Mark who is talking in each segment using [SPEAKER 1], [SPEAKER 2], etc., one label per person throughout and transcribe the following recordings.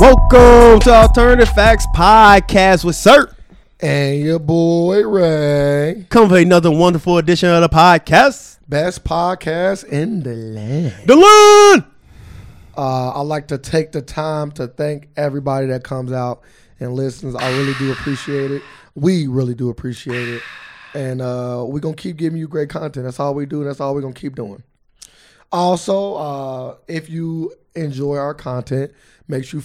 [SPEAKER 1] Welcome to Alternative Facts Podcast with Sir.
[SPEAKER 2] And your boy Ray.
[SPEAKER 1] Come for another wonderful edition of the podcast.
[SPEAKER 2] Best podcast in the land.
[SPEAKER 1] Dylan!
[SPEAKER 2] Uh, I'd like to take the time to thank everybody that comes out and listens. I really do appreciate it. We really do appreciate it. And uh, we're going to keep giving you great content. That's all we do. That's all we're going to keep doing. Also, uh, if you enjoy our content, make sure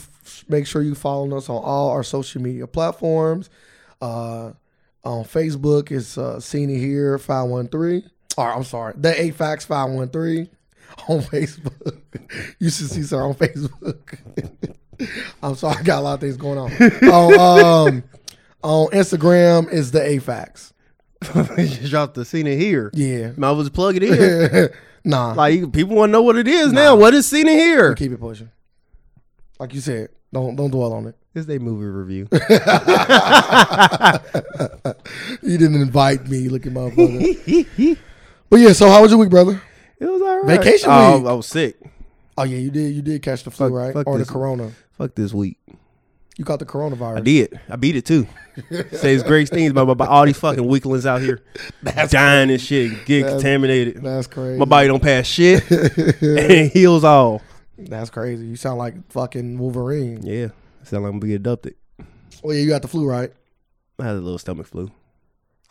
[SPEAKER 2] make sure you follow us on all our social media platforms. Uh, on Facebook, it's uh, Cena here five one three. Or I'm sorry, the eight facts five one three on Facebook. you should see sir on Facebook. I'm sorry, I got a lot of things going on. on, um, on Instagram is the eight facts.
[SPEAKER 1] you dropped the scene in here.
[SPEAKER 2] Yeah,
[SPEAKER 1] Might as well plug it in.
[SPEAKER 2] nah,
[SPEAKER 1] like, people want to know what it is now. What is scene in here?
[SPEAKER 2] keep it pushing. Like you said, don't don't dwell on it.
[SPEAKER 1] This is a movie review.
[SPEAKER 2] You didn't invite me, look at my brother. but yeah, so how was your week, brother?
[SPEAKER 1] It was all right.
[SPEAKER 2] Vacation
[SPEAKER 1] oh,
[SPEAKER 2] week.
[SPEAKER 1] I was sick.
[SPEAKER 2] Oh yeah, you did you did catch the flu,
[SPEAKER 1] Fuck-
[SPEAKER 2] right?
[SPEAKER 1] fuck
[SPEAKER 2] or
[SPEAKER 1] this.
[SPEAKER 2] the corona.
[SPEAKER 1] Fuck this week.
[SPEAKER 2] You caught the coronavirus.
[SPEAKER 1] I did. I beat it too. Says great things about, about all these fucking weaklings out here dying and shit, getting contaminated.
[SPEAKER 2] That's crazy.
[SPEAKER 1] My body don't pass shit and heals all.
[SPEAKER 2] That's crazy. You sound like fucking Wolverine.
[SPEAKER 1] Yeah, sound like I'm gonna get adopted.
[SPEAKER 2] Oh yeah, you got the flu, right?
[SPEAKER 1] I had a little stomach flu.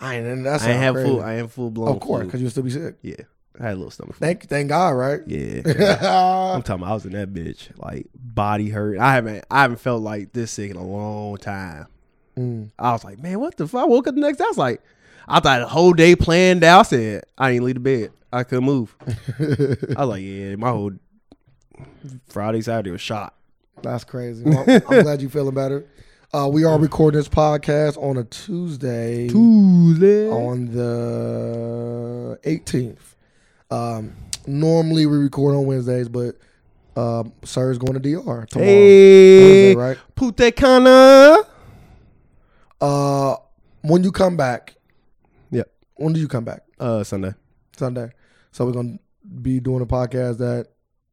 [SPEAKER 2] I ain't and that's
[SPEAKER 1] I ain't have
[SPEAKER 2] crazy.
[SPEAKER 1] full. I am full blown.
[SPEAKER 2] Of course, because
[SPEAKER 1] flu.
[SPEAKER 2] you'll still be sick.
[SPEAKER 1] yeah, I had a little stomach flu.
[SPEAKER 2] Thank thank God, right?
[SPEAKER 1] Yeah, I'm talking. About, I was in that bitch like body hurt. I haven't. I haven't felt like this sick in a long time.
[SPEAKER 2] Mm.
[SPEAKER 1] I was like, man, what the fuck? I woke up the next day. I was like, I thought the whole day planned out. I said, I ain't leave the bed. I couldn't move. I was like, yeah, my whole Friday Saturday was shot.
[SPEAKER 2] That's crazy. Well, I'm, I'm glad you feeling better. Uh, we are recording this podcast on a Tuesday.
[SPEAKER 1] Tuesday.
[SPEAKER 2] on the 18th. Um, normally we record on Wednesdays, but um, Sir's going to DR tomorrow.
[SPEAKER 1] Hey,
[SPEAKER 2] Wednesday, right?
[SPEAKER 1] Putecana.
[SPEAKER 2] Uh, when you come back,
[SPEAKER 1] Yep.
[SPEAKER 2] when do you come back?
[SPEAKER 1] Uh, Sunday.
[SPEAKER 2] Sunday. So we're going to be doing a podcast that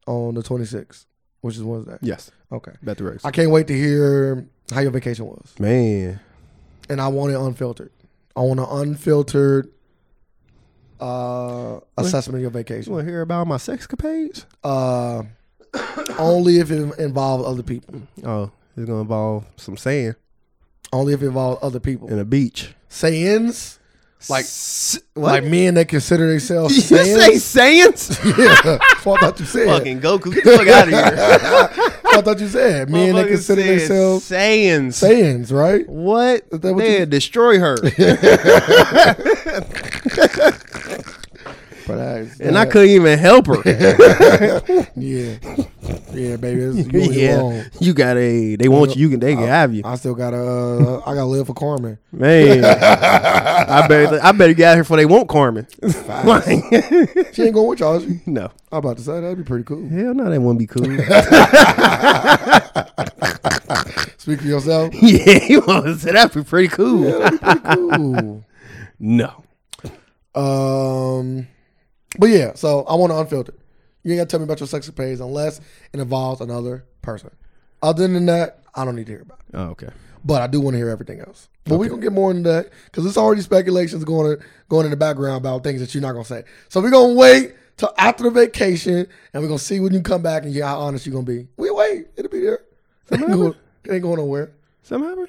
[SPEAKER 2] on the 26th, which is Wednesday.
[SPEAKER 1] Yes.
[SPEAKER 2] Okay.
[SPEAKER 1] Bet the race.
[SPEAKER 2] I can't wait to hear how your vacation was,
[SPEAKER 1] Man.
[SPEAKER 2] and I want it unfiltered. I want an unfiltered uh, assessment of your vacation.
[SPEAKER 1] You want to hear about my sexcapades?
[SPEAKER 2] uh, only if it involves other people.
[SPEAKER 1] Oh, it's gonna involve some sand
[SPEAKER 2] Only if it involves other people.
[SPEAKER 1] and a beach.
[SPEAKER 2] Sayings Like-
[SPEAKER 1] S-
[SPEAKER 2] like men that consider themselves
[SPEAKER 1] you say
[SPEAKER 2] sayings.
[SPEAKER 1] sands?
[SPEAKER 2] yeah, that's what I thought you said.
[SPEAKER 1] Fucking Goku, get the fuck out of here.
[SPEAKER 2] That's what I thought you said. Men that
[SPEAKER 1] Motherfucker
[SPEAKER 2] consider
[SPEAKER 1] said
[SPEAKER 2] themselves
[SPEAKER 1] sands.
[SPEAKER 2] sayings, right?
[SPEAKER 1] what?
[SPEAKER 2] that what
[SPEAKER 1] they
[SPEAKER 2] you-
[SPEAKER 1] had destroy her,
[SPEAKER 2] But I,
[SPEAKER 1] and I couldn't even help her.
[SPEAKER 2] yeah, yeah, baby, it's, you ain't
[SPEAKER 1] yeah,
[SPEAKER 2] wrong.
[SPEAKER 1] you got a. They want you. You can. They can have you,
[SPEAKER 2] I still gotta, uh, I gotta live for Carmen.
[SPEAKER 1] man. I better. I better get out here before they want Carmen. Like-
[SPEAKER 2] She ain't going with y'all. is she?
[SPEAKER 1] no,
[SPEAKER 2] I'm about to say that'd be pretty cool.
[SPEAKER 1] hell no, that wouldn't be cool.
[SPEAKER 2] Speak for yourself.
[SPEAKER 1] yeah, you want to say that'd be pretty cool.
[SPEAKER 2] Cool.
[SPEAKER 1] No.
[SPEAKER 2] Um, but yeah, so I want to unfiltered. You ain't gotta tell me about your sexy page unless it involves another person. Other than that, I don't need to hear about it.
[SPEAKER 1] Oh, okay.
[SPEAKER 2] But I do want to hear everything else. But we're gonna get more into that because it's already speculations going going in the background about things that you're not gonna say. So we're gonna wait till after the vacation and we're gonna see when you come back and yeah, how honest you're gonna be. We wait, it'll be there. It ain't going, it ain't going nowhere.
[SPEAKER 1] Something happened?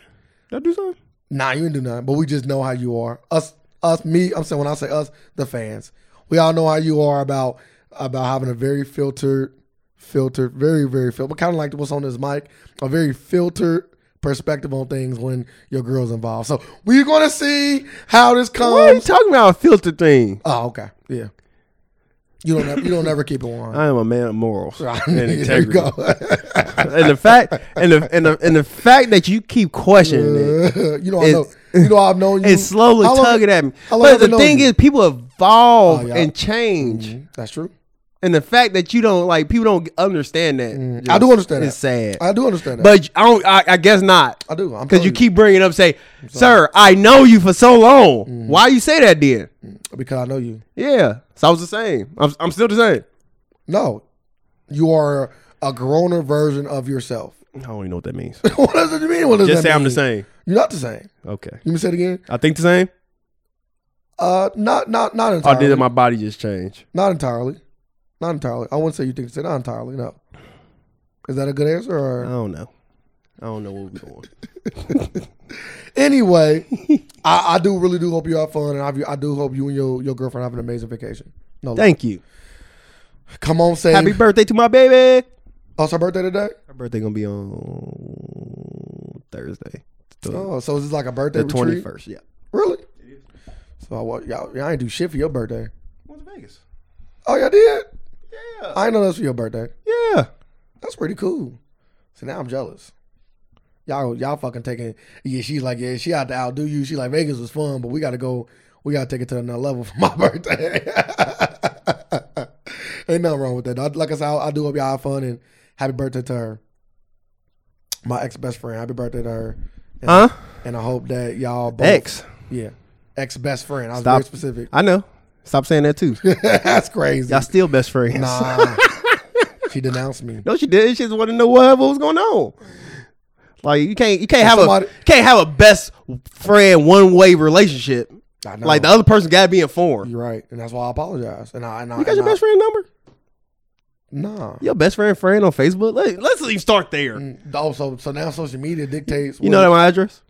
[SPEAKER 1] Did I do something?
[SPEAKER 2] Nah, you didn't do nothing. But we just know how you are. Us, us, me. I'm saying when I say us, the fans. We all know how you are about about having a very filtered, filtered, very very filtered, but kind of like what's on this mic, a very filtered perspective on things when your girl's involved. So we're gonna see how this
[SPEAKER 1] What are you
[SPEAKER 2] comes.
[SPEAKER 1] talking about? A filter thing.
[SPEAKER 2] Oh, okay, yeah. You don't ever, you don't ever keep it on.
[SPEAKER 1] I am a man of morals and
[SPEAKER 2] there you
[SPEAKER 1] integrity.
[SPEAKER 2] go.
[SPEAKER 1] and the fact and the, and the and the fact that you keep questioning it
[SPEAKER 2] you know I know.
[SPEAKER 1] It's-
[SPEAKER 2] You know I've known you.
[SPEAKER 1] and slowly
[SPEAKER 2] How long-
[SPEAKER 1] tugging at me.
[SPEAKER 2] how long
[SPEAKER 1] But
[SPEAKER 2] have I
[SPEAKER 1] the
[SPEAKER 2] known
[SPEAKER 1] thing
[SPEAKER 2] you?
[SPEAKER 1] is, people evolve
[SPEAKER 2] Oh, yeah.
[SPEAKER 1] and change,
[SPEAKER 2] that's true.
[SPEAKER 1] and the fact that you don't like people don't understand that.
[SPEAKER 2] Mm-hmm. I do understand
[SPEAKER 1] It's
[SPEAKER 2] that.
[SPEAKER 1] sad,
[SPEAKER 2] I do understand that.
[SPEAKER 1] but I don't. I, I guess not.
[SPEAKER 2] I do. I'm
[SPEAKER 1] Because
[SPEAKER 2] telling
[SPEAKER 1] you keep bringing up, say, sir, I know you for so long.
[SPEAKER 2] Mm-hmm.
[SPEAKER 1] Why you say that then?
[SPEAKER 2] because I know you.
[SPEAKER 1] Yeah. So I was the same. I'm, I'm still the same.
[SPEAKER 2] No, you are a growner version of yourself.
[SPEAKER 1] I don't even know what that means.
[SPEAKER 2] what does it mean? What does
[SPEAKER 1] Just
[SPEAKER 2] that
[SPEAKER 1] say I'm the
[SPEAKER 2] mean?
[SPEAKER 1] same.
[SPEAKER 2] You're not the same.
[SPEAKER 1] Okay.
[SPEAKER 2] You me say it again?
[SPEAKER 1] I think the same.
[SPEAKER 2] Uh, not not not
[SPEAKER 1] Or
[SPEAKER 2] entirely.
[SPEAKER 1] did my body just change?
[SPEAKER 2] Not entirely. Not entirely. I wouldn't say you think it's not entirely. No. Is that a good answer?
[SPEAKER 1] I
[SPEAKER 2] Or?
[SPEAKER 1] don't know. I don't know where we're going.
[SPEAKER 2] Anyway, I, I do really do hope you have fun, and I, I do hope you and your, your girlfriend have an amazing vacation. No, lie.
[SPEAKER 1] Thank you.
[SPEAKER 2] come on, say
[SPEAKER 1] Happy birthday to my baby.
[SPEAKER 2] Oh, it's her birthday today.
[SPEAKER 1] Her birthday gonna be on Thursday. The
[SPEAKER 2] Oh, so is this like a birthday
[SPEAKER 1] twenty
[SPEAKER 2] retreat?
[SPEAKER 1] first. Yeah.
[SPEAKER 2] Really? So I wa- y'all, y'all ain't do shit for your birthday.
[SPEAKER 1] Went to Vegas.
[SPEAKER 2] Oh, y'all did?
[SPEAKER 1] Yeah.
[SPEAKER 2] I ain't know that's for your birthday.
[SPEAKER 1] Uh, Yeah.
[SPEAKER 2] That's pretty cool. See, now I'm jealous. Y'all, y'all fucking taking. Yeah, she's like, yeah, she out to outdo you. She like, Vegas was fun, but we got to go. We got to take it to another level for my birthday. ain't nothing wrong with that. I- Like I said, I, I do hope y'all have fun and happy birthday to her. My ex best friend, happy birthday to her. And,
[SPEAKER 1] Huh?
[SPEAKER 2] And I hope that y'all both,
[SPEAKER 1] X.
[SPEAKER 2] yeah, ex best friend. I was
[SPEAKER 1] Stop.
[SPEAKER 2] very specific.
[SPEAKER 1] I know. Stop saying that too.
[SPEAKER 2] That's crazy.
[SPEAKER 1] Y'all still best friends.
[SPEAKER 2] nah, she denounced me.
[SPEAKER 1] No, she did. She just wanted to know what, what was going on. Like you can't you can't have
[SPEAKER 2] Somebody-
[SPEAKER 1] a can't have a best friend one way relationship.
[SPEAKER 2] I know.
[SPEAKER 1] Like the other person got to be informed.
[SPEAKER 2] You're right, and that's why I apologize. And I, and I
[SPEAKER 1] You got
[SPEAKER 2] and
[SPEAKER 1] your
[SPEAKER 2] I-
[SPEAKER 1] best friend number?
[SPEAKER 2] Nah.
[SPEAKER 1] Your best friend friend on Facebook? Let, let's even start there.
[SPEAKER 2] Mm, Oh, so so now social media dictates.
[SPEAKER 1] You know that
[SPEAKER 2] what-
[SPEAKER 1] my address?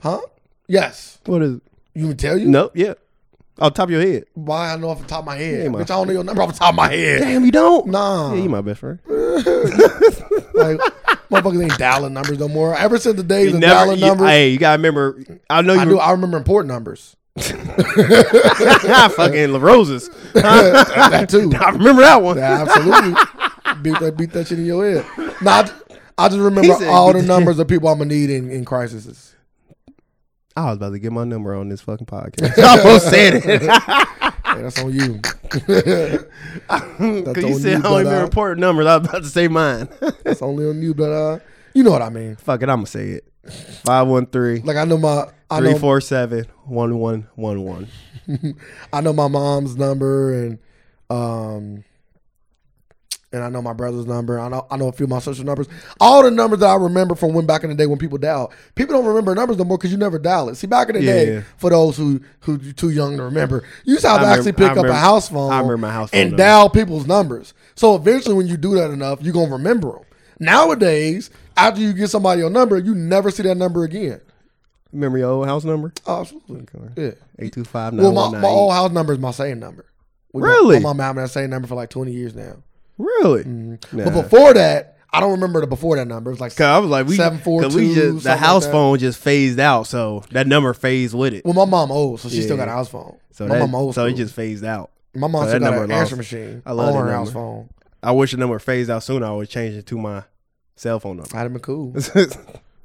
[SPEAKER 2] Huh? Yes.
[SPEAKER 1] What is it?
[SPEAKER 2] You can tell you.
[SPEAKER 1] Nope. Yeah. Off the top of your head.
[SPEAKER 2] Why I know off the top of my head.
[SPEAKER 1] Yeah, my-
[SPEAKER 2] Bitch, I don't know your number off the top of my head.
[SPEAKER 1] Damn, you don't.
[SPEAKER 2] Nah.
[SPEAKER 1] Yeah, you my best friend.
[SPEAKER 2] like motherfuckers ain't dialing numbers no more. Ever since the days
[SPEAKER 1] You
[SPEAKER 2] of
[SPEAKER 1] never.
[SPEAKER 2] dialing
[SPEAKER 1] you-
[SPEAKER 2] numbers, I,
[SPEAKER 1] hey, you gotta remember. I know you.
[SPEAKER 2] do. I remember important numbers.
[SPEAKER 1] fucking La Roses.
[SPEAKER 2] that too.
[SPEAKER 1] I remember that one.
[SPEAKER 2] Yeah, absolutely. beat that beat that shit in your head. Nah, I, ju- I just
[SPEAKER 1] He
[SPEAKER 2] remember
[SPEAKER 1] said
[SPEAKER 2] all
[SPEAKER 1] beat
[SPEAKER 2] the
[SPEAKER 1] that-
[SPEAKER 2] numbers of people I'm gonna need in, in crises.
[SPEAKER 1] I was about to get my number on this fucking podcast. I almost said it.
[SPEAKER 2] Hey, that's on you.
[SPEAKER 1] Because
[SPEAKER 2] on
[SPEAKER 1] you uh, said
[SPEAKER 2] you,
[SPEAKER 1] I don't even
[SPEAKER 2] brother.
[SPEAKER 1] report numbers. I was about to say mine.
[SPEAKER 2] That's only on you, but uh, you know what I mean.
[SPEAKER 1] Fuck it, I'm going to say it. 513
[SPEAKER 2] Like I know my I know
[SPEAKER 1] 347 1111.
[SPEAKER 2] I know my mom's number and um and I know my brother's number. I know I know a few of my social numbers. All the numbers that I remember from when back in the day when people dialed. People don't remember numbers no more because you never dial it. See, back in the
[SPEAKER 1] Yeah.
[SPEAKER 2] day, for those who who you too young to remember, you used to have to
[SPEAKER 1] I
[SPEAKER 2] actually
[SPEAKER 1] remember-
[SPEAKER 2] pick
[SPEAKER 1] I
[SPEAKER 2] up a
[SPEAKER 1] remember-
[SPEAKER 2] house phone.
[SPEAKER 1] I remember my house phone
[SPEAKER 2] and
[SPEAKER 1] number.
[SPEAKER 2] dial people's numbers. So eventually, when you do that enough, you're gonna remember them. Nowadays, after you get somebody your number, you never see that number again.
[SPEAKER 1] Remember your old house number?
[SPEAKER 2] Oh, absolutely. Yeah.
[SPEAKER 1] Eight two five
[SPEAKER 2] Well,
[SPEAKER 1] nine one
[SPEAKER 2] my, my
[SPEAKER 1] nine.
[SPEAKER 2] old house number is my same number. We-
[SPEAKER 1] Really?
[SPEAKER 2] My mom having that same number for like 20 years now.
[SPEAKER 1] Really?
[SPEAKER 2] But
[SPEAKER 1] Nah.
[SPEAKER 2] before that, I don't remember the before that number. It was
[SPEAKER 1] Cause
[SPEAKER 2] like,
[SPEAKER 1] Mm-hmm. I was like, we,
[SPEAKER 2] 742,
[SPEAKER 1] 'cause we just,
[SPEAKER 2] something
[SPEAKER 1] the
[SPEAKER 2] like
[SPEAKER 1] house
[SPEAKER 2] that.
[SPEAKER 1] phone just phased out, so that number phased with it.
[SPEAKER 2] well, my mom old, so she still
[SPEAKER 1] Yeah.
[SPEAKER 2] got a house phone.
[SPEAKER 1] So
[SPEAKER 2] my
[SPEAKER 1] that,
[SPEAKER 2] mom old.
[SPEAKER 1] so it
[SPEAKER 2] school.
[SPEAKER 1] just phased out.
[SPEAKER 2] my mom
[SPEAKER 1] so that
[SPEAKER 2] still got an
[SPEAKER 1] number lost.
[SPEAKER 2] answer machine
[SPEAKER 1] I love
[SPEAKER 2] on
[SPEAKER 1] that
[SPEAKER 2] her house
[SPEAKER 1] number.
[SPEAKER 2] phone.
[SPEAKER 1] I wish the number phased out sooner. I would change it to my cell phone number.
[SPEAKER 2] I'd have been cool.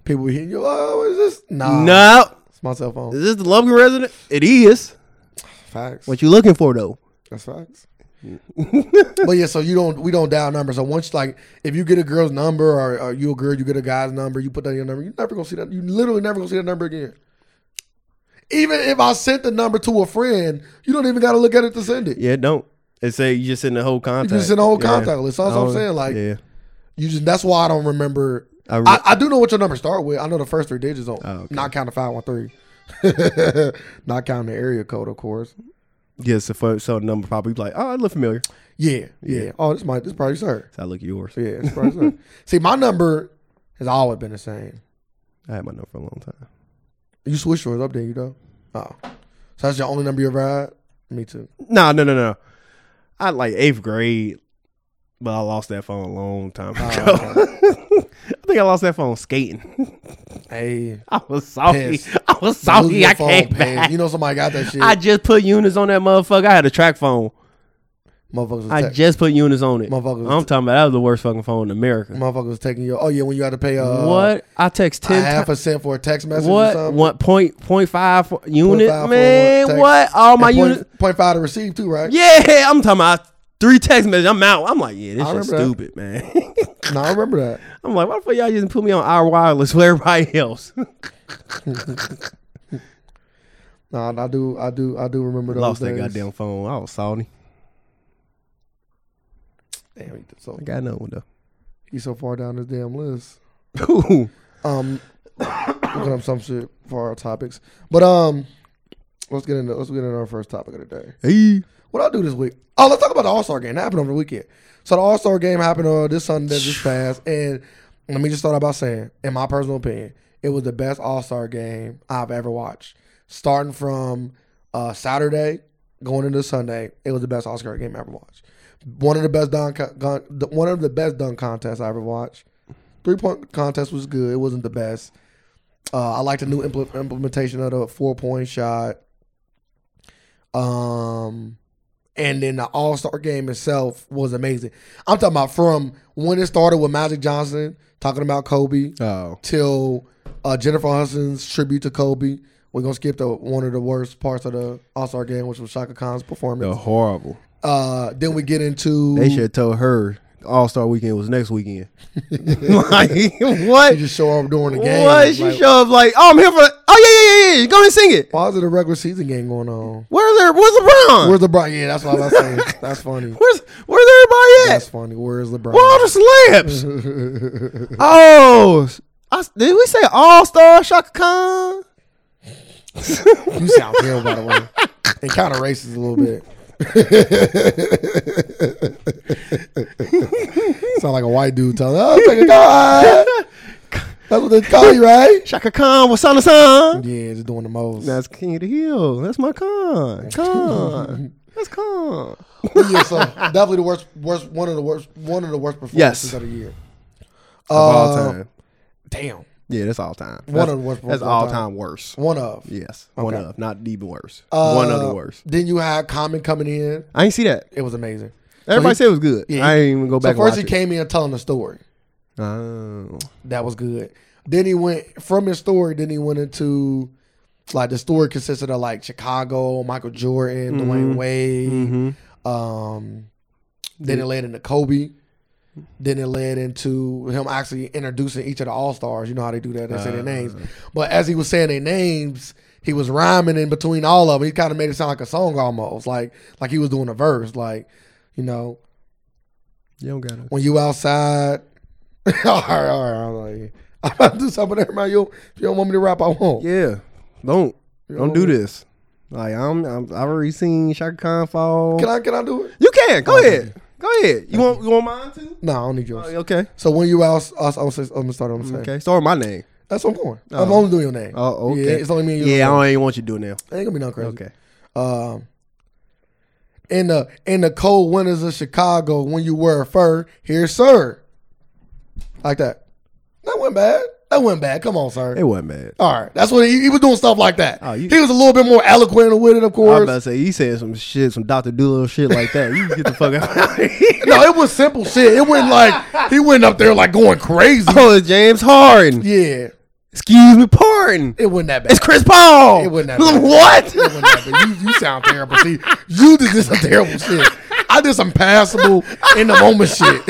[SPEAKER 2] People hitting you. Oh, what is this? Nah,
[SPEAKER 1] no,
[SPEAKER 2] it's my cell phone.
[SPEAKER 1] is this the Lovegrove resident? It is.
[SPEAKER 2] Facts.
[SPEAKER 1] What you looking for though?
[SPEAKER 2] That's facts. but yeah, so you don't we don't dial numbers. So once like if you get a girl's number or, or you a girl, you get a guy's number, you put that in your number, you never gonna see that. You literally never gonna see that number again. Even if I sent the number to a friend, you don't even gotta look at it to send it.
[SPEAKER 1] Yeah, don't. It say you just in the whole
[SPEAKER 2] You
[SPEAKER 1] contact.
[SPEAKER 2] just in the whole
[SPEAKER 1] Yeah.
[SPEAKER 2] contact list. That's what I'm
[SPEAKER 1] Oh,
[SPEAKER 2] saying. Like
[SPEAKER 1] yeah,
[SPEAKER 2] you just that's why I don't remember.
[SPEAKER 1] I
[SPEAKER 2] I,
[SPEAKER 1] re-
[SPEAKER 2] I, do know what your number start with. I know the first three digits on
[SPEAKER 1] Oh, okay.
[SPEAKER 2] not counting five one three. not counting the area code, of course.
[SPEAKER 1] yeah. So, for, so the number probably be like, oh, I look familiar.
[SPEAKER 2] Yeah, yeah. Oh, this might this probably sir.
[SPEAKER 1] So I look at yours.
[SPEAKER 2] Yeah, it's probably so. See, my number has always been the same.
[SPEAKER 1] I had my number for a long time.
[SPEAKER 2] You switched yours up, didn't you, though? Oh. So that's your only number you ever had? Me too.
[SPEAKER 1] No, no, no, no. I had, like eighth grade, but I lost that phone a long time
[SPEAKER 2] Oh,
[SPEAKER 1] ago. I think I lost that phone skating.
[SPEAKER 2] Hey.
[SPEAKER 1] I was salty.
[SPEAKER 2] Pissed.
[SPEAKER 1] I was
[SPEAKER 2] Losing
[SPEAKER 1] salty.
[SPEAKER 2] your
[SPEAKER 1] I
[SPEAKER 2] phone,
[SPEAKER 1] came
[SPEAKER 2] man.
[SPEAKER 1] back.
[SPEAKER 2] You know somebody got that shit.
[SPEAKER 1] I just put units on that motherfucker. I had a track phone.
[SPEAKER 2] motherfuckers, was
[SPEAKER 1] I
[SPEAKER 2] ta-
[SPEAKER 1] just put units on it.
[SPEAKER 2] Motherfuckers.
[SPEAKER 1] I'm talking about that was the worst fucking phone in America.
[SPEAKER 2] motherfuckers was taking your... Oh, yeah, when you had to pay uh,
[SPEAKER 1] what? I text
[SPEAKER 2] a
[SPEAKER 1] ten
[SPEAKER 2] half
[SPEAKER 1] times.
[SPEAKER 2] a cent for a text message or
[SPEAKER 1] What?
[SPEAKER 2] something?
[SPEAKER 1] What point point five for unit?
[SPEAKER 2] five for
[SPEAKER 1] Man,
[SPEAKER 2] one text.
[SPEAKER 1] what? All my
[SPEAKER 2] And point-
[SPEAKER 1] units.
[SPEAKER 2] point five to receive, too, right?
[SPEAKER 1] Yeah, I'm talking about three text messages. I'm out. I'm like, yeah, this
[SPEAKER 2] I
[SPEAKER 1] shit's
[SPEAKER 2] remember
[SPEAKER 1] stupid, man.
[SPEAKER 2] No, I remember that.
[SPEAKER 1] I'm like, why the fuck y'all just put me on our wireless with everybody else?
[SPEAKER 2] No, I do, I do, I do remember those
[SPEAKER 1] Lost that
[SPEAKER 2] days.
[SPEAKER 1] goddamn phone. I was salty.
[SPEAKER 2] Damn, he so,
[SPEAKER 1] I got another one though.
[SPEAKER 2] he's so far down this damn list.
[SPEAKER 1] Ooh.
[SPEAKER 2] Um, looking up some shit for our topics. But um, let's get into let's get into our first topic of the day.
[SPEAKER 1] Hey.
[SPEAKER 2] What I do this week? Oh, let's talk about the All Star game. That happened over the weekend. So the All Star game happened uh, this Sunday, this past. And let me just start out by saying, in my personal opinion, it was the best All Star game I've ever watched. Starting from uh, Saturday going into Sunday, it was the best All Star game I ever watched. One of the best dunk, con- gon- the- one of the best dunk contests I ever watched. Three point contest was good. It wasn't the best. Uh, I like the new impl- implementation of the four point shot. Um, and then the All Star game itself was amazing. I'm talking about from when it started with Magic Johnson talking about Kobe
[SPEAKER 1] Oh.
[SPEAKER 2] till uh, Jennifer Hudson's tribute to Kobe. We're gonna skip the one of the worst parts of the All Star game, which was Shaka Khan's
[SPEAKER 1] The
[SPEAKER 2] performance.
[SPEAKER 1] horrible.
[SPEAKER 2] Uh, then we get into
[SPEAKER 1] They should have told her All Star Weekend was next weekend. like what?
[SPEAKER 2] you just show up during the game.
[SPEAKER 1] What? She
[SPEAKER 2] Like,
[SPEAKER 1] show up like, oh, I'm here for. The- oh yeah, yeah, yeah, yeah. Go ahead and sing it.
[SPEAKER 2] why is it a regular season game going on?
[SPEAKER 1] Where's there? Where's LeBron?
[SPEAKER 2] Where's LeBron? Yeah, that's what I was saying. That's funny.
[SPEAKER 1] Where's Where's everybody
[SPEAKER 2] That's
[SPEAKER 1] at?
[SPEAKER 2] funny. Where is LeBron?
[SPEAKER 1] Where all the slabs? oh, I, did we say All Star Shaka Khan?
[SPEAKER 2] You sound ill, by the way, and kind of racist a little bit. sound like a white dude telling, "Oh, take a God." That's what they call you, right?
[SPEAKER 1] Shaka Khan was son of son.
[SPEAKER 2] Yeah, just doing the most.
[SPEAKER 1] That's King of the Hill. That's my Khan. Khan. That's Khan.
[SPEAKER 2] yeah, so definitely the worst, worst, one of the worst, one of the worst performances
[SPEAKER 1] Yes.
[SPEAKER 2] of the year.
[SPEAKER 1] all
[SPEAKER 2] Uh,
[SPEAKER 1] time.
[SPEAKER 2] Damn,
[SPEAKER 1] Yeah, that's all time.
[SPEAKER 2] one
[SPEAKER 1] That's,
[SPEAKER 2] of the worst.
[SPEAKER 1] that's all time worse.
[SPEAKER 2] One of.
[SPEAKER 1] Yes, one
[SPEAKER 2] Okay.
[SPEAKER 1] of, not even worse.
[SPEAKER 2] Uh,
[SPEAKER 1] one of the worst.
[SPEAKER 2] Then you had Common coming in.
[SPEAKER 1] I ain't see that.
[SPEAKER 2] It was amazing.
[SPEAKER 1] Everybody
[SPEAKER 2] so
[SPEAKER 1] said it was good.
[SPEAKER 2] yeah, he-
[SPEAKER 1] I ain't even go
[SPEAKER 2] he,
[SPEAKER 1] back.
[SPEAKER 2] so first he
[SPEAKER 1] and watch
[SPEAKER 2] came in telling a story.
[SPEAKER 1] it. Oh,
[SPEAKER 2] That was good. Then he went from his story. Then he went into like the story consisted of like Chicago, Michael Jordan, Dwayne Wade.
[SPEAKER 1] Mm-hmm.
[SPEAKER 2] Um, then it led into Kobe. Then it led into him actually introducing each of the All Stars. You know how they do that; they say their names. But as he was saying their names, he was rhyming in between all of them. He kind of made it sound like a song almost, like like he was doing a verse, like you know,
[SPEAKER 1] you don't got it.
[SPEAKER 2] when you outside. all right, all right, all right. I'm about to do something that remind you. If you don't want me to rap, I won't.
[SPEAKER 1] Yeah, don't
[SPEAKER 2] You
[SPEAKER 1] don't
[SPEAKER 2] know?
[SPEAKER 1] do this. Like I'm, I'm I've already seen Shaka Khan fall.
[SPEAKER 2] Can I? Can I do it?
[SPEAKER 1] you can go ahead. Go ahead. You want you want mine too?
[SPEAKER 2] No, I don't need
[SPEAKER 1] Oh,
[SPEAKER 2] yours.
[SPEAKER 1] Okay.
[SPEAKER 2] So when you out, I was- I was- I'm gonna start. I'm gonna say
[SPEAKER 1] Okay. Start with my name.
[SPEAKER 2] that's what I'm going. I'm only doing your name.
[SPEAKER 1] Oh, okay.
[SPEAKER 2] Yeah, it's only me and you.
[SPEAKER 1] Yeah, I don't even want you to do it now.
[SPEAKER 2] ain't gonna be nothing crazy.
[SPEAKER 1] Okay.
[SPEAKER 2] Um, in the in the cold winters of Chicago, when you wear fur, here, sir, like that. That went bad. That went bad. Come on, sir.
[SPEAKER 1] It wasn't bad.
[SPEAKER 2] All right, that's what he, he was doing stuff like that.
[SPEAKER 1] Oh, you-
[SPEAKER 2] he was a little bit more eloquent with it, of
[SPEAKER 1] I was
[SPEAKER 2] course.
[SPEAKER 1] about to say he said some shit, some Doctor Doolittle shit like that. You can get the fuck out. of here.
[SPEAKER 2] No, it was simple shit. It went like he went up there like going crazy.
[SPEAKER 1] Oh, it's James Harden.
[SPEAKER 2] Yeah,
[SPEAKER 1] Excuse me, pardon.
[SPEAKER 2] it wasn't that bad.
[SPEAKER 1] It's Chris Paul.
[SPEAKER 2] It wasn't that bad.
[SPEAKER 1] what?
[SPEAKER 2] It wasn't that bad. You, you sound terrible. See, you did this some terrible shit. I did some passable in the moment shit.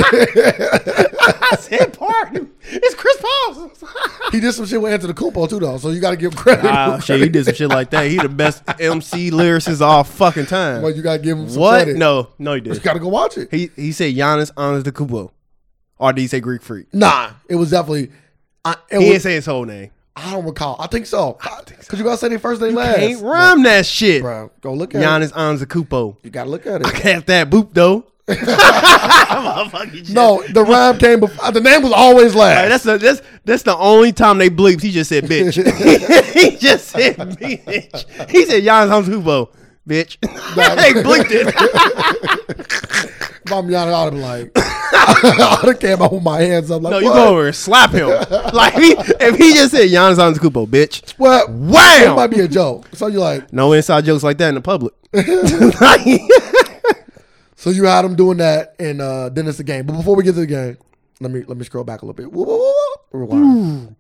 [SPEAKER 1] I said pardon. It's Chris Paul.
[SPEAKER 2] he did some shit with Anthony Kupo too, though. So you got to give credit.
[SPEAKER 1] Ah, shit, he did some shit like that. He the best MC lyricist of all fucking time.
[SPEAKER 2] Well, you got to give him some
[SPEAKER 1] what?
[SPEAKER 2] credit.
[SPEAKER 1] No, no, he
[SPEAKER 2] you
[SPEAKER 1] did.
[SPEAKER 2] got to go watch it.
[SPEAKER 1] He he said Giannis honors the Kubo. Or did he say Greek Freak?
[SPEAKER 2] Nah, it was definitely. I, it
[SPEAKER 1] He
[SPEAKER 2] was-
[SPEAKER 1] didn't say his whole name.
[SPEAKER 2] I don't recall. I think so. Because you got to say their first name last.
[SPEAKER 1] Can't rhyme that shit.
[SPEAKER 2] Bro, go look at it.
[SPEAKER 1] Giannis honors the Kubo.
[SPEAKER 2] You got to look at it.
[SPEAKER 1] Half that boop though. Motherfucking shit.
[SPEAKER 2] No, the rhyme came before. The name was always
[SPEAKER 1] Hey,
[SPEAKER 2] last.
[SPEAKER 1] that's the that's that's the only time they bleeped. He just said bitch. he just said bitch. He said Giannis honors Kubo. Bitch. they bleeped it.
[SPEAKER 2] If I'm yawning, I'd be like, I would have came out with my hands up. Like,
[SPEAKER 1] No,
[SPEAKER 2] what?
[SPEAKER 1] you go over and slap him. like he, if he just said Giannis Antetokounmpo, bitch.
[SPEAKER 2] Well,
[SPEAKER 1] Wham!
[SPEAKER 2] It might be a joke. So you're like,
[SPEAKER 1] No inside jokes like that in the public.
[SPEAKER 2] so you had him doing that, and uh, then it's the game. But before we get to the game, let me let me scroll back a little bit. Whoa, whoa, whoa, whoa. Rewind.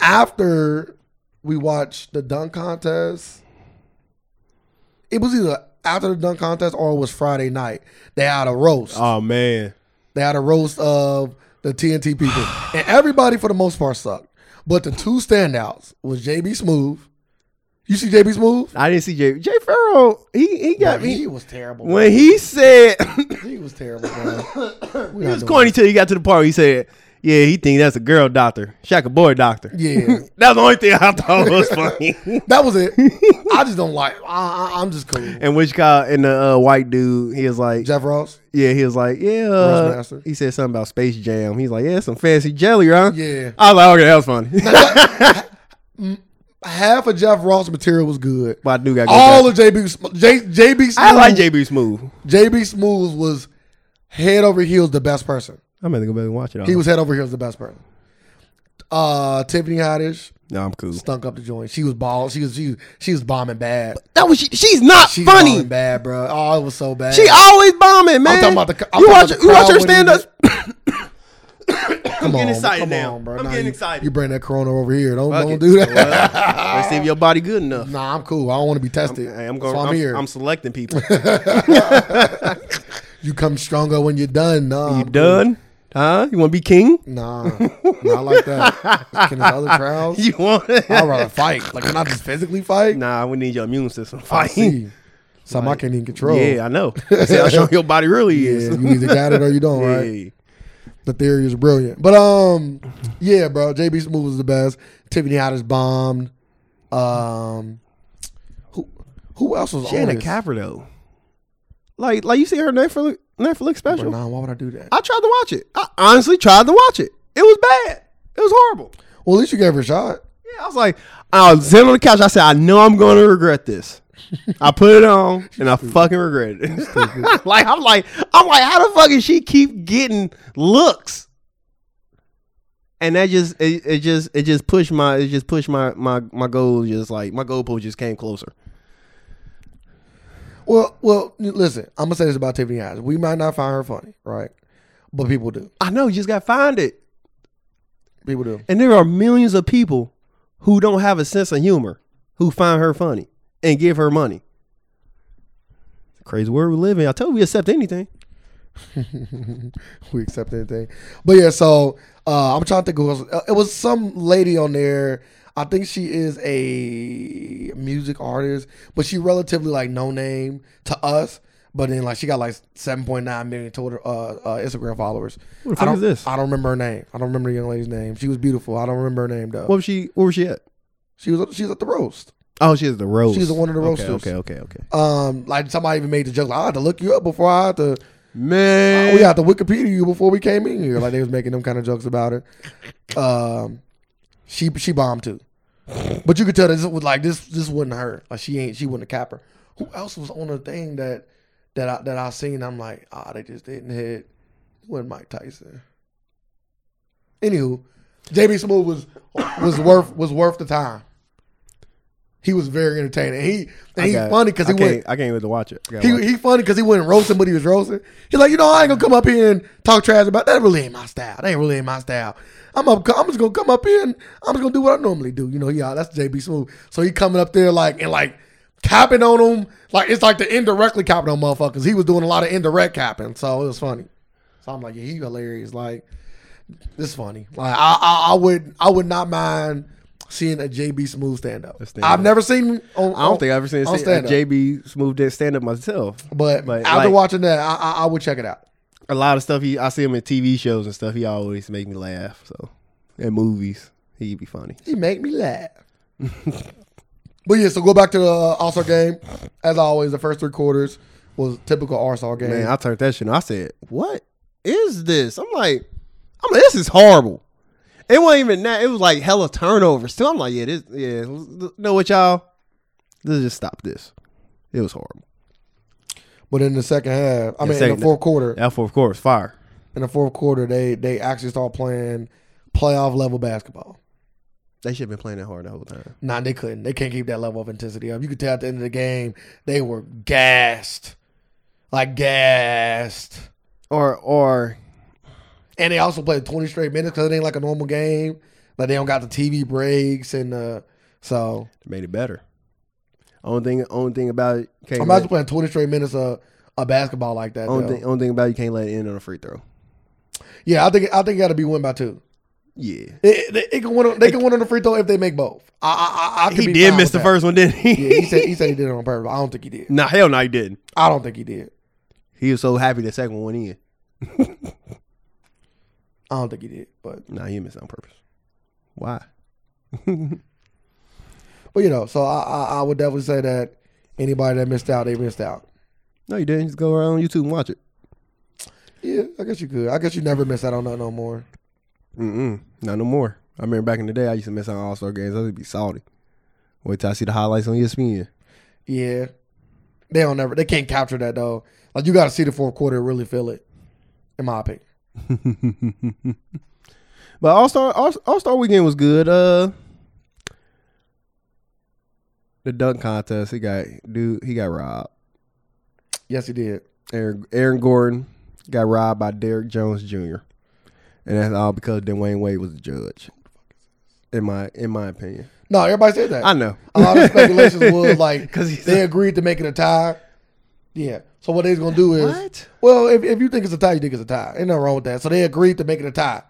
[SPEAKER 2] After we watched the dunk contest, it was either after the dunk contest or it was Friday night. They had a roast.
[SPEAKER 1] oh man,
[SPEAKER 2] They had a roast of the TNT people, and everybody for the most part sucked. But the two standouts was JB Smooth. You see JB Smooth?
[SPEAKER 1] I didn't see Jay. Jay Farrell. He he got
[SPEAKER 2] he,
[SPEAKER 1] me
[SPEAKER 2] was terrible.
[SPEAKER 1] when he said
[SPEAKER 2] he was terrible. Man.
[SPEAKER 1] he was corny till he got to the part. Where he said, Yeah, he think that's a girl doctor. Shaq a boy doctor.
[SPEAKER 2] Yeah,
[SPEAKER 1] That's the only thing I thought was funny.
[SPEAKER 2] that was it. I just don't like. I, I, I'm just cool.
[SPEAKER 1] and which guy and the uh, white dude, he was like,
[SPEAKER 2] Jeff Ross.
[SPEAKER 1] yeah, he was like, yeah. uh,
[SPEAKER 2] Rushmaster.
[SPEAKER 1] he said something about Space Jam. He's like, yeah, some fancy jelly, huh?
[SPEAKER 2] Yeah.
[SPEAKER 1] I was like, okay, that was funny.
[SPEAKER 2] Half of Jeff Ross material was good.
[SPEAKER 1] but I do got
[SPEAKER 2] All of JB Sm- J, JB Smooth,
[SPEAKER 1] I like JB Smooth.
[SPEAKER 2] JB Smooth was head over heels the best person.
[SPEAKER 1] I'm gonna go back and watch it. All.
[SPEAKER 2] He was head over heels the best person. Uh, Tiffany Haddish
[SPEAKER 1] no, I'm cool.
[SPEAKER 2] stunk up the joint. She was bald. She was she was, she was bombing bad.
[SPEAKER 1] That was she's not
[SPEAKER 2] She was
[SPEAKER 1] funny.
[SPEAKER 2] bombing bad, bro. Oh, it was so bad.
[SPEAKER 1] She always bombing, man.
[SPEAKER 2] talking about the- I'm
[SPEAKER 1] you
[SPEAKER 2] talking
[SPEAKER 1] watch,
[SPEAKER 2] about the
[SPEAKER 1] you watch
[SPEAKER 2] crowd
[SPEAKER 1] her
[SPEAKER 2] when
[SPEAKER 1] stand
[SPEAKER 2] he
[SPEAKER 1] up.
[SPEAKER 2] come
[SPEAKER 1] getting
[SPEAKER 2] on,
[SPEAKER 1] excited
[SPEAKER 2] come
[SPEAKER 1] now.
[SPEAKER 2] on, bro.
[SPEAKER 1] I'm
[SPEAKER 2] Nah,
[SPEAKER 1] getting
[SPEAKER 2] you-
[SPEAKER 1] excited
[SPEAKER 2] You bring that corona over here. Don't
[SPEAKER 1] Fuck
[SPEAKER 2] don't
[SPEAKER 1] it.
[SPEAKER 2] do that.
[SPEAKER 1] Well, let's see if your body good enough.
[SPEAKER 2] nah, I'm cool. I don't want to be tested.
[SPEAKER 1] Hey, I'm going.
[SPEAKER 2] So I'm,
[SPEAKER 1] I'm,
[SPEAKER 2] here.
[SPEAKER 1] I'm selecting people.
[SPEAKER 2] you come stronger when you're done. Nah, I'm
[SPEAKER 1] you
[SPEAKER 2] cool.
[SPEAKER 1] done? Huh? You want to be king?
[SPEAKER 2] Nah, not like that. Can this other crowds?
[SPEAKER 1] You want?
[SPEAKER 2] I'd rather fight. Like, can I just physically fight?
[SPEAKER 1] nah, we need your immune system
[SPEAKER 2] I
[SPEAKER 1] fighting.
[SPEAKER 2] see. Something I can't even control.
[SPEAKER 1] Yeah, I know. That's how strong your body really
[SPEAKER 2] Yeah,
[SPEAKER 1] is.
[SPEAKER 2] you either got it or you don't, right?
[SPEAKER 1] Yeah.
[SPEAKER 2] The theory is brilliant. But um, yeah, bro, JB Smooth was the best. Tiffany Haddish bombed. Um, who who else was on
[SPEAKER 1] Janet
[SPEAKER 2] this?
[SPEAKER 1] Cavern though. Like, like you see her Netflix Netflix
[SPEAKER 2] Bro,
[SPEAKER 1] special.
[SPEAKER 2] nah, why would I do that?
[SPEAKER 1] I tried to watch it. I honestly tried to watch it. It was bad. It was horrible.
[SPEAKER 2] Well, at least you gave her a shot.
[SPEAKER 1] Yeah, I was like, I was sitting on the couch. I said, I know I'm going to regret this. I put it on and I fucking regret it. like I'm like I'm like, how the fuck is she keep getting looks? And that just it, it just it just pushed my it just pushed my my my goal just like my goalpost just came closer.
[SPEAKER 2] Well, well, listen, I'm gonna say this about Tiffany Haddish. We might not find her funny, right? But people do.
[SPEAKER 1] I know you just got to find it,
[SPEAKER 2] People do.
[SPEAKER 1] and there are millions of people who don't have a sense of humor who find her funny and give her money. Crazy world we live in. I told you we accept anything.
[SPEAKER 2] we accept anything. But yeah, so uh, I'm trying to think who else. uh, It was some lady on there. I think she is a music artist, but she relatively like no name to us. But then like she got like 7.9 million total uh, uh, Instagram followers.
[SPEAKER 1] Who the
[SPEAKER 2] I
[SPEAKER 1] fuck
[SPEAKER 2] don't,
[SPEAKER 1] is this?
[SPEAKER 2] I don't remember her name. I don't remember the young lady's name. She was beautiful. I don't remember her name though.
[SPEAKER 1] What was she? Where was she at?
[SPEAKER 2] she was she was at the roast.
[SPEAKER 1] Oh, she is the roast.
[SPEAKER 2] She's the one of the
[SPEAKER 1] roast.
[SPEAKER 2] roasters.
[SPEAKER 1] Okay, okay, okay, okay.
[SPEAKER 2] Um, like somebody even made the joke. Like, I had to look you up before I had to.
[SPEAKER 1] Man,
[SPEAKER 2] we had to Wikipedia you before we came in here. Like they was making them kind of jokes about her. Um, she she bombed too, but you could tell this was like this this wasn't her. Like she ain't she wasn't a capper. Who else was on the thing that that I that I seen? I'm like ah they just didn't hit. It wasn't Mike Tyson. Anywho, JB Smooth was was worth was worth the time. He was very entertaining. And he and
[SPEAKER 1] I
[SPEAKER 2] he's
[SPEAKER 1] got-
[SPEAKER 2] funny because
[SPEAKER 1] I
[SPEAKER 2] he went
[SPEAKER 1] can't. I can't wait to watch it. I gotta watch
[SPEAKER 2] he,
[SPEAKER 1] it.
[SPEAKER 2] he funny because he wasn't roasting, but he was roasting. He's like, you know, I ain't gonna come up here and talk trash about that. Really ain't my style. That ain't really ain't my style. I'm up. I'm just gonna come up here and I'm just gonna do what I normally do. You know, yeah, that's JB Smooth. So he coming up there like and like capping on him. Like it's like the indirectly capping on motherfuckers. He was doing a lot of indirect capping, so it was funny. So I'm like, yeah, he hilarious. Like this funny. Like I, I, I would, I would not mind. Seeing a JB Smooth stand up,
[SPEAKER 1] stand-up.
[SPEAKER 2] I've never seen. him On,
[SPEAKER 1] I don't think I've ever seen a
[SPEAKER 2] on
[SPEAKER 1] stand-
[SPEAKER 2] stand-up.
[SPEAKER 1] JB Smooth did stand up myself.
[SPEAKER 2] But,
[SPEAKER 1] But,
[SPEAKER 2] after
[SPEAKER 1] like-
[SPEAKER 2] watching that, I, I, I would check it out.
[SPEAKER 1] A lot of stuff. He, I see him in TV shows and stuff. He always make me laugh. So, and movies, he'd be funny.
[SPEAKER 2] He make me laugh. but yeah, so go back to the All Star game. As always, the first three quarters was typical All Star game.
[SPEAKER 1] Man, I turned that shit. on. I said, "What is this?" I'm like, "I'm like, this is horrible." It wasn't even that. It was like hella turnovers. Still, I'm like, "Yeah, this, yeah." You know what, y'all? Let's just stop this. It was horrible.
[SPEAKER 2] but in the second half,
[SPEAKER 1] Yeah,
[SPEAKER 2] I mean, in
[SPEAKER 1] second-
[SPEAKER 2] the fourth quarter,
[SPEAKER 1] That for of course fire.
[SPEAKER 2] in the fourth quarter, they they actually start playing playoff level basketball.
[SPEAKER 1] They should have been playing that hard the whole time.
[SPEAKER 2] Nah, they couldn't. They can't keep that level of intensity up. You could tell at the end of the game, they were gassed, like gassed.
[SPEAKER 1] Or or
[SPEAKER 2] And they also played 20 straight minutes because it ain't like a normal game. Like they don't got the TV breaks and uh, so
[SPEAKER 1] made it better. Only thing only thing about it can't
[SPEAKER 2] I'm
[SPEAKER 1] let,
[SPEAKER 2] actually playing 20 straight minutes of, of basketball like that.
[SPEAKER 1] only
[SPEAKER 2] though.
[SPEAKER 1] thing, only thing about it, you can't let it end on a free throw.
[SPEAKER 2] yeah, I think I think it got to be win by two.
[SPEAKER 1] Yeah.
[SPEAKER 2] It, it, it can win. On, they can win on the free throw if they make both. I I, I, I could
[SPEAKER 1] He
[SPEAKER 2] be
[SPEAKER 1] did
[SPEAKER 2] fine
[SPEAKER 1] miss
[SPEAKER 2] with
[SPEAKER 1] the
[SPEAKER 2] that.
[SPEAKER 1] first one, didn't he?
[SPEAKER 2] Yeah, he said he said he did it on purpose. but I don't think he did.
[SPEAKER 1] nah, hell no, he didn't.
[SPEAKER 2] I don't think he did.
[SPEAKER 1] He was so happy the second one went in.
[SPEAKER 2] I don't think he did, but
[SPEAKER 1] Nah, you missed on purpose. Why?
[SPEAKER 2] but you know, so I, I I would definitely say that anybody that missed out, they missed out.
[SPEAKER 1] No, you didn't. Just go around on YouTube and watch it.
[SPEAKER 2] Yeah, I guess you could. I guess you never miss out on nothing no more.
[SPEAKER 1] Mm-mm. Not no more. I remember back in the day, I used to miss out on All Star games. I would be salty. Wait till I see the highlights on E ESPN.
[SPEAKER 2] Yeah, they don't never. They can't capture that though. Like you got to see the fourth quarter to really feel it. In my opinion,
[SPEAKER 1] But All Star All Star Weekend was good. Uh, the dunk contest. He got dude. He got robbed.
[SPEAKER 2] yes, he did.
[SPEAKER 1] Aaron, Aaron Gordon got robbed by Derrick Jones Jr. And that's all because Dwayne Wade was the judge. In my in my opinion,
[SPEAKER 2] No, everybody said that.
[SPEAKER 1] I know.
[SPEAKER 2] A lot of speculations was like
[SPEAKER 1] 'Cause he's
[SPEAKER 2] they agreed to make it a tie. Yeah. So what they's gonna do is
[SPEAKER 1] What?
[SPEAKER 2] well, if, if you think it's a tie, you think it's a tie. Ain't nothing wrong with that. So they agreed to make it a tie.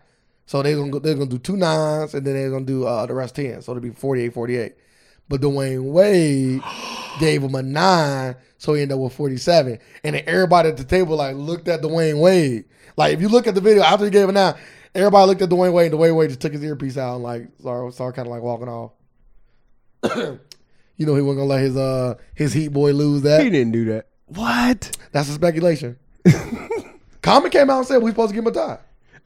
[SPEAKER 2] So they're gonna go, they're gonna do two nines and then they're gonna do uh, the rest ten. So it'll be 48-48. But Dwayne Wade gave him a nine, so he ended up with forty seven. And then everybody at the table like looked at Dwayne Wade. Like if you look at the video after he gave a nine, everybody looked at Dwayne Wade. and Dwayne Wade just took his earpiece out and like sorry, sorry, kind of like walking off. You know he wasn't gonna let his uh his Heat boy lose
[SPEAKER 1] He
[SPEAKER 2] that.
[SPEAKER 1] didn't do that. What?
[SPEAKER 2] That's a speculation. Common came out and said we supposed to give him a tie.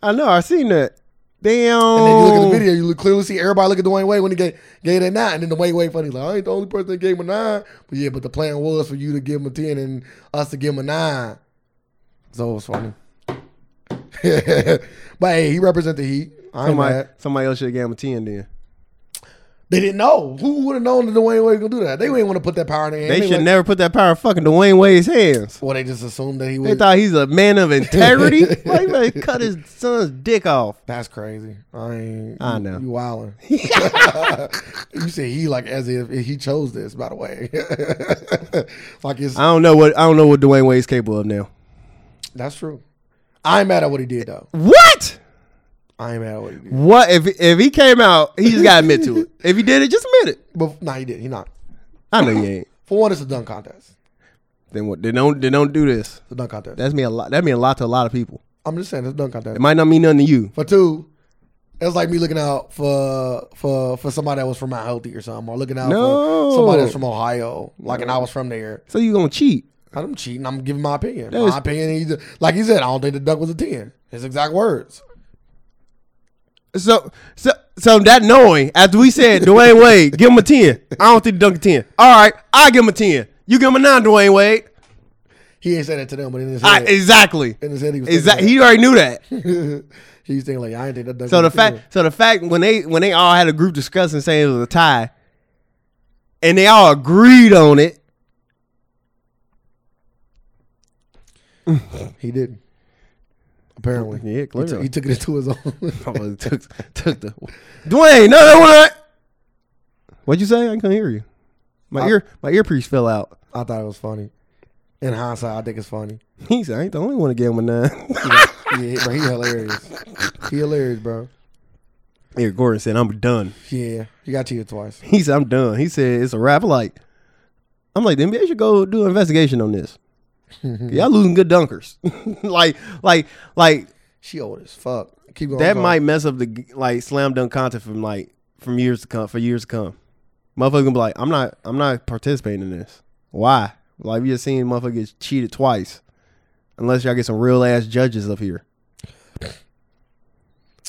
[SPEAKER 1] I know. I seen that. Damn.
[SPEAKER 2] And then you look
[SPEAKER 1] Oh.
[SPEAKER 2] at the video, you look- clearly see everybody look at Dwayne Wade when he gave, gave that nine. And then Dwayne Wade funny like I ain't the only person that gave him a nine. But yeah, but the plan was for you to give him a ten and us to give him a nine. So it was funny. but hey, he represent the Heat. I ain't
[SPEAKER 1] Somebody,
[SPEAKER 2] mad.
[SPEAKER 1] somebody else should have gave him a 10 then.
[SPEAKER 2] They didn't know. Who would have known that Dwayne Wade was gonna do that? They didn't want to put that power in their hands.
[SPEAKER 1] They should
[SPEAKER 2] like-
[SPEAKER 1] never put that power in fucking Dwayne Wade's hands.
[SPEAKER 2] Well, they just assumed that he
[SPEAKER 1] They
[SPEAKER 2] was.
[SPEAKER 1] thought he's a man of integrity. Why you better cut his son's dick off?
[SPEAKER 2] That's crazy. I ain't.
[SPEAKER 1] I
[SPEAKER 2] you-
[SPEAKER 1] know.
[SPEAKER 2] You wilding. you say he like as if he chose this. By the way, like it's
[SPEAKER 1] I don't know what I don't know what Dwayne Wade's capable of now.
[SPEAKER 2] that's true. I ain't mad at what he did though.
[SPEAKER 1] What?
[SPEAKER 2] I ain't mad at what he did.
[SPEAKER 1] What if if he came out, he just gotta admit to it. If he did it, just admit it.
[SPEAKER 2] But nah, he did. He not.
[SPEAKER 1] I know you ain't.
[SPEAKER 2] For one, it's a dunk contest.
[SPEAKER 1] Then what then don't then don't do this.
[SPEAKER 2] It's a dunk contest.
[SPEAKER 1] That's mean a lot that mean a lot to a lot of people.
[SPEAKER 2] I'm just saying it's a dunk contest.
[SPEAKER 1] It might not mean nothing to you.
[SPEAKER 2] For two, it's like me looking out for for for somebody that was from Mount Healthy or something, or looking out
[SPEAKER 1] No.
[SPEAKER 2] for somebody that's from Ohio, like and I was from there.
[SPEAKER 1] So you gonna cheat.
[SPEAKER 2] I'm cheating. I'm giving my opinion.
[SPEAKER 1] That
[SPEAKER 2] my
[SPEAKER 1] is-
[SPEAKER 2] opinion. He's like he said. I don't think the dunk was a ten. His exact words.
[SPEAKER 1] So so so that knowing after we said Dwayne Wade, give him a ten. I don't think dunk a ten. All right, I give him a ten. You give him a nine, Dwayne Wade.
[SPEAKER 2] He ain't say that to them, but in his
[SPEAKER 1] I,
[SPEAKER 2] head,
[SPEAKER 1] exactly.
[SPEAKER 2] in his head, he was
[SPEAKER 1] Exactly.
[SPEAKER 2] thinking
[SPEAKER 1] He already knew that.
[SPEAKER 2] that. He's thinking like I ain't think that. dunk
[SPEAKER 1] So
[SPEAKER 2] was
[SPEAKER 1] the
[SPEAKER 2] a 10.
[SPEAKER 1] fact, so the fact when they when they all had a group discussing saying it was a tie, and they all agreed on it.
[SPEAKER 2] he didn't. Apparently,
[SPEAKER 1] Yeah,
[SPEAKER 2] He, took-
[SPEAKER 1] clearly.
[SPEAKER 2] he took it into his own.
[SPEAKER 1] Probably took took the Dwayne. No, no, what? What'd you say? I couldn't hear you. My
[SPEAKER 2] I-
[SPEAKER 1] ear, my earpiece fell out.
[SPEAKER 2] I thought it was funny. In hindsight, I think it's funny.
[SPEAKER 1] He said, "I ain't the only one to give him a nine.
[SPEAKER 2] Yeah, bro, he hilarious. He hilarious, bro.
[SPEAKER 1] Eric Gordon said, "I'm done."
[SPEAKER 2] Yeah, he got cheated twice.
[SPEAKER 1] He said, "I'm done." He said, "It's a wrap." I'm Like, I'm like, the NBA should go do an investigation on this. Y'all losing good dunkers. like, like, like
[SPEAKER 2] She old as fuck. Keep going.
[SPEAKER 1] that
[SPEAKER 2] sorry.
[SPEAKER 1] might mess up the like slam dunk content from like from years to come for years to come. Motherfucker gonna be like, I'm not I'm not participating in this. Why? Like we just seen motherfucker get cheated twice. Unless y'all get some real ass judges up here.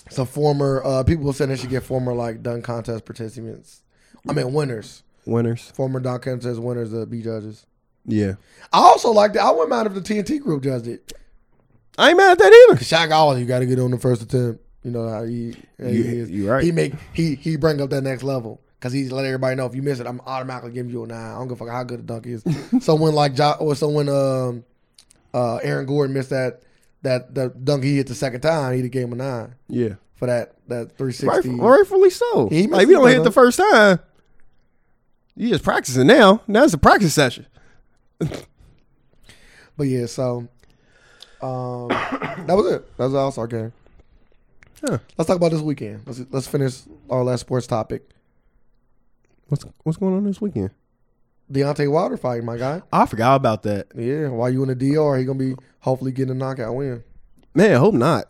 [SPEAKER 2] some former uh, people were saying they should get former like dunk contest participants. I mean winners,
[SPEAKER 1] Winners.
[SPEAKER 2] former dunk contest winners to be judges.
[SPEAKER 1] Yeah.
[SPEAKER 2] I also like that. I wouldn't mind if the TNT group judged it.
[SPEAKER 1] I ain't mad at that either.
[SPEAKER 2] Cause Shaq always you got to get on the first attempt. You know how he, how he
[SPEAKER 1] You-
[SPEAKER 2] is.
[SPEAKER 1] you right.
[SPEAKER 2] He make he he bring up that next level. Cause he's let everybody know if you miss it, I'm automatically giving you a nine. I don't give a fuck how good a dunk is. someone like jo- or someone um uh Aaron Gordon missed that that that dunk he hit the second time, he'd have gave him a nine
[SPEAKER 1] Yeah.
[SPEAKER 2] for that that three
[SPEAKER 1] Right,
[SPEAKER 2] sixty.
[SPEAKER 1] rightfully so.
[SPEAKER 2] He
[SPEAKER 1] like if
[SPEAKER 2] messed
[SPEAKER 1] you don't
[SPEAKER 2] up,
[SPEAKER 1] hit
[SPEAKER 2] huh?
[SPEAKER 1] the first time, you just practicing now. Now it's a practice session.
[SPEAKER 2] But yeah, so um, that was it. That was the All Star game.
[SPEAKER 1] Huh.
[SPEAKER 2] Let's talk about this weekend. Let's let's finish our last sports topic.
[SPEAKER 1] What's what's going on this weekend?
[SPEAKER 2] Deontay Wilder fight, my guy.
[SPEAKER 1] I forgot about that.
[SPEAKER 2] Yeah, while you in the DR, he gonna be hopefully getting a knockout win.
[SPEAKER 1] Man, I hope not.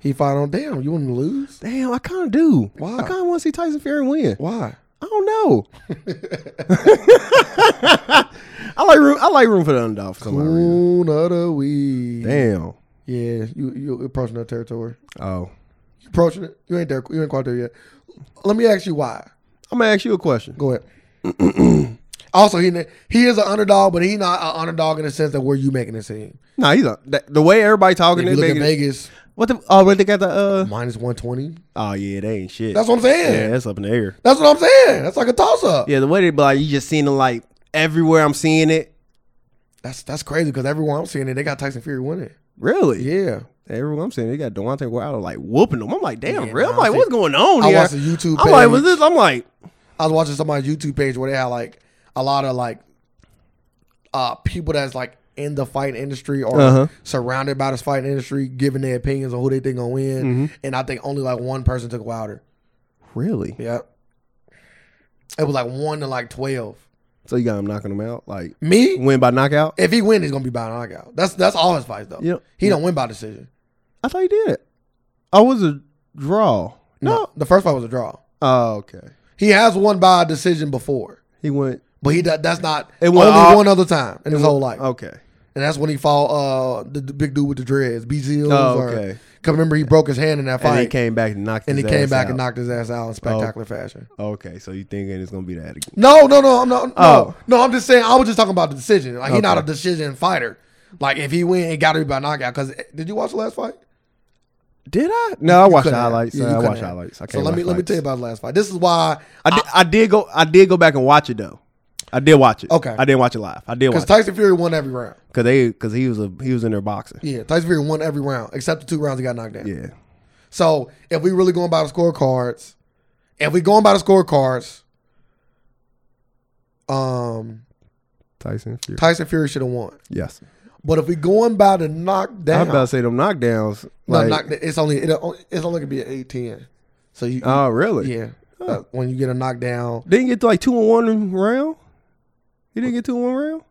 [SPEAKER 2] He fought on. Damn, you want him to lose?
[SPEAKER 1] Damn, I kind of do.
[SPEAKER 2] Why?
[SPEAKER 1] I kind of want to see Tyson Fury win.
[SPEAKER 2] Why?
[SPEAKER 1] I don't know. I like room. I like room for the underdog for some odd reason.
[SPEAKER 2] Coon of the week.
[SPEAKER 1] Damn.
[SPEAKER 2] Yeah, you you approaching that territory.
[SPEAKER 1] Oh,
[SPEAKER 2] You approaching it. You ain't there. You ain't quite there yet. Let me ask you why.
[SPEAKER 1] I'm gonna ask you a question.
[SPEAKER 2] Go ahead. also, he ne- he is an underdog, but he not an underdog in the sense that where you making it seem.
[SPEAKER 1] Nah, he's a, that- the way everybody talking.
[SPEAKER 2] If
[SPEAKER 1] They
[SPEAKER 2] you look at
[SPEAKER 1] making,
[SPEAKER 2] Vegas,
[SPEAKER 1] what the? Oh, wait, they got the. uh
[SPEAKER 2] minus one twenty.
[SPEAKER 1] Oh yeah, they ain't shit.
[SPEAKER 2] That's what I'm saying.
[SPEAKER 1] yeah, that's up in the air.
[SPEAKER 2] That's what I'm saying. That's like a toss up.
[SPEAKER 1] Yeah, the way they be like, you just seen it like everywhere. I'm seeing it.
[SPEAKER 2] That's that's crazy because everyone I'm seeing it, they got Tyson Fury winning.
[SPEAKER 1] Really?
[SPEAKER 2] Yeah,
[SPEAKER 1] Everyone I'm seeing, they got Deontay Wilder like whooping them. I'm like, damn,
[SPEAKER 2] Yeah,
[SPEAKER 1] really?
[SPEAKER 2] nah,
[SPEAKER 1] I'm
[SPEAKER 2] I
[SPEAKER 1] like,
[SPEAKER 2] see-
[SPEAKER 1] what's going on
[SPEAKER 2] I
[SPEAKER 1] here?
[SPEAKER 2] watched the YouTube.
[SPEAKER 1] I'm like,
[SPEAKER 2] page.
[SPEAKER 1] was this? I'm like,
[SPEAKER 2] I was watching somebody's YouTube page where they had like a lot of like uh people that's like in the fight industry or
[SPEAKER 1] Uh-huh.
[SPEAKER 2] surrounded by this fighting industry giving their opinions on who they think gonna win.
[SPEAKER 1] Mm-hmm.
[SPEAKER 2] And I think only like one person took Wilder.
[SPEAKER 1] really?
[SPEAKER 2] Yep. It was like one to like twelve.
[SPEAKER 1] So you got him knocking them out, like
[SPEAKER 2] Me,
[SPEAKER 1] win by knockout.
[SPEAKER 2] if he wins, he's gonna be by knockout. That's that's all his fights though.
[SPEAKER 1] Yeah.
[SPEAKER 2] He don't win by decision.
[SPEAKER 1] I thought he did. I Oh, was a draw. No.
[SPEAKER 2] The first fight was a draw.
[SPEAKER 1] Oh, okay.
[SPEAKER 2] He has won by a decision before.
[SPEAKER 1] He went.
[SPEAKER 2] But he do- that's not
[SPEAKER 1] It
[SPEAKER 2] only
[SPEAKER 1] went all- oh.
[SPEAKER 2] one other time in his whole life.
[SPEAKER 1] Okay.
[SPEAKER 2] And that's when he fought uh, the, the big dude with the dreads, BZL.
[SPEAKER 1] Oh,
[SPEAKER 2] or-
[SPEAKER 1] okay.
[SPEAKER 2] Cause remember he broke his hand in that
[SPEAKER 1] And he
[SPEAKER 2] fight,
[SPEAKER 1] came back and knocked.
[SPEAKER 2] and he
[SPEAKER 1] his
[SPEAKER 2] came
[SPEAKER 1] ass
[SPEAKER 2] back
[SPEAKER 1] out. Oh.
[SPEAKER 2] and knocked his ass out in spectacular fashion.
[SPEAKER 1] Okay, so you thinking it's gonna be that again?
[SPEAKER 2] No, no, no, I'm not. No,
[SPEAKER 1] Oh.
[SPEAKER 2] no, I'm just saying. I was just talking about the decision. Like he's not a
[SPEAKER 1] Okay.
[SPEAKER 2] decision fighter. Like if he win, it got to be by knockout. Cause eh, did you watch the last fight?
[SPEAKER 1] Did I? No, I watched the
[SPEAKER 2] couldn't have.
[SPEAKER 1] highlights.
[SPEAKER 2] Yeah, you
[SPEAKER 1] I
[SPEAKER 2] couldn't
[SPEAKER 1] watched the
[SPEAKER 2] have.
[SPEAKER 1] highlights. I
[SPEAKER 2] So
[SPEAKER 1] can't
[SPEAKER 2] let me
[SPEAKER 1] watch
[SPEAKER 2] let me
[SPEAKER 1] fights.
[SPEAKER 2] tell you about the last fight. This is why
[SPEAKER 1] I did, I did go. I did go back and watch it though. I did watch it.
[SPEAKER 2] Okay.
[SPEAKER 1] I didn't watch it live. I did watch
[SPEAKER 2] because
[SPEAKER 1] it.
[SPEAKER 2] Tyson Fury won every round.
[SPEAKER 1] Cause they, cause he was a he was in there boxing.
[SPEAKER 2] Yeah, Tyson Fury won every round except the two rounds he got knocked down.
[SPEAKER 1] Yeah.
[SPEAKER 2] So if we really going by the scorecards, if we going by the scorecards, um,
[SPEAKER 1] Tyson Fury.
[SPEAKER 2] Tyson Fury should have won.
[SPEAKER 1] Yes.
[SPEAKER 2] But if we going by the knockdown,
[SPEAKER 1] I'm about to say them knockdowns.
[SPEAKER 2] no,
[SPEAKER 1] Like,
[SPEAKER 2] knock, it's only it, it's only gonna be an eight ten. So you,
[SPEAKER 1] oh really?
[SPEAKER 2] yeah, uh, when you get a knockdown,
[SPEAKER 1] Didn't get to like two in one round. He didn't get two in one round.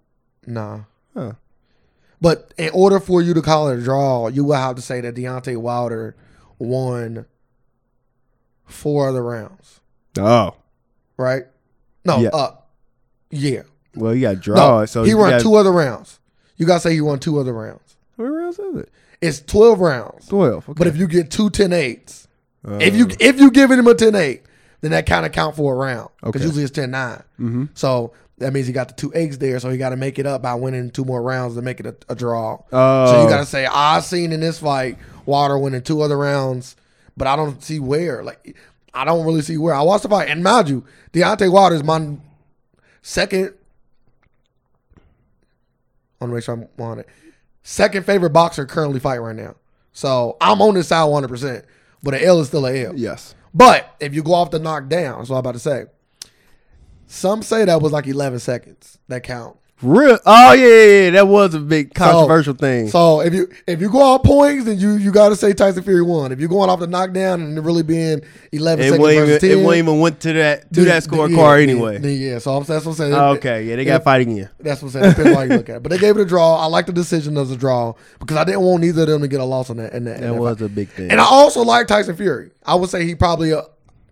[SPEAKER 2] nah.
[SPEAKER 1] Huh.
[SPEAKER 2] But in order for you to call it a draw, you will have to say that Deontay Wilder won four other rounds,
[SPEAKER 1] Oh.
[SPEAKER 2] right? No,
[SPEAKER 1] Yeah.
[SPEAKER 2] uh, yeah.
[SPEAKER 1] Well, you got
[SPEAKER 2] No,
[SPEAKER 1] draw. so
[SPEAKER 2] he
[SPEAKER 1] you
[SPEAKER 2] won
[SPEAKER 1] got-
[SPEAKER 2] two other rounds. You gotta say he won two other rounds.
[SPEAKER 1] How many rounds is it?
[SPEAKER 2] It's twelve rounds.
[SPEAKER 1] Twelve. Okay.
[SPEAKER 2] But if you get two 10 8s,
[SPEAKER 1] Uh,
[SPEAKER 2] if you if you giving him a 10 8, then that kind of count for a round. Because
[SPEAKER 1] Okay.
[SPEAKER 2] usually it's 10 9.
[SPEAKER 1] Mhm.
[SPEAKER 2] So that means he got the two eights there, so he gotta make it up by winning two more rounds to make it a, a draw.
[SPEAKER 1] Oh.
[SPEAKER 2] so you gotta say, I seen in this fight Water winning two other rounds, but I don't see where. Like I don't really see where. I watched the fight, and mind you, Deontay Wilder is my second I want to make sure I'm on it. Second favorite boxer currently fighting right now. So I'm on this side 100%, but an L is still an L.
[SPEAKER 1] Yes.
[SPEAKER 2] But if you go off the knockdown, that's what I'm about to say. Some say that was like 11 seconds that count.
[SPEAKER 1] Real. Oh yeah, yeah, yeah, that was a big controversial thing.
[SPEAKER 2] So if you if you go off points, then you you got to say Tyson Fury won. If you're going off the knockdown and it really being 11
[SPEAKER 1] it
[SPEAKER 2] seconds
[SPEAKER 1] wouldn't even,
[SPEAKER 2] versus 10,
[SPEAKER 1] it wouldn't even went to that to
[SPEAKER 2] then-
[SPEAKER 1] that
[SPEAKER 2] then-
[SPEAKER 1] scorecard
[SPEAKER 2] yeah, then-
[SPEAKER 1] anyway.
[SPEAKER 2] then yeah, so I'm, that's what I'm saying.
[SPEAKER 1] Oh, okay. Yeah, they got
[SPEAKER 2] If-
[SPEAKER 1] fighting you.
[SPEAKER 2] That's what I'm saying. Depends on how you look at it. But they gave it a draw. I like the decision as a draw because I didn't want either of them to get a loss on that. In that, in
[SPEAKER 1] That
[SPEAKER 2] that
[SPEAKER 1] was
[SPEAKER 2] fight.
[SPEAKER 1] a big thing.
[SPEAKER 2] And I also like Tyson Fury. I would say he probably uh,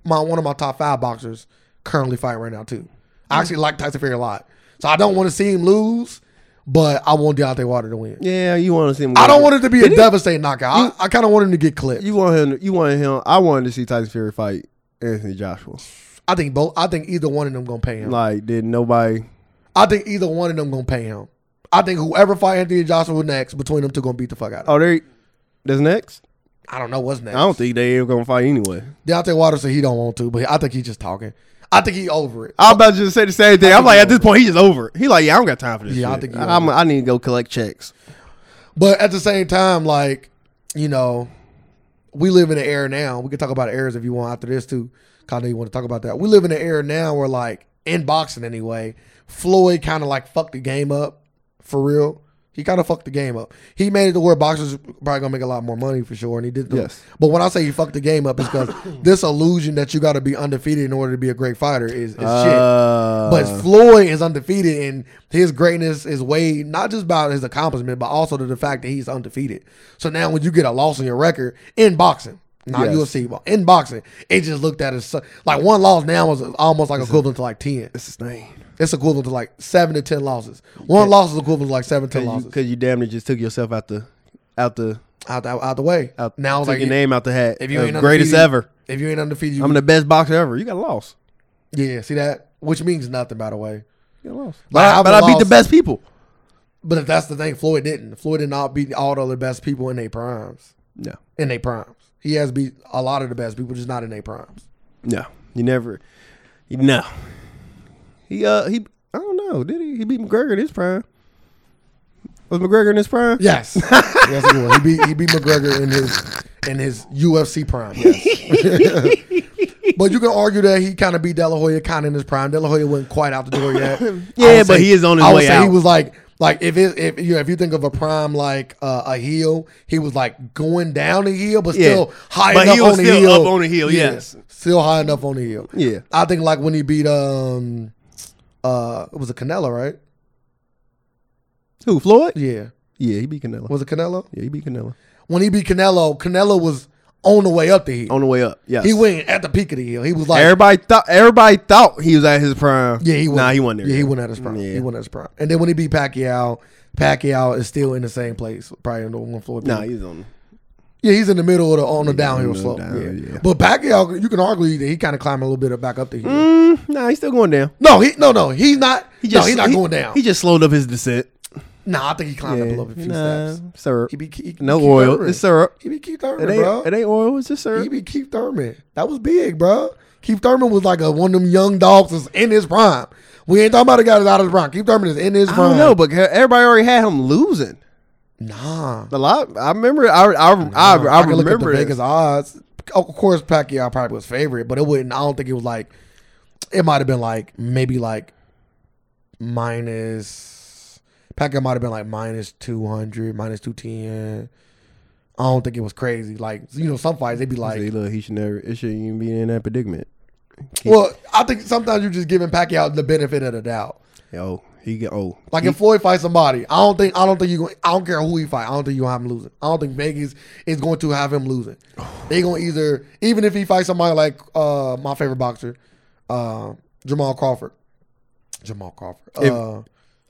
[SPEAKER 2] my one of my top five boxers currently fighting right now too. I actually like Tyson Fury a lot, so I don't want to see him lose, but I want Deontay Wilder to win.
[SPEAKER 1] yeah, you want to see him?
[SPEAKER 2] I don't
[SPEAKER 1] go-
[SPEAKER 2] want it to be a devastating knockout. I, I kind of want him to get clipped.
[SPEAKER 1] You want him? You want him? I wanted to see Tyson Fury fight Anthony Joshua.
[SPEAKER 2] I think both. I think either one of them gonna pay him.
[SPEAKER 1] Like, did nobody?
[SPEAKER 2] I think either one of them gonna pay him. I think whoever fight Anthony Joshua next between them two gonna beat the fuck out of him.
[SPEAKER 1] Oh, they. That's next.
[SPEAKER 2] I don't know what's next.
[SPEAKER 1] Uh, I don't think they even gonna fight anyway.
[SPEAKER 2] Deontay Wilder said he don't want to, but I think he's just talking. I think he over it.
[SPEAKER 1] I'm about to just say the same thing. I'm like, at this point, he's just over. it. He like, yeah, I don't got time for this.
[SPEAKER 2] Yeah, I
[SPEAKER 1] shit.
[SPEAKER 2] think he
[SPEAKER 1] I'm, I need to go collect checks.
[SPEAKER 2] But at the same time, like, you know, we live in an era now. We can talk about eras if you want after this too. Kind of you want to talk about that. We live in an era now where like in boxing anyway, Floyd kind of like fucked the game up for real. He kind of fucked the game up. He made it to where boxers probably gonna make a lot more money for sure, and he did. The,
[SPEAKER 1] Yes.
[SPEAKER 2] But when I say he fucked the game up, it's because this illusion that you got to be undefeated in order to be a great fighter is, is shit.
[SPEAKER 1] Uh,
[SPEAKER 2] But Floyd is undefeated, and his greatness is way not just about his accomplishment, but also to the fact that he's undefeated. So now, when you get a loss on your record in boxing, not
[SPEAKER 1] Yes.
[SPEAKER 2] UFC, but in boxing, it just looked at as so- like one loss now is almost like equivalent to like ten.
[SPEAKER 1] it's his name.
[SPEAKER 2] It's equivalent to like seven to ten losses. One loss is equivalent to like seven to ten
[SPEAKER 1] Because
[SPEAKER 2] losses.
[SPEAKER 1] you, damn near just took yourself out the out the
[SPEAKER 2] Out the, out the way.
[SPEAKER 1] out.
[SPEAKER 2] now it's
[SPEAKER 1] took
[SPEAKER 2] like
[SPEAKER 1] Uh, your name out the hat.
[SPEAKER 2] if you
[SPEAKER 1] Uh,
[SPEAKER 2] ain't
[SPEAKER 1] greatest
[SPEAKER 2] undefeated-
[SPEAKER 1] ever.
[SPEAKER 2] If you ain't undefeated, you
[SPEAKER 1] I'm the best boxer ever. You got lost.
[SPEAKER 2] yeah. See that, which means nothing, by the way.
[SPEAKER 1] You got lost.
[SPEAKER 2] Like,
[SPEAKER 1] But, I,
[SPEAKER 2] I've
[SPEAKER 1] but I beat the
[SPEAKER 2] lost-
[SPEAKER 1] best people.
[SPEAKER 2] But if that's the thing, Floyd didn't. Floyd did not beat all the other best people in their primes.
[SPEAKER 1] No,
[SPEAKER 2] in their primes. He has beat a lot of the best people, just not in their primes.
[SPEAKER 1] no, you never. No, he uh he. I don't know. Did he? He beat McGregor in his prime. Was McGregor in his prime?
[SPEAKER 2] Yes, yes, he was. He beat he beat McGregor in his in his UFC prime. Yes. but you can argue that he kind of beat De La Hoya kind of in his prime. De La Hoya wasn't quite out the door yet.
[SPEAKER 1] Yeah,
[SPEAKER 2] I would
[SPEAKER 1] but he is on his
[SPEAKER 2] I would
[SPEAKER 1] way
[SPEAKER 2] say He
[SPEAKER 1] out.
[SPEAKER 2] was like. Like if it, if you know, if you think of a prime like uh, a heel, he was like going down the heel, but
[SPEAKER 1] Yeah.
[SPEAKER 2] still high
[SPEAKER 1] But he
[SPEAKER 2] enough
[SPEAKER 1] was
[SPEAKER 2] on the
[SPEAKER 1] still
[SPEAKER 2] heel.
[SPEAKER 1] up on the heel, yes.
[SPEAKER 2] still high enough on the heel.
[SPEAKER 1] Yeah.
[SPEAKER 2] I think like when he beat um, uh, it was a Canelo, right?
[SPEAKER 1] Who? Floyd?
[SPEAKER 2] Yeah.
[SPEAKER 1] Yeah, he beat Canelo.
[SPEAKER 2] Was it Canelo?
[SPEAKER 1] Yeah, he beat Canelo
[SPEAKER 2] When he beat Canelo, Canelo was on the way up to heel.
[SPEAKER 1] on the way up. Yeah,
[SPEAKER 2] He went at the peak of the hill. He was like,
[SPEAKER 1] Everybody thought everybody thought he was at his prime.
[SPEAKER 2] yeah, he went.
[SPEAKER 1] Nah, he wasn't there.
[SPEAKER 2] Yeah, he
[SPEAKER 1] yet.
[SPEAKER 2] went at his prime.
[SPEAKER 1] Yeah.
[SPEAKER 2] He went at his prime. And then when he beat Pacquiao, Pacquiao is still in the same place, probably in the one Floyd. beat
[SPEAKER 1] Nah,
[SPEAKER 2] him.
[SPEAKER 1] he's on.
[SPEAKER 2] yeah, he's in the middle of the on the downhill
[SPEAKER 1] the
[SPEAKER 2] slope.
[SPEAKER 1] down-
[SPEAKER 2] yeah.
[SPEAKER 1] yeah.
[SPEAKER 2] but Pacquiao, you can argue that he kind of climbed a little bit back up the hill.
[SPEAKER 1] Mm, nah, he's still going down.
[SPEAKER 2] No, he no no he's not.
[SPEAKER 1] He
[SPEAKER 2] no, he's not
[SPEAKER 1] he-
[SPEAKER 2] going down.
[SPEAKER 1] He just slowed up his descent.
[SPEAKER 2] nah, I think he climbed up a little bit, a few
[SPEAKER 1] nah,
[SPEAKER 2] steps.
[SPEAKER 1] syrup.
[SPEAKER 2] He be he,
[SPEAKER 1] no
[SPEAKER 2] he keep
[SPEAKER 1] oil.
[SPEAKER 2] Thurman.
[SPEAKER 1] It's syrup.
[SPEAKER 2] He be Keith
[SPEAKER 1] It
[SPEAKER 2] Thurman,
[SPEAKER 1] ain't,
[SPEAKER 2] bro.
[SPEAKER 1] it ain't oil. It's just syrup.
[SPEAKER 2] He be Keith Thurman. That was big, bro. Keith Thurman was like a, one of them young dogs that's in his prime. We ain't talking about a guy that's out of his prime. Keith Thurman is in his
[SPEAKER 1] I
[SPEAKER 2] prime.
[SPEAKER 1] don't know, but everybody already had him losing
[SPEAKER 2] Nah.
[SPEAKER 1] a lot. I remember. I I I,
[SPEAKER 2] Nah,
[SPEAKER 1] I,
[SPEAKER 2] can look at the
[SPEAKER 1] remember. this.
[SPEAKER 2] Vegas odds. Of course, Pacquiao probably was favorite, but it wouldn't. I don't think it was like. It might have been like maybe like minus. Pacquiao might have been like minus two hundred, minus two ten. I don't think it was crazy. Like you know, some fights they'd be like
[SPEAKER 1] See, look, he should never. It shouldn't even be in that predicament. He-
[SPEAKER 2] Well, I think sometimes you're just giving Pacquiao the benefit of the doubt.
[SPEAKER 1] Yo, he get oh
[SPEAKER 2] Like if Floyd fights somebody, I don't think I don't think you going I don't care who he fight. I don't think you gonna have him losing. I don't think Vegas is going to have him losing. They gonna either even if he fights somebody like uh my favorite boxer, uh Jamal Crawford, Jamal Crawford,
[SPEAKER 1] If-
[SPEAKER 2] uh,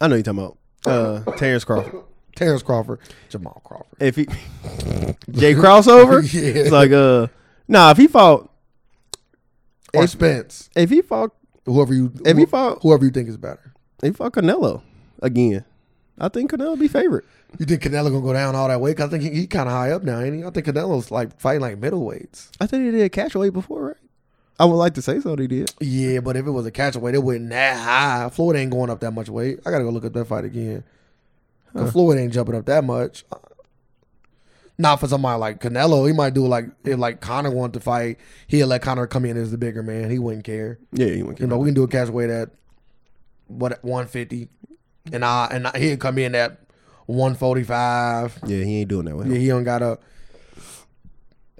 [SPEAKER 1] I know you talking about uh, Terrence Crawford.
[SPEAKER 2] Terrence Crawford, Jamal Crawford.
[SPEAKER 1] If he Jay crossover,
[SPEAKER 2] Yeah.
[SPEAKER 1] it's like uh nah. If he fought,
[SPEAKER 2] Or
[SPEAKER 1] If-
[SPEAKER 2] Spence,
[SPEAKER 1] if he fought,
[SPEAKER 2] whoever you
[SPEAKER 1] if he
[SPEAKER 2] who-
[SPEAKER 1] fought,
[SPEAKER 2] whoever you think is better.
[SPEAKER 1] if he fought Canelo again. I think Canelo be favorite.
[SPEAKER 2] You think Canelo gonna go down all that way? 'Cause I think he, he kind of high up now, ain't he? I think Canelo's like fighting like middleweights.
[SPEAKER 1] I think he did catch weight before, right? I would like to say so. He did.
[SPEAKER 2] Yeah, but if it was a catch weight, it wasn't that high. Floyd ain't going up that much weight. I gotta go look up that fight again. 'Cause Floyd ain't jumping up that much. Not for somebody like Canelo, he might do like if like Connor wanted to fight, he'd let Connor come in as the bigger man. He wouldn't care.
[SPEAKER 1] Yeah, he went.
[SPEAKER 2] You know, we can do a catch weight at what one fifty, and I and I, he'd come in at one forty five.
[SPEAKER 1] Yeah, he ain't doing that with him.
[SPEAKER 2] Yeah, he don't gotta.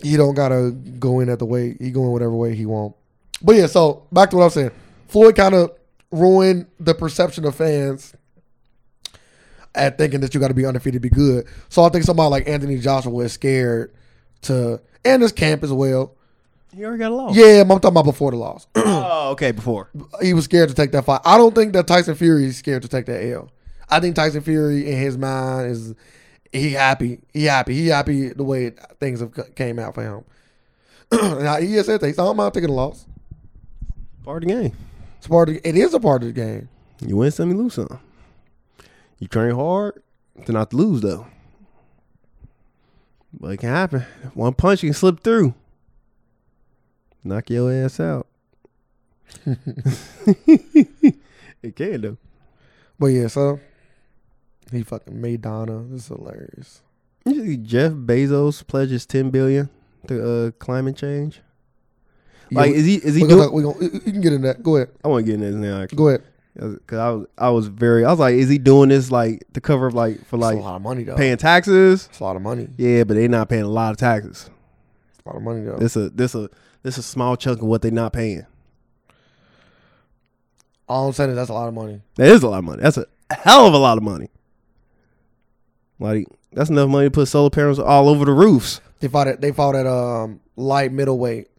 [SPEAKER 2] He don't gotta go in at the weight. He going whatever way he want. But yeah, so back to what I was saying. Floyd kind of ruined the perception of fans at thinking that you got to be undefeated to be good. So I think somebody like Anthony Joshua is scared to, and his camp as well.
[SPEAKER 1] He already got a loss.
[SPEAKER 2] Yeah, I'm talking about before the loss.
[SPEAKER 1] Oh, okay. Before.
[SPEAKER 2] he was scared to take that fight. I don't think that Tyson Fury is scared to take that L. I think Tyson Fury in his mind is he happy, he happy, he happy the way things have c- came out for him. and I, he has said that he's not mind taking a loss.
[SPEAKER 1] Part of the game.
[SPEAKER 2] It's part of, it is a part of the game.
[SPEAKER 1] You win some, you lose some. You train hard to not to lose though. But it can happen. One punch you can slip through. Knock your ass out. it can though.
[SPEAKER 2] But yeah, so he fucking made Donna. This is hilarious.
[SPEAKER 1] You see Jeff Bezos pledges ten billion to uh, climate change. Like,
[SPEAKER 2] yeah,
[SPEAKER 1] is he is he
[SPEAKER 2] we, we, gonna
[SPEAKER 1] doing?
[SPEAKER 2] talk- we gonna- you- you can get in that. Go ahead,
[SPEAKER 1] I want to get in this now.
[SPEAKER 2] go ahead.
[SPEAKER 1] Cause I was, I was very, I was like, is he doing this like to cover like for
[SPEAKER 2] It's
[SPEAKER 1] like
[SPEAKER 2] a lot of money though.
[SPEAKER 1] paying taxes?
[SPEAKER 2] It's a lot of money.
[SPEAKER 1] Yeah, but they not paying a lot of taxes.
[SPEAKER 2] It's a lot of money though.
[SPEAKER 1] This a this a this a small chunk of what they not paying.
[SPEAKER 2] All I'm saying is that's a lot of money.
[SPEAKER 1] That is a lot of money. That's a hell of a lot of money. Like that's enough money to put solar panels all over the roofs.
[SPEAKER 2] They fought at they fought at um light middleweight,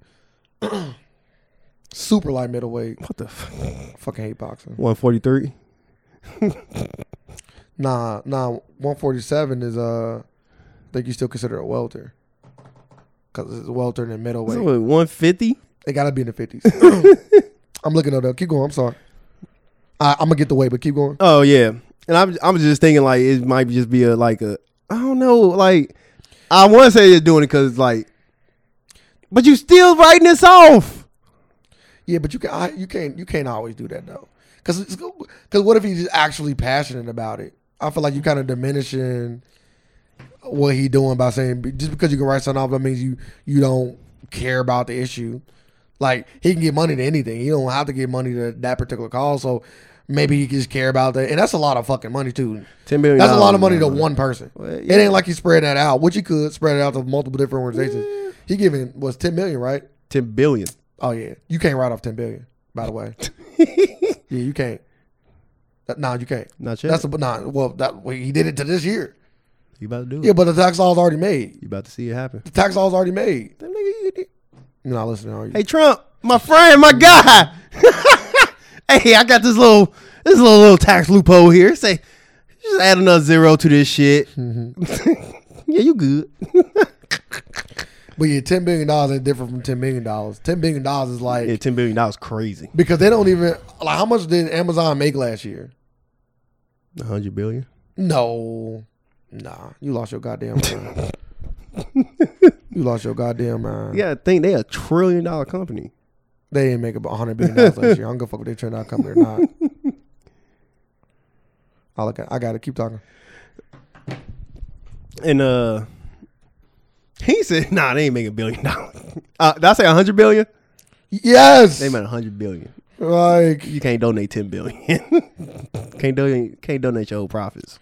[SPEAKER 2] super light middleweight.
[SPEAKER 1] What the fuck?
[SPEAKER 2] Fucking hate boxing.
[SPEAKER 1] One forty three.
[SPEAKER 2] Nah, nah. 147 is uh, I think you still consider a welter, cause it's a welter and a middleweight.
[SPEAKER 1] One fifty.
[SPEAKER 2] They gotta be in the fifties. I'm looking it up. Keep going. I'm sorry. I, I'm gonna get the weight, but keep going.
[SPEAKER 1] Oh yeah, and I'm I'm just thinking like it might just be a like a I don't know like I want to say they're doing it because like, but you still writing this off.
[SPEAKER 2] Yeah, but you can I, you can't you can't always do that though, because because what if he's actually passionate about it? I feel like you kind of diminishing what he doing by saying just because you can write something off that means you you don't care about the issue. Like he can get money to anything. He don't have to get money to that particular cause. So maybe he can just care about that, and that's a lot of fucking money too.
[SPEAKER 1] Ten billion.
[SPEAKER 2] That's a lot of money to
[SPEAKER 1] dollars, man.
[SPEAKER 2] one person.
[SPEAKER 1] Well,
[SPEAKER 2] It ain't like he's spreading that out, which he could spread it out to multiple different organizations. He giving was ten million, right?
[SPEAKER 1] Ten billion.
[SPEAKER 2] Oh yeah, you can't write off ten billion. By the way, yeah, you can't. That, nah, you can't.
[SPEAKER 1] Not yet.
[SPEAKER 2] That's a, nah. Well, that well, he did it to this year.
[SPEAKER 1] you about to do.
[SPEAKER 2] Yeah,
[SPEAKER 1] It.
[SPEAKER 2] but the tax law's already made.
[SPEAKER 1] You about to see it happen.
[SPEAKER 2] The tax law's already made.
[SPEAKER 1] That nigga, you-
[SPEAKER 2] You're not listening, are you?
[SPEAKER 1] Hey Trump, my friend, my guy. hey, I got this little this little little tax loophole here. Say, just add another zero to this shit. yeah, you good.
[SPEAKER 2] But yeah, ten billion dollars ain't different from ten million dollars. Ten billion dollars is like
[SPEAKER 1] yeah, ten billion dollars crazy.
[SPEAKER 2] because they don't even like how much did Amazon make last year?
[SPEAKER 1] A hundred billion.
[SPEAKER 2] No, nah, you lost your goddamn mind. you lost your goddamn mind.
[SPEAKER 1] You gotta think they a trillion dollar company.
[SPEAKER 2] They didn't make about hundred billion dollars last year. I don't give a fuck if they turned out company or not. I look at. I got to keep talking.
[SPEAKER 1] And uh he said, nah, they ain't making a billion dollars. Uh did I say a hundred billion?
[SPEAKER 2] Yes,
[SPEAKER 1] They made a hundred billion.
[SPEAKER 2] like
[SPEAKER 1] You can't donate ten billion. can't donate can't donate your whole profits.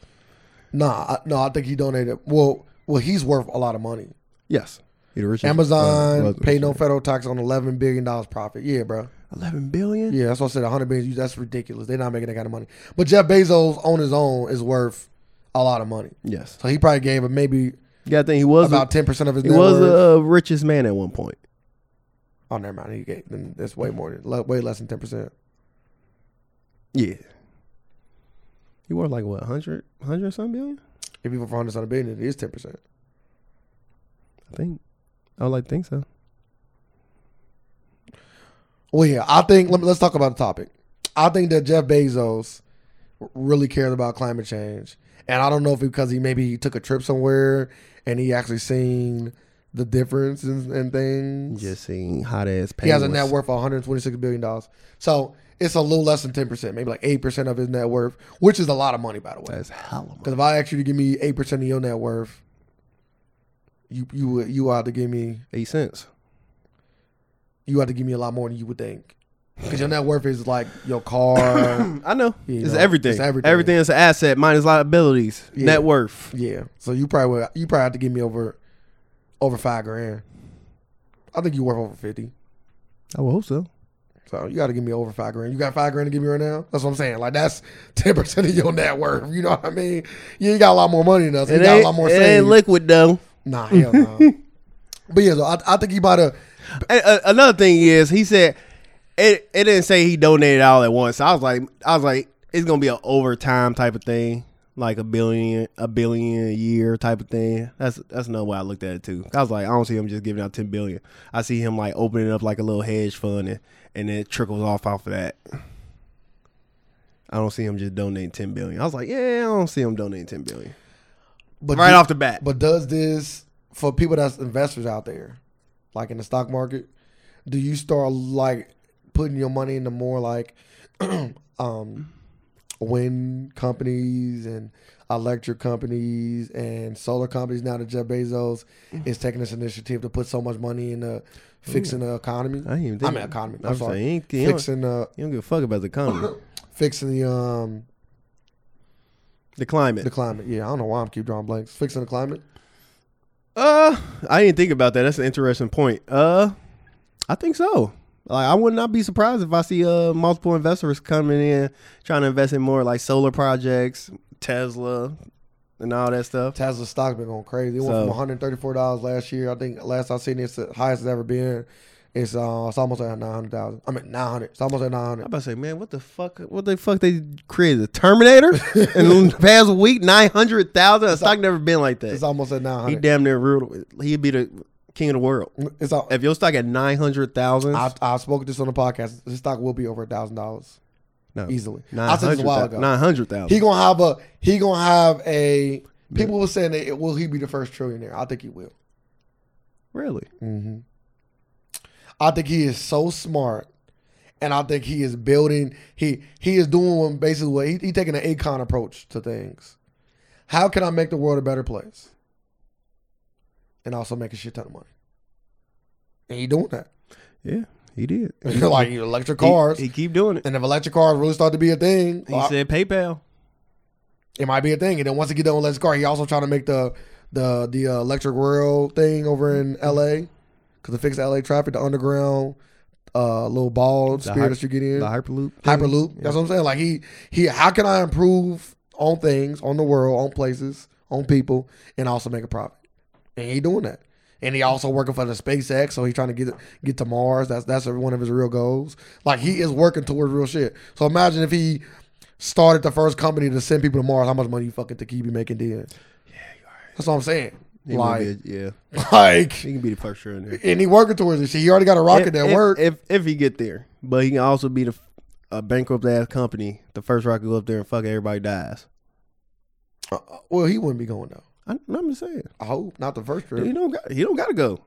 [SPEAKER 2] nah, I, no. I think he donated. Well, well, he's worth a lot of money.
[SPEAKER 1] Yes. He the richest-
[SPEAKER 2] Amazon
[SPEAKER 1] uh, was-
[SPEAKER 2] paid no federal tax on eleven billion dollars profit. Yeah, bro.
[SPEAKER 1] 11 billion?
[SPEAKER 2] Yeah, that's what I said. hundred billion. That's ridiculous. They're not making that kind of money. But Jeff Bezos on his own is worth a lot of money.
[SPEAKER 1] Yes.
[SPEAKER 2] So he probably gave him maybe
[SPEAKER 1] You gotta think he was
[SPEAKER 2] about ten percent of his.
[SPEAKER 1] a, he
[SPEAKER 2] net
[SPEAKER 1] was
[SPEAKER 2] worth.
[SPEAKER 1] the uh, richest man at one point.
[SPEAKER 2] Oh, never mind. He gave then that's way more, than- le- way less than ten percent.
[SPEAKER 1] Yeah. He worth like what, 100, 100 or something billion?
[SPEAKER 2] If you four hundred on a billion, it is ten percent.
[SPEAKER 1] I think. I would like to think so.
[SPEAKER 2] Well, yeah, I think let me, let's talk about the topic. I think that Jeff Bezos really cares about climate change, and I don't know if because he maybe he took a trip somewhere and he actually seen the difference in, in things.
[SPEAKER 1] Just seeing hot ass
[SPEAKER 2] he has a net worth of one hundred twenty six billion dollars, so it's a little less than ten percent, maybe like eight percent of his net worth, which is a lot of money, by the way.
[SPEAKER 1] That's hella much.
[SPEAKER 2] Because if I asked you to give me eight percent of your net worth, you you would you ought to give me
[SPEAKER 1] Eight cents.
[SPEAKER 2] you ought to give me a lot more than you would think. Because your net worth is like your car.
[SPEAKER 1] I know.
[SPEAKER 2] Yeah, you
[SPEAKER 1] it's
[SPEAKER 2] know,
[SPEAKER 1] everything.
[SPEAKER 2] it's everything.
[SPEAKER 1] everything. is an asset. Mine is liabilities.
[SPEAKER 2] Yeah.
[SPEAKER 1] Net worth.
[SPEAKER 2] yeah. So you probably would, you probably have to give me over over five grand. I think you worth over fifty.
[SPEAKER 1] I would hope so.
[SPEAKER 2] So you got to give me over five grand. You got five grand to give me right now. That's what I'm saying. Like that's ten percent of your net worth. You know what I mean? Yeah, you got a lot more money than us. You
[SPEAKER 1] It
[SPEAKER 2] got a
[SPEAKER 1] ain't,
[SPEAKER 2] lot more
[SPEAKER 1] it ain't
[SPEAKER 2] savings.
[SPEAKER 1] liquid though.
[SPEAKER 2] nah, hell no. but yeah, so I, I think you might have.
[SPEAKER 1] And, uh, another thing is, he said it. It didn't say he donated all at once. I was like, I was like, it's gonna be an overtime type of thing, like a billion, a billion a year type of thing. That's that's another way I looked at it too. I was like, I don't see him just giving out ten billion. I see him like opening up like a little hedge fund, and, and then it trickles off off of that. I don't see him just donating ten billion. I was like, yeah, I don't see him donating ten billion
[SPEAKER 2] But
[SPEAKER 1] right
[SPEAKER 2] you-
[SPEAKER 1] off the bat.
[SPEAKER 2] But does this for people that's investors out there, like in the stock market, do you start like putting your money into more like um wind companies and electric companies and solar companies now that Jeff Bezos
[SPEAKER 1] Mm-hmm.
[SPEAKER 2] is taking this initiative to put so much money into fixing the economy?
[SPEAKER 1] I didn't even
[SPEAKER 2] I
[SPEAKER 1] think.
[SPEAKER 2] mean economy. I'm,
[SPEAKER 1] I'm
[SPEAKER 2] sorry.
[SPEAKER 1] saying, he ain't- he don't-
[SPEAKER 2] Fixing the
[SPEAKER 1] you don't give a fuck about the economy.
[SPEAKER 2] fixing the um
[SPEAKER 1] The climate.
[SPEAKER 2] the climate. Yeah, I don't know why I'm keep drawing blanks. Fixing the climate.
[SPEAKER 1] Uh, I didn't think about that. That's an interesting point. Uh, I think so. Like, I would not be surprised if I see uh multiple investors coming in trying to invest in more like solar projects, Tesla, and all that stuff.
[SPEAKER 2] Tesla stock been going crazy. It went from
[SPEAKER 1] So-
[SPEAKER 2] 134 dollars last year. I think last I seen it's the highest it's ever been. It's uh, it's almost at 900 thousand. I mean 900. It's almost at 900.
[SPEAKER 1] I'm about to say, man, what the fuck? What the fuck they created a Terminator in the past week? Nine hundred thousand. A stock never been like
[SPEAKER 2] It's
[SPEAKER 1] that.
[SPEAKER 2] almost at
[SPEAKER 1] He
[SPEAKER 2] 900.
[SPEAKER 1] damn near ruled. He'd be the king of the world.
[SPEAKER 2] It's all.
[SPEAKER 1] If your stock at nine hundred thousand,
[SPEAKER 2] I I spoke this on the podcast. This stock will be over a thousand dollars
[SPEAKER 1] no,
[SPEAKER 2] easily. I
[SPEAKER 1] nine
[SPEAKER 2] said this a while
[SPEAKER 1] hundred
[SPEAKER 2] ago.
[SPEAKER 1] nine hundred thousand.
[SPEAKER 2] He gonna have a he gonna have a. People were saying that it, will he be the first trillionaire? I think he will.
[SPEAKER 1] Really?
[SPEAKER 2] hmm I think he is so smart, and I think he is building. He he is doing basically what he, he taking an econ approach to things. How can I make the world a better place, and also make a shit ton of money? And he doing that.
[SPEAKER 1] Yeah, he did.
[SPEAKER 2] like electric cars,
[SPEAKER 1] He, he keep doing it.
[SPEAKER 2] and if electric cars really start to be a thing,
[SPEAKER 1] He
[SPEAKER 2] well,
[SPEAKER 1] said PayPal.
[SPEAKER 2] it might be a thing. And then once he get done with electric car, he also trying to make the the the uh, electric rail thing over
[SPEAKER 1] Mm-hmm.
[SPEAKER 2] in L.A. because it fixed L.A. traffic, the underground uh, little ball
[SPEAKER 1] The
[SPEAKER 2] spear
[SPEAKER 1] hy-
[SPEAKER 2] that you get in,
[SPEAKER 1] The Hyperloop. thing.
[SPEAKER 2] hyperloop. That's what I'm saying. Like he he, how can I improve on things, on the world, on places, on people, and also make a profit? And he doing that. And he also working for the SpaceX, so he's trying to get get to Mars. That's that's one of his real goals. Like he is working towards real shit. So imagine if he started the first company to send people to Mars, how much money you fucking think he'd be making then? Yeah, That's what I'm saying.
[SPEAKER 1] He gonna
[SPEAKER 2] like,
[SPEAKER 1] be a- yeah,
[SPEAKER 2] like,
[SPEAKER 1] he can be the first in there.
[SPEAKER 2] and he working towards this shit. He already got a rocket that
[SPEAKER 1] if,
[SPEAKER 2] work.
[SPEAKER 1] If, if he get there, but he can also be the f- a bankrupt ass company. The first rocket go up there and fuck everybody dies.
[SPEAKER 2] Uh, well, he wouldn't be going though.
[SPEAKER 1] I, I'm just saying.
[SPEAKER 2] I hope not the first trip.
[SPEAKER 1] He don't. Got, he don't gotta go.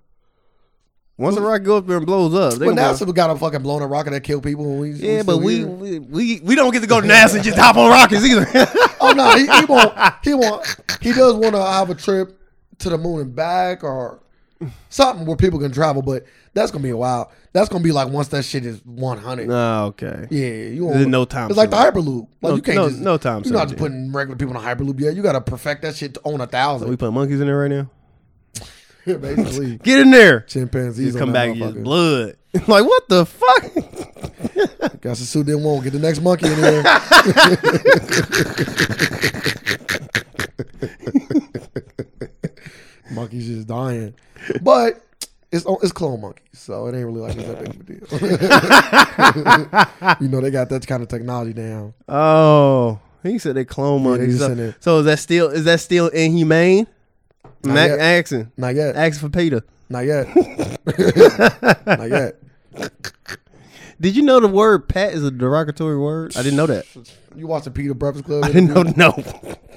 [SPEAKER 1] Once the rocket go up there and blows up, they
[SPEAKER 2] But
[SPEAKER 1] gonna-
[SPEAKER 2] NASA got a fucking blown a rocket that killed people. When we,
[SPEAKER 1] yeah, but
[SPEAKER 2] still
[SPEAKER 1] we,
[SPEAKER 2] here.
[SPEAKER 1] we we we don't get to go to NASA and just hop on rockets either.
[SPEAKER 2] oh no, he, he won't. He won't. He does want to have a trip to the moon and back, or something where people can travel. But that's gonna be a while. That's gonna be like once that shit is one hundred.
[SPEAKER 1] oh, okay.
[SPEAKER 2] Yeah, you
[SPEAKER 1] There's
[SPEAKER 2] won't.
[SPEAKER 1] no time.
[SPEAKER 2] It's like the
[SPEAKER 1] soon.
[SPEAKER 2] hyperloop. Like
[SPEAKER 1] No-
[SPEAKER 2] you can't
[SPEAKER 1] no-
[SPEAKER 2] just
[SPEAKER 1] no time
[SPEAKER 2] You're not
[SPEAKER 1] soon,
[SPEAKER 2] just putting regular people in a hyperloop yet. You gotta perfect that shit to own a
[SPEAKER 1] we
[SPEAKER 2] thousand.
[SPEAKER 1] put monkeys in there right now.
[SPEAKER 2] basically,
[SPEAKER 1] Get in there.
[SPEAKER 2] chimpanzees
[SPEAKER 1] Just
[SPEAKER 2] on
[SPEAKER 1] come
[SPEAKER 2] that
[SPEAKER 1] back and just
[SPEAKER 2] motherfucker.
[SPEAKER 1] blood. like what the fuck?
[SPEAKER 2] Got to suit them won't get the next monkey in there. Monkeys just dying, but it's oh, it's clone monkeys, so it ain't really like it's that big of a deal. you know they got that kind of technology down.
[SPEAKER 1] Oh, he said they clone
[SPEAKER 2] they
[SPEAKER 1] monkeys.
[SPEAKER 2] just
[SPEAKER 1] So-
[SPEAKER 2] said
[SPEAKER 1] so, is
[SPEAKER 2] it.
[SPEAKER 1] that still is that still inhumane? I'm
[SPEAKER 2] Not
[SPEAKER 1] a-
[SPEAKER 2] yet.
[SPEAKER 1] asking,
[SPEAKER 2] Not yet,
[SPEAKER 1] asking for Peter.
[SPEAKER 2] not yet, not yet.
[SPEAKER 1] Did you know the word "pat" is a derogatory word? I didn't know that.
[SPEAKER 2] You watching Peter Breakfast Club?
[SPEAKER 1] I didn't know. No.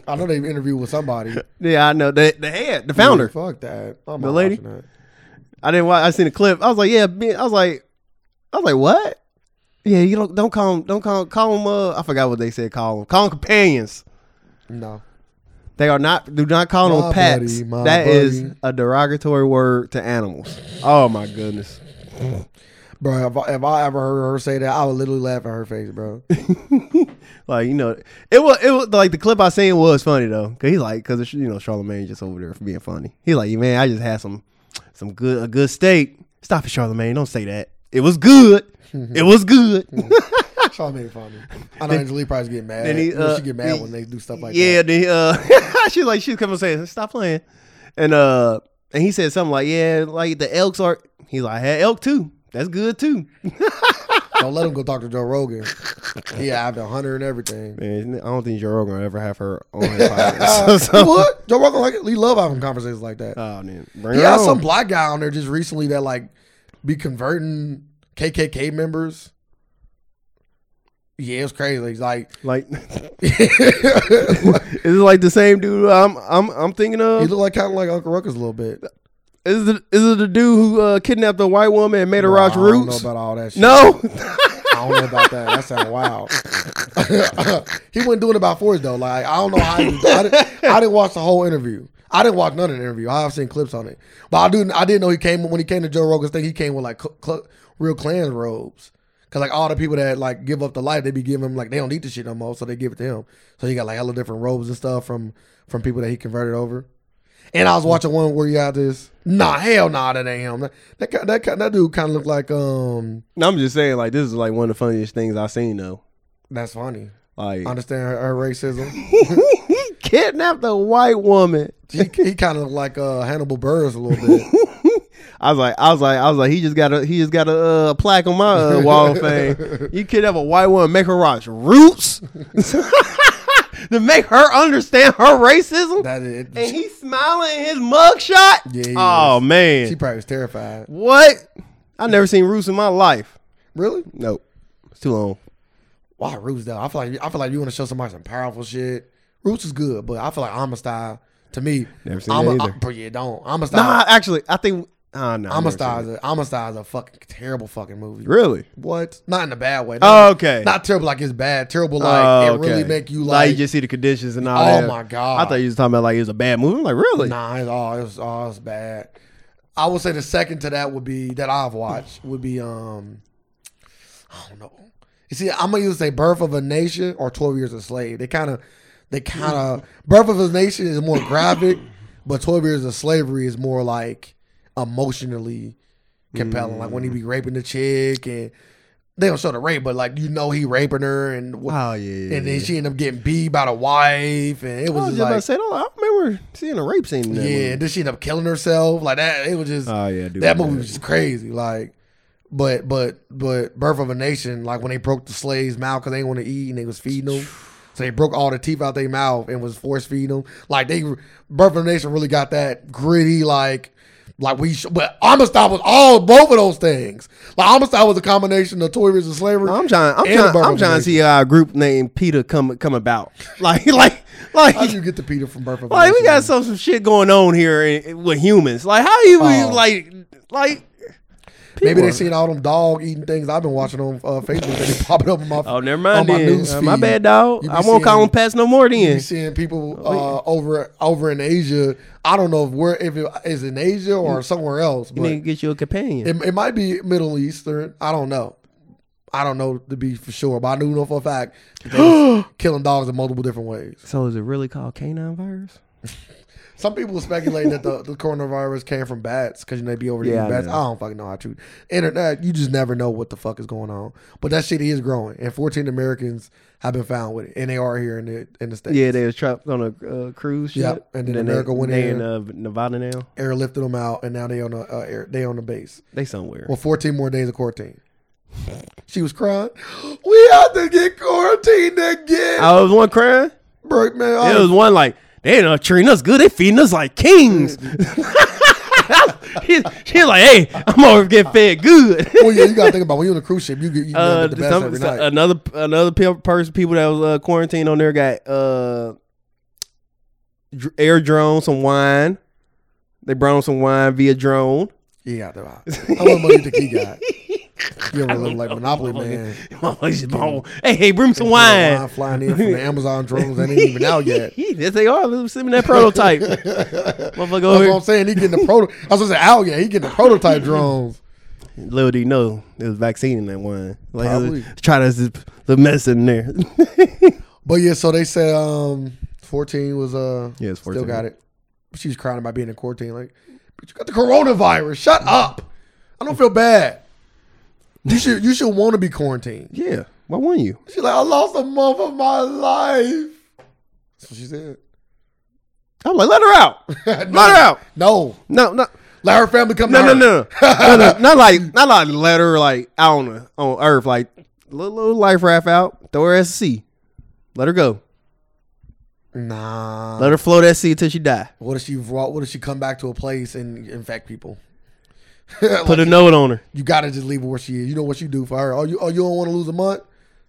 [SPEAKER 2] I know they interviewed with somebody.
[SPEAKER 1] yeah, I know the the head, the founder.
[SPEAKER 2] Fuck that. I'm
[SPEAKER 1] The
[SPEAKER 2] not
[SPEAKER 1] lady?
[SPEAKER 2] watching that.
[SPEAKER 1] I didn't. Watch, I seen a clip. I was like, yeah. me- I was like, I was like, what? Yeah, you don't don't call him. Don't call call him. Uh, I forgot what they said. Call him. Call him companions.
[SPEAKER 2] No.
[SPEAKER 1] They are not. Do not call
[SPEAKER 2] My
[SPEAKER 1] them pets.
[SPEAKER 2] buddy, my
[SPEAKER 1] That is
[SPEAKER 2] buddy.
[SPEAKER 1] a derogatory word to animals. Oh my goodness.
[SPEAKER 2] Bro, if I, if I ever heard her say that, I would literally laugh at her face, bro.
[SPEAKER 1] Like you know, it was it was like the clip I seen was funny though, cause he's like, cause it's, you know Charlemagne just over there for being funny. He's like, man, I just had some some good a good steak. Stop it, Charlemagne! Don't say that. It was good. It was good.
[SPEAKER 2] Charlamagne funny. I know Angelique probably getting mad.
[SPEAKER 1] then he,
[SPEAKER 2] You know,
[SPEAKER 1] uh,
[SPEAKER 2] she get mad
[SPEAKER 1] he-
[SPEAKER 2] when they do stuff like
[SPEAKER 1] yeah.
[SPEAKER 2] that.
[SPEAKER 1] Then he, uh, she's like, she's coming saying, stop playing, and uh, and he said something like, yeah, like the elks are. He's like, I had elk too. That's good too.
[SPEAKER 2] Don't let him go talk to Joe Rogan. Yeah, I've been hunter and everything.
[SPEAKER 1] Man, I don't think Joe Rogan will ever have her on his podcast. so, so-
[SPEAKER 2] what? Joe Rogan like it. He love having conversations like that.
[SPEAKER 1] Oh, man. Bring
[SPEAKER 2] He
[SPEAKER 1] her
[SPEAKER 2] had
[SPEAKER 1] on.
[SPEAKER 2] some black guy on there just recently that like be converting KKK members. Yeah, it's crazy. He's like,
[SPEAKER 1] like.
[SPEAKER 2] he
[SPEAKER 1] Is it like the same dude uh, I'm I'm I'm thinking of?
[SPEAKER 2] look like kind of like Uncle Ruckus a little bit.
[SPEAKER 1] Is it is it the dude who uh, kidnapped a white woman and made her watch
[SPEAKER 2] Bro, I don't know
[SPEAKER 1] Roots?
[SPEAKER 2] about all that. Shit.
[SPEAKER 1] No,
[SPEAKER 2] I don't know about that. That sounds wild. he wasn't doing about fours though. Like I don't know how. He was, I, didn't, I didn't watch the whole interview. I didn't watch none of the interview. I've seen clips on it, but I do. I didn't know he came when he came to Joe Rogan's thing. He came with like cl- cl- real Klan robes Cause like all the people that like give up the life, they be giving him like they don't need the shit no more, so they give it to him. So he got like hella different robes and stuff from from people that he converted over. And I was watching one where you had this. Nah, hell nah, that ain't him. That that ki- that, ki- that dude kind of looked like um.
[SPEAKER 1] No, I'm just saying, like, this is like one of the funniest things I've seen, though.
[SPEAKER 2] That's funny.
[SPEAKER 1] Like,
[SPEAKER 2] I understand her, her racism.
[SPEAKER 1] he kidnapped a white woman.
[SPEAKER 2] he he kind of looked like uh Hannibal Burris a little bit.
[SPEAKER 1] I was like, I was like, I was like, he just got a, he just got a uh, plaque on my uh, wall of fame. You kidnap a white woman, make her watch Roots, to make her understand her racism,
[SPEAKER 2] That is,
[SPEAKER 1] and he's smiling in his mugshot.
[SPEAKER 2] Yeah, he
[SPEAKER 1] oh man,
[SPEAKER 2] she probably was terrified.
[SPEAKER 1] what? I never seen Roots in my life.
[SPEAKER 2] Really?
[SPEAKER 1] Nope, it's too long.
[SPEAKER 2] Why Roots though? I feel like I feel like you want to show somebody some powerful shit. Roots is good, but I feel like Amistad to me.
[SPEAKER 1] Never seen
[SPEAKER 2] Ama-
[SPEAKER 1] that either.
[SPEAKER 2] I- but yeah, don't Amistad.
[SPEAKER 1] Nah, actually, I think. ah, no, I've never seen
[SPEAKER 2] Amistad
[SPEAKER 1] it.
[SPEAKER 2] is a, Amistad is a fucking terrible fucking movie.
[SPEAKER 1] Really?
[SPEAKER 2] What? Not in a bad way.
[SPEAKER 1] Oh,
[SPEAKER 2] Not-
[SPEAKER 1] okay.
[SPEAKER 2] Not terrible like it's bad. Terrible like
[SPEAKER 1] Oh,
[SPEAKER 2] it really
[SPEAKER 1] okay.
[SPEAKER 2] make you
[SPEAKER 1] Now
[SPEAKER 2] like.
[SPEAKER 1] you just see the conditions and all
[SPEAKER 2] Oh
[SPEAKER 1] that.
[SPEAKER 2] my God.
[SPEAKER 1] I thought you was talking about like it was a bad movie. I'm like, really?
[SPEAKER 2] Nah, it's all it's all it's bad. I would say the second to that would be that I've watched would be um I don't know. You see, I'm gonna either say Birth of a Nation or Twelve Years a Slave. They kind of they kind of Birth of a Nation is more graphic, but Twelve Years of Slavery is more like emotionally compelling. Like when he
[SPEAKER 1] Mm.
[SPEAKER 2] be raping the chick and. They don't show the rape, but like you know, he raping her, and wh-
[SPEAKER 1] Oh yeah. yeah,
[SPEAKER 2] and
[SPEAKER 1] yeah. Oh,
[SPEAKER 2] then she ended up getting beat by the wife, and it
[SPEAKER 1] I
[SPEAKER 2] was,
[SPEAKER 1] was
[SPEAKER 2] just
[SPEAKER 1] just about
[SPEAKER 2] like,
[SPEAKER 1] to say, I don't- I remember seeing a rape scene. In that
[SPEAKER 2] yeah,
[SPEAKER 1] Movie.
[SPEAKER 2] then she ended up killing herself. Like that, it was just
[SPEAKER 1] Oh yeah, dude.
[SPEAKER 2] that movie was just crazy. Like, but but but Birth of a Nation, like when they broke the slaves' mouth because they didn't want to eat and they was feeding them, so they broke all the teeth out their mouth and was force feeding them. Like they, Birth of a Nation really got that gritty like. Like we, sh- but Amistad was all both of those things. Like Amistad was a combination of Toy Biz and slavery.
[SPEAKER 1] I'm trying. I'm
[SPEAKER 2] and the
[SPEAKER 1] trying.
[SPEAKER 2] Birth of
[SPEAKER 1] I'm trying
[SPEAKER 2] a
[SPEAKER 1] to
[SPEAKER 2] Nation.
[SPEAKER 1] see how a group named Peter come come about. Like like like
[SPEAKER 2] How do you get the Peter from Birth of a
[SPEAKER 1] like
[SPEAKER 2] Nation?
[SPEAKER 1] we got some, some shit going on here in, with humans. Like how you
[SPEAKER 2] Oh.
[SPEAKER 1] like like
[SPEAKER 2] Maybe
[SPEAKER 1] people
[SPEAKER 2] they
[SPEAKER 1] are-
[SPEAKER 2] seen all them dog eating things I've been watching on uh, Facebook that they popping up on my
[SPEAKER 1] Oh, never mind.
[SPEAKER 2] on my
[SPEAKER 1] then.
[SPEAKER 2] news
[SPEAKER 1] Uh, my
[SPEAKER 2] feed.
[SPEAKER 1] bad, dog. Oh,
[SPEAKER 2] You be
[SPEAKER 1] I won't call
[SPEAKER 2] seeing-
[SPEAKER 1] him Pats no more.
[SPEAKER 2] You
[SPEAKER 1] Then
[SPEAKER 2] be seeing people uh, over over in Asia. I don't know if where if it is in Asia or somewhere else,
[SPEAKER 1] Mm. you
[SPEAKER 2] but
[SPEAKER 1] need to
[SPEAKER 2] it,
[SPEAKER 1] get you a companion.
[SPEAKER 2] it might be Middle Eastern. I don't know. I don't know to be for sure, but I do know for a fact that they was killing dogs in multiple different ways.
[SPEAKER 1] so is it really called canine virus?
[SPEAKER 2] Some people speculate that the, the coronavirus came from bats because you may be over there
[SPEAKER 1] Yeah,
[SPEAKER 2] eating
[SPEAKER 1] I
[SPEAKER 2] bats.
[SPEAKER 1] know.
[SPEAKER 2] I don't fucking know how true. Internet, you just never know what the fuck is going on. But that shit is growing, and 14 Americans have been found with it, and they are here in the in the states.
[SPEAKER 1] Yeah, they was trapped on a uh, cruise ship.
[SPEAKER 2] Yep, and then
[SPEAKER 1] they-
[SPEAKER 2] America went
[SPEAKER 1] they
[SPEAKER 2] in.
[SPEAKER 1] in uh, Nevada now.
[SPEAKER 2] airlifted them out, and now they on the uh, air, they on the base.
[SPEAKER 1] They somewhere.
[SPEAKER 2] Well, 14 more days of quarantine. She was crying. We have to get quarantined again.
[SPEAKER 1] I was one crying.
[SPEAKER 2] Bro, man, Oh, I
[SPEAKER 1] It was one like they ain't treating us good. They feeding us like kings. She's she like, hey, I'm over getting fed good.
[SPEAKER 2] well, yeah, you gotta think about when you're on a cruise ship, you get you
[SPEAKER 1] Uh,
[SPEAKER 2] uh, the best
[SPEAKER 1] some-
[SPEAKER 2] every
[SPEAKER 1] so-
[SPEAKER 2] night.
[SPEAKER 1] another another pe- person, people that was uh, quarantined on there got uh, dr- air drone, some wine. They brought him some wine via drone.
[SPEAKER 2] yeah, though. How much money you think he got? You ever live like Monopoly Man?
[SPEAKER 1] Motherfuckers just bought- hey, hey, bring me some
[SPEAKER 2] Wine.
[SPEAKER 1] wine.
[SPEAKER 2] flying in from the Amazon drones that ain't even out yet.
[SPEAKER 1] yes, they are. They're sending that prototype. Motherfucker over
[SPEAKER 2] That's
[SPEAKER 1] here.
[SPEAKER 2] what I'm saying. He getting the proto. I was gonna say out yet. He getting the prototype drones.
[SPEAKER 1] Little do you know, there was vaccine in that wine. Like,
[SPEAKER 2] Probably.
[SPEAKER 1] try to zip the medicine in there.
[SPEAKER 2] But yeah, so they said um, 14 was uh
[SPEAKER 1] Yeah, it's
[SPEAKER 2] still
[SPEAKER 1] 14.
[SPEAKER 2] got it. She was crying about being in quarantine. Like, but you got the coronavirus. Shut up. I don't feel bad. You should you should want to be quarantined.
[SPEAKER 1] yeah, why wouldn't you?
[SPEAKER 2] She's like, I lost a month of my life. That's what she said.
[SPEAKER 1] I'm like, let her out.
[SPEAKER 2] let
[SPEAKER 1] Let her out.
[SPEAKER 2] No,
[SPEAKER 1] No, no,
[SPEAKER 2] let her family come.
[SPEAKER 1] no,
[SPEAKER 2] to
[SPEAKER 1] no,
[SPEAKER 2] her.
[SPEAKER 1] no, no, no, not like, not like let her like out on the- on Earth, like little, little life raft out, throw her at the sea, let her go,
[SPEAKER 2] Nah.
[SPEAKER 1] let her float at sea till she die.
[SPEAKER 2] What if she brought? What if she come back to a place and infect people? Like,
[SPEAKER 1] Put a note on her.
[SPEAKER 2] You gotta just leave her where she is. You know what you do for her. Oh, you oh you don't want to lose a month?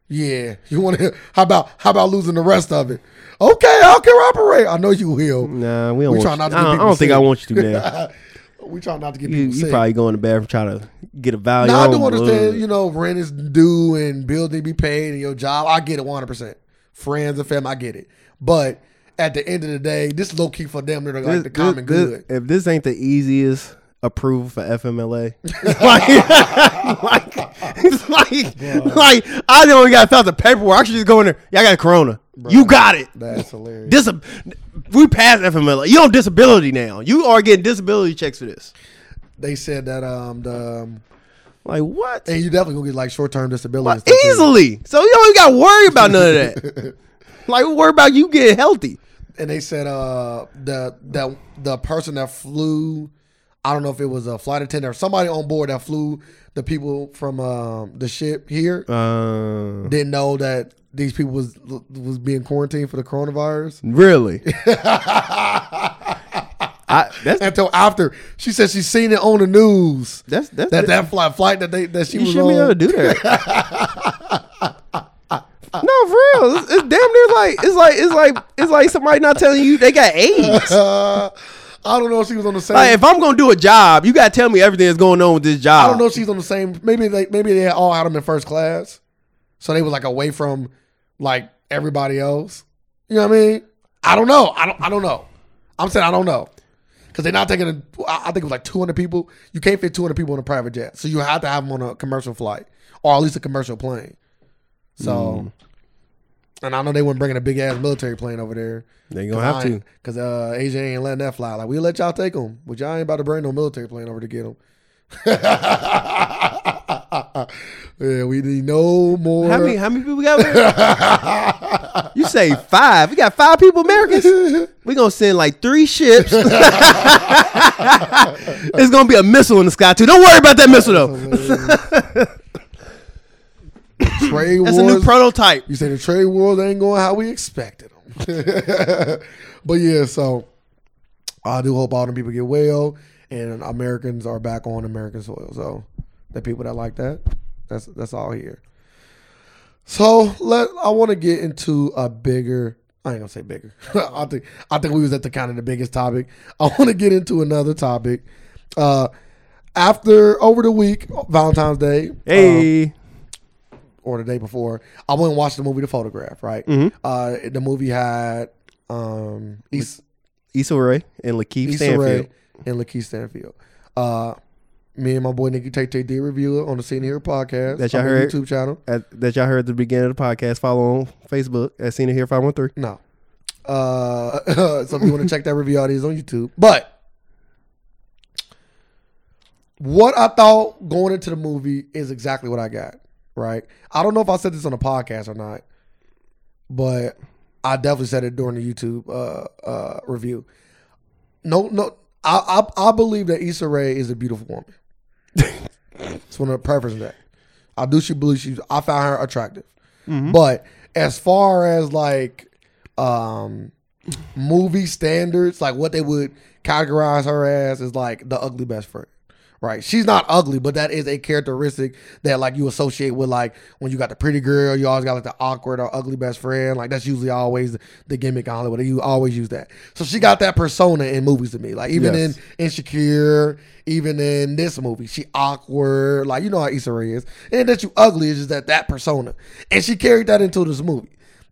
[SPEAKER 2] Yeah. You want to? How about how about losing the rest of it? Okay, I'll cooperate. I know you will.
[SPEAKER 1] Nah, we don't.
[SPEAKER 2] We
[SPEAKER 1] want
[SPEAKER 2] trying
[SPEAKER 1] you-
[SPEAKER 2] not to
[SPEAKER 1] I
[SPEAKER 2] get
[SPEAKER 1] don't, I
[SPEAKER 2] people
[SPEAKER 1] don't think I
[SPEAKER 2] sick.
[SPEAKER 1] want you to now.
[SPEAKER 2] we trying not to get
[SPEAKER 1] you
[SPEAKER 2] people
[SPEAKER 1] you
[SPEAKER 2] sick.
[SPEAKER 1] probably go in the bathroom try to get a value.
[SPEAKER 2] now I
[SPEAKER 1] on
[SPEAKER 2] do
[SPEAKER 1] blood.
[SPEAKER 2] understand. You know, rent is due and bills need to be paid and your job. I get it one hundred percent. Friends and family, I get it. But at the end of the day, this low key for them. They're like the common
[SPEAKER 1] this-
[SPEAKER 2] good.
[SPEAKER 1] If this ain't the easiest approval for FMLA, like, like, It's like, like I don't even got to fill out the paperwork. I should just go in there. Y'all got corona. You got it.
[SPEAKER 2] That's hilarious.
[SPEAKER 1] Dis- we passed FMLA. You on disability now. You are getting disability checks for this.
[SPEAKER 2] they said that um the um,
[SPEAKER 1] Like what?
[SPEAKER 2] and you definitely gonna get like short term disability and stuff, too.
[SPEAKER 1] Easily. So you don't even got to worry about none of that. like worry about you getting healthy.
[SPEAKER 2] and they said uh the that the person that flew I don't know if it was a flight attendant or somebody on board that flew the people from um, the ship here
[SPEAKER 1] Uh,
[SPEAKER 2] didn't know that these people was was being quarantined for the coronavirus
[SPEAKER 1] really? I, that's
[SPEAKER 2] until after she said she seen it on the news
[SPEAKER 1] that's that's
[SPEAKER 2] that that flight flight that they that she
[SPEAKER 1] you
[SPEAKER 2] was
[SPEAKER 1] shouldn't be able to
[SPEAKER 2] on
[SPEAKER 1] do that. no, for real. It's, it's damn near like it's like it's like it's like somebody not telling you they got AIDS.
[SPEAKER 2] uh, I don't know if she was on the same
[SPEAKER 1] Like if I'm gonna do a job, you gotta tell me everything that's going on with this job.
[SPEAKER 2] I don't know if she's on the same. Maybe they maybe they all had them in first class, so they was like away from like everybody else. You know what I mean? I don't know. I don't. I don't know. I'm saying I don't know because they're not taking. A, I I think it was like 200 people. You can't fit 200 people on a private jet, so you have to have them on a commercial flight or at least a commercial plane.
[SPEAKER 1] Hmm.
[SPEAKER 2] So, and I know they weren't bringing a big ass military plane over there.
[SPEAKER 1] They gonna have to.
[SPEAKER 2] because uh, Asia ain't letting that fly. Like we let y'all take them, but y'all ain't about to bring no military plane over to get them. yeah, we need no more.
[SPEAKER 1] How many how many people we got? There? you say five. We got five people, Americans. We gonna send like three ships. it's gonna be a missile in the sky too. Don't worry about that missile though.
[SPEAKER 2] trade
[SPEAKER 1] That's
[SPEAKER 2] wars.
[SPEAKER 1] a new prototype.
[SPEAKER 2] you say the trade wars ain't going how we expected them. but yeah, so I do hope all the people get well, and Americans are back on American soil. So the people that like that, that's that's all here. So let I want to get into a bigger. I ain't gonna say bigger. I think I think we was at the kind of the biggest topic. I want to get into another topic. Uh, after over the week Valentine's Day, um,
[SPEAKER 1] Hey.
[SPEAKER 2] or the day before, I went and watched the movie The Photograph. Right,
[SPEAKER 1] Mm-hmm.
[SPEAKER 2] uh, the movie had um, East,
[SPEAKER 1] Issa Rae and Lakeith
[SPEAKER 2] Issa
[SPEAKER 1] Stanfield.
[SPEAKER 2] Rae and Lakeith Stanfield. Uh, me and my boy Nikki Tate Tate did review it on the Senior Hero podcast.
[SPEAKER 1] That y'all
[SPEAKER 2] on the
[SPEAKER 1] heard?
[SPEAKER 2] YouTube channel.
[SPEAKER 1] At, that y'all heard at the beginning of the podcast. Follow on Facebook at Senior Here Five One Three.
[SPEAKER 2] No. Uh, so if you want to check that review out, it is on YouTube. But what I thought going into the movie is exactly what I got. Right. I don't know if I said this on a podcast or not, but I definitely said it during the YouTube uh, uh, review. No, no, I, I I believe that Issa Rae is a beautiful woman. Just want to preface that. I do. She believe she. I found her attractive, but as far as like um movie standards, like what they would categorize her as is like the ugly best friend. Right. She's not ugly, but that is a characteristic that like you associate with like when you got the pretty girl, you always got like the awkward or ugly best friend. Like that's usually always the, the gimmick in Hollywood. You always use that. So she got that persona in movies to me. Like even
[SPEAKER 1] Yes.
[SPEAKER 2] in Insecure, even in this movie, she awkward. Like you know how Issa Rae is. And that you ugly is just that that persona. And she carried that into this movie.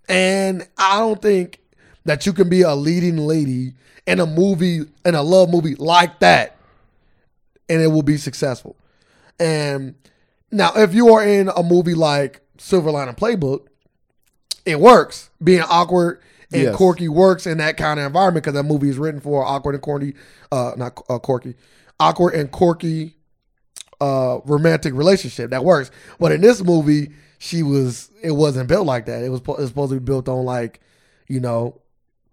[SPEAKER 2] And I don't think that you can be a leading lady in a movie in a love movie like that and it will be successful. And now, if you are in a movie like Silver Lining Playbook, it works. Being awkward and
[SPEAKER 1] Yes.
[SPEAKER 2] quirky works in that kind of environment because that movie is written for awkward and corny, uh, not uh, quirky, awkward and quirky uh, romantic relationship that works. But in this movie, she was it wasn't built like that. It was, po- it was supposed to be built on like, you know,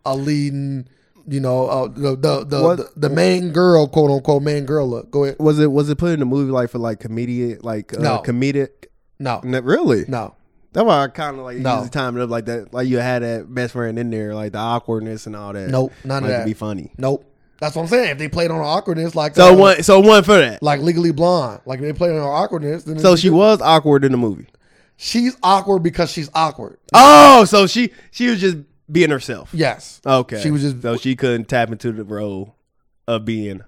[SPEAKER 2] a leading, you know, uh, the the the,
[SPEAKER 1] What-
[SPEAKER 2] the the main girl, quote unquote, main girl look. Go ahead.
[SPEAKER 1] Was it was it put in the movie like for like comedic like uh,
[SPEAKER 2] No.
[SPEAKER 1] comedic?
[SPEAKER 2] No,
[SPEAKER 1] No, really?
[SPEAKER 2] no.
[SPEAKER 1] That's why I kind of like
[SPEAKER 2] No.
[SPEAKER 1] usually time it up like that. Like you had that best friend in there, like the awkwardness and all that.
[SPEAKER 2] Nope, none of
[SPEAKER 1] like
[SPEAKER 2] that.
[SPEAKER 1] to be funny.
[SPEAKER 2] Nope. That's what I'm saying. If they played on awkwardness, like
[SPEAKER 1] So
[SPEAKER 2] uh,
[SPEAKER 1] one, so one for that.
[SPEAKER 2] like Legally Blonde, like if they played on awkwardness, then
[SPEAKER 1] So she was awkward in the movie.
[SPEAKER 2] she's awkward because she's awkward.
[SPEAKER 1] Oh, so she she was just being herself.
[SPEAKER 2] Yes,
[SPEAKER 1] Okay,
[SPEAKER 2] She was just-
[SPEAKER 1] so she couldn't tap into the role of being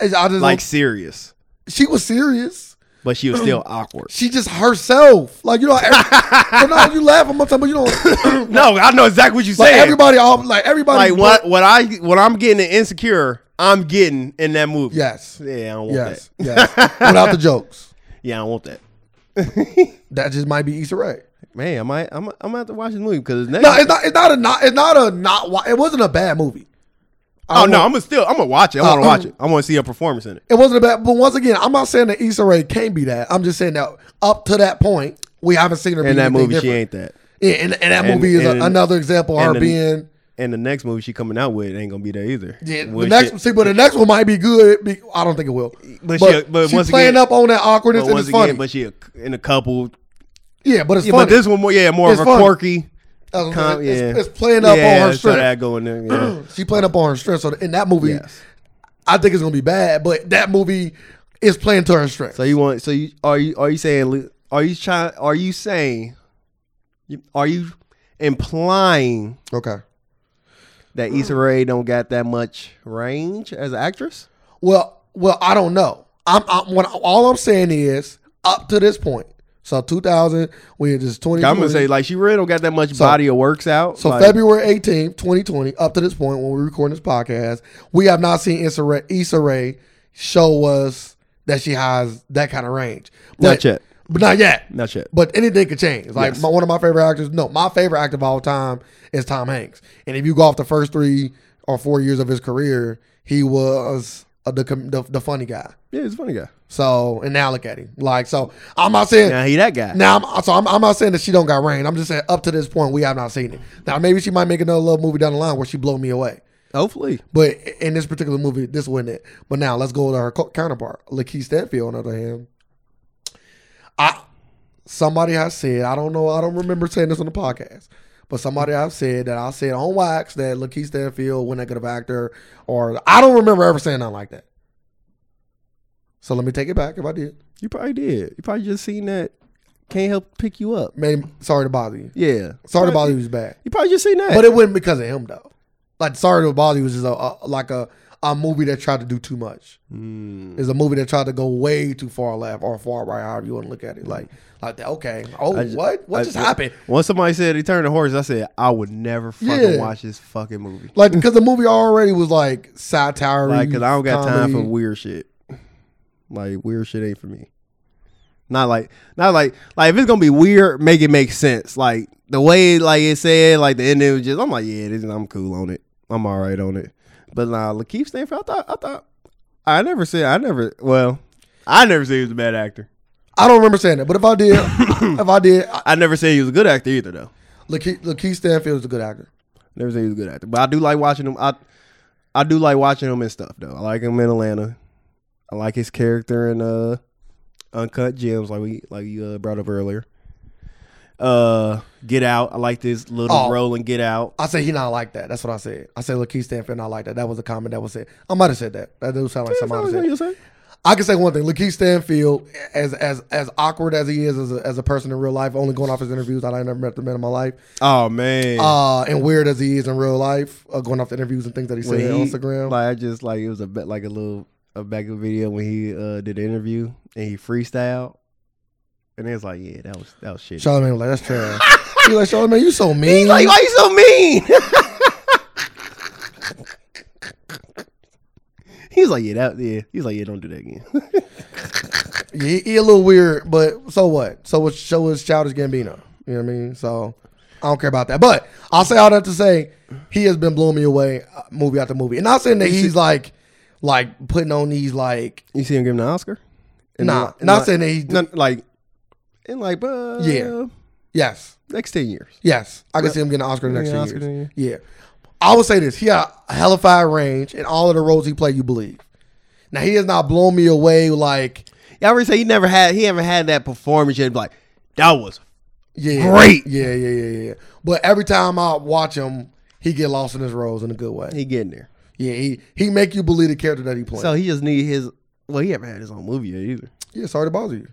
[SPEAKER 2] It's- I just
[SPEAKER 1] like
[SPEAKER 2] like
[SPEAKER 1] serious,
[SPEAKER 2] she was serious.
[SPEAKER 1] but she was still awkward.
[SPEAKER 2] She just herself. Like you know, every, but no, you laugh. I'm talking, but you know,
[SPEAKER 1] No, I know exactly what you
[SPEAKER 2] like
[SPEAKER 1] saying.
[SPEAKER 2] everybody, all like everybody.
[SPEAKER 1] like what what I what I'm getting in insecure, I'm getting in that movie.
[SPEAKER 2] Yes,
[SPEAKER 1] Yeah, I don't want
[SPEAKER 2] yes,
[SPEAKER 1] that.
[SPEAKER 2] yes. Without the jokes.
[SPEAKER 1] Yeah, I don't want that.
[SPEAKER 2] That just might be Easter egg.
[SPEAKER 1] Man, I might, I'm, I'm gonna have to watch this movie because next.
[SPEAKER 2] No, it's not. It's not a not. It's not a not. wa- It wasn't a bad movie. I
[SPEAKER 1] oh no,
[SPEAKER 2] wa-
[SPEAKER 1] I'm gonna still, I'm gonna watch it. I want
[SPEAKER 2] Uh,
[SPEAKER 1] to watch it. I want to see her performance in it.
[SPEAKER 2] it wasn't a bad. But once again, I'm not saying that Easter egg can't be that. I'm just saying that up to that point, we haven't seen her. be
[SPEAKER 1] And that
[SPEAKER 2] anything
[SPEAKER 1] movie, she
[SPEAKER 2] different.
[SPEAKER 1] ain't that.
[SPEAKER 2] Yeah, and, and that
[SPEAKER 1] And-
[SPEAKER 2] movie is a-
[SPEAKER 1] and-
[SPEAKER 2] another example of her
[SPEAKER 1] and the-
[SPEAKER 2] being.
[SPEAKER 1] And the next movie she coming out with ain't gonna be there either.
[SPEAKER 2] Yeah, the
[SPEAKER 1] Well,
[SPEAKER 2] next
[SPEAKER 1] shit.
[SPEAKER 2] see, but the next one might be good. Be, I don't think it will.
[SPEAKER 1] But
[SPEAKER 2] But,
[SPEAKER 1] she- but
[SPEAKER 2] she's
[SPEAKER 1] once
[SPEAKER 2] playing
[SPEAKER 1] again-
[SPEAKER 2] up on that awkwardness
[SPEAKER 1] but
[SPEAKER 2] and
[SPEAKER 1] once
[SPEAKER 2] it's
[SPEAKER 1] again,
[SPEAKER 2] funny.
[SPEAKER 1] but she a, in a couple.
[SPEAKER 2] yeah, but it's
[SPEAKER 1] Yeah,
[SPEAKER 2] funny.
[SPEAKER 1] but this one more, yeah, more
[SPEAKER 2] It's
[SPEAKER 1] of a
[SPEAKER 2] funny.
[SPEAKER 1] quirky.
[SPEAKER 2] That's what I'm
[SPEAKER 1] com-
[SPEAKER 2] saying.
[SPEAKER 1] yeah.
[SPEAKER 2] it's, it's playing up
[SPEAKER 1] yeah,
[SPEAKER 2] on her
[SPEAKER 1] so
[SPEAKER 2] strength.
[SPEAKER 1] that going there. Yeah.
[SPEAKER 2] she playing up on her strength. So in that movie,
[SPEAKER 1] Yes.
[SPEAKER 2] I think it's gonna be bad. But that movie is playing to her strength.
[SPEAKER 1] So you want? So you are you are you saying? Lu- Are you trying? Are you saying? you- Are you implying
[SPEAKER 2] okay.
[SPEAKER 1] that Issa Rae don't got that much range as an actress?
[SPEAKER 2] Well, well, I don't know. I'm, I'm when, all I'm saying is up to this point. So 2000, we had just 20.
[SPEAKER 1] I'm gonna say like she really don't got that much body of works out.
[SPEAKER 2] So
[SPEAKER 1] like,
[SPEAKER 2] February 18th, 2020, up to this point when we're recording this podcast, we have not seen Issa Rae, Issa Rae show us that she has that kind of range.
[SPEAKER 1] Not yet.
[SPEAKER 2] But not yet.
[SPEAKER 1] Not yet.
[SPEAKER 2] But anything could change. Like
[SPEAKER 1] Yes.
[SPEAKER 2] my, one of my favorite actors, no, my favorite actor of all time is Tom Hanks. And if you go off the first three or four years of his career, he was uh, the, com- the the funny guy.
[SPEAKER 1] Yeah, he's a funny guy.
[SPEAKER 2] So and now look at him. Like so, I'm not saying
[SPEAKER 1] Now he that guy.
[SPEAKER 2] now, I'm, so I'm, I'm not saying that she don't got rain. I'm just saying up to this point, we have not seen it. Now, maybe she might make another love movie down the line where she blow me away.
[SPEAKER 1] Hopefully,
[SPEAKER 2] But in this particular movie, this wasn't it. But now let's go to her co- counterpart, Lakeith Stanfield. On the other hand, I somebody has said I don't know I don't remember saying this on the podcast, but somebody I've said that I said on wax that Lakeith Stanfield wasn't that good of an actor, or I don't remember ever saying nothing like that. So let me take it back if I did.
[SPEAKER 1] you probably did. You probably just seen that. Can't help pick you up.
[SPEAKER 2] Man, sorry to bother you.
[SPEAKER 1] Yeah.
[SPEAKER 2] Sorry to
[SPEAKER 1] Probably-
[SPEAKER 2] bother you was bad.
[SPEAKER 1] You probably just seen that.
[SPEAKER 2] But it wasn't because of him though. Like Sorry to Bother You was just a, a like a a movie that tried to do too much.
[SPEAKER 1] Mm.
[SPEAKER 2] It's a movie that tried to go way too far left or far right, however you want to look at it. Like like that. Okay. Oh,
[SPEAKER 1] Hmm. I ju-
[SPEAKER 2] what? What
[SPEAKER 1] I
[SPEAKER 2] just
[SPEAKER 1] ju-
[SPEAKER 2] happened?
[SPEAKER 1] Once somebody said he turned the horse, I said I would never fucking
[SPEAKER 2] Yeah.
[SPEAKER 1] watch this fucking movie.
[SPEAKER 2] Like because the movie already was like satire.
[SPEAKER 1] Like, cause I don't got time for
[SPEAKER 2] comedy.
[SPEAKER 1] weird shit. Like weird shit ain't for me. Not like, not like, like if it's gonna be weird, make it make sense. Like the way like it said, like the ending was just, I'm like, yeah, this, I'm cool on it. I'm all right on it. But nah, Lakeith Stanfield, I thought, I thought, I never said, I never, well, I never said he was a bad actor.
[SPEAKER 2] I don't remember saying that, but if I did, if I did, I-
[SPEAKER 1] I never said he was a good actor either, though.
[SPEAKER 2] Lakeith Lakeith Stanfield is a good actor.
[SPEAKER 1] Never said he was a good actor, but I do like watching him. I, I do like watching him and stuff though. I like him in Atlanta. I like his character in uh, Uncut Gems, like we like you uh, brought up earlier. Uh, Get Out. I like this little
[SPEAKER 2] Oh.
[SPEAKER 1] role in Get Out.
[SPEAKER 2] I say he not like that. That's what I said. I said Lakeith Stanfield not like that. That was a comment that was said. I might have said that. That does sound like somebody said. I can say one thing: Lakeith Stanfield, as as as awkward as he is as a, as a person in real life, only going off his interviews, I never met the man in my life.
[SPEAKER 1] Oh man,
[SPEAKER 2] Uh, and weird as he is in real life, uh, going off the interviews and things that he said
[SPEAKER 1] when
[SPEAKER 2] on
[SPEAKER 1] he,
[SPEAKER 2] Instagram.
[SPEAKER 1] like I just like it was a bit like a little a back of video when he uh did the interview and he freestyled, and it was like yeah, that was that was shit.
[SPEAKER 2] Charlamagne was like, "That's trash." He like, "Charlamagne, you so mean."
[SPEAKER 1] He's like, why you so mean? He was like, yeah, that, yeah. He was like, yeah, don't do that again.
[SPEAKER 2] yeah, he, he a little weird, but so what? So what? So is Childish Gambino. You know what I mean? So I don't care about that. But I'll say all that to say he has been blowing me away, uh, movie after movie, and not saying that he's like like putting on these like
[SPEAKER 1] you see him give him the Oscar?
[SPEAKER 2] Nah,
[SPEAKER 1] li-
[SPEAKER 2] not
[SPEAKER 1] li-
[SPEAKER 2] saying that he-
[SPEAKER 1] not- like, and like, but
[SPEAKER 2] Yeah. yes.
[SPEAKER 1] next ten years.
[SPEAKER 2] Yes, I can see him getting an Oscar the next
[SPEAKER 1] Yeah,
[SPEAKER 2] few
[SPEAKER 1] Oscar,
[SPEAKER 2] years. Yeah, I would say this: he had a hellified range in all of the roles he played. You believe? Now he has not blown me away. Like,
[SPEAKER 1] Yeah, I already say he never had, he haven't had that performance yet. Like, that was
[SPEAKER 2] yeah,
[SPEAKER 1] Great.
[SPEAKER 2] Yeah, yeah, yeah, yeah. But every time I watch him, he get lost in his roles in a good way.
[SPEAKER 1] he getting there.
[SPEAKER 2] Yeah, he he make you believe the character that he plays.
[SPEAKER 1] So he just need his. Well, he haven't had his own movie yet either.
[SPEAKER 2] yeah, sorry to bother you.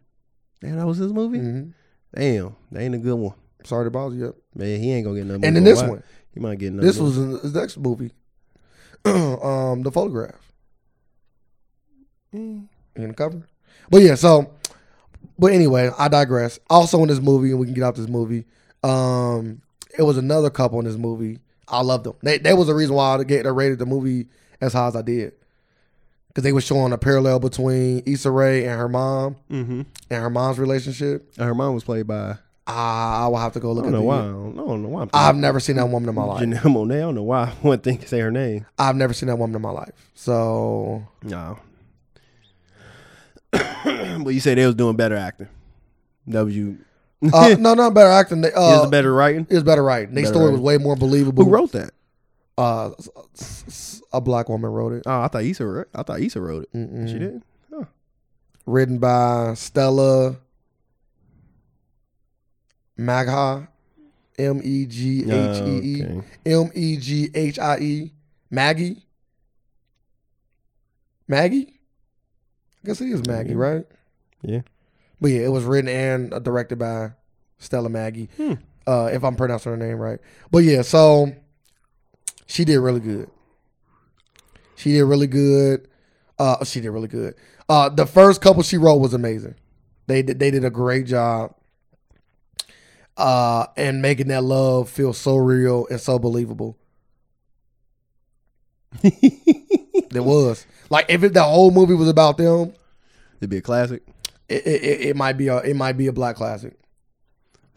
[SPEAKER 1] Damn, that was his movie.
[SPEAKER 2] Mhm.
[SPEAKER 1] Damn, that ain't a good one.
[SPEAKER 2] Sorry to bother you.
[SPEAKER 1] Man, he ain't gonna get nothing.
[SPEAKER 2] And then this one,
[SPEAKER 1] he might get another.
[SPEAKER 2] this was in his next movie, um, the photograph.
[SPEAKER 1] Mm.
[SPEAKER 2] in the cover. But yeah, so but anyway, I digress. Also in this movie, and we can get out this movie. Um, it was another couple in this movie. I loved them. They that was the reason why I get I rated the movie as high as I did. because they were showing a parallel between Issa Rae and her mom
[SPEAKER 1] Mm-hmm.
[SPEAKER 2] and her mom's relationship.
[SPEAKER 1] Her mom was played by
[SPEAKER 2] Ah, I will have to go
[SPEAKER 1] I
[SPEAKER 2] look
[SPEAKER 1] don't
[SPEAKER 2] at
[SPEAKER 1] know
[SPEAKER 2] the.
[SPEAKER 1] why. I don't, I don't know why. I'm
[SPEAKER 2] I've never seen that woman in my life.
[SPEAKER 1] Janelle Monae. I don't know why I wouldn't think to say her name.
[SPEAKER 2] I've never seen that woman in my life. So
[SPEAKER 1] No. but you say they was doing better acting. That was you.
[SPEAKER 2] uh, no, not better acting. They,
[SPEAKER 1] Is
[SPEAKER 2] uh,
[SPEAKER 1] the better writing.
[SPEAKER 2] it was better writing. Their
[SPEAKER 1] Better
[SPEAKER 2] story was
[SPEAKER 1] writing.
[SPEAKER 2] way more believable.
[SPEAKER 1] Who wrote that?
[SPEAKER 2] Uh, s- s- s- a black woman wrote it.
[SPEAKER 1] Oh, I thought Issa. wrote- I thought Issa wrote it.
[SPEAKER 2] Mm-mm.
[SPEAKER 1] She did.
[SPEAKER 2] Written by Stella Magha, M E G H E E
[SPEAKER 1] Oh, Okay.
[SPEAKER 2] M E G H I E Maggie. Maggie. I guess it is Maggie,
[SPEAKER 1] Yeah.
[SPEAKER 2] right?
[SPEAKER 1] Yeah.
[SPEAKER 2] But yeah, it was written and uh, directed by Stella Maggie,
[SPEAKER 1] Hmm.
[SPEAKER 2] uh, if I'm pronouncing her name right. But yeah, so she did really good. She did really good. Uh, she did really good. Uh, the first couple she wrote was amazing. They did, they did a great job. Uh, and making that love feel so real and so believable. It was like if it, the whole movie was about them,
[SPEAKER 1] It'd be a classic.
[SPEAKER 2] it, it, it- it might be a it might be a black classic.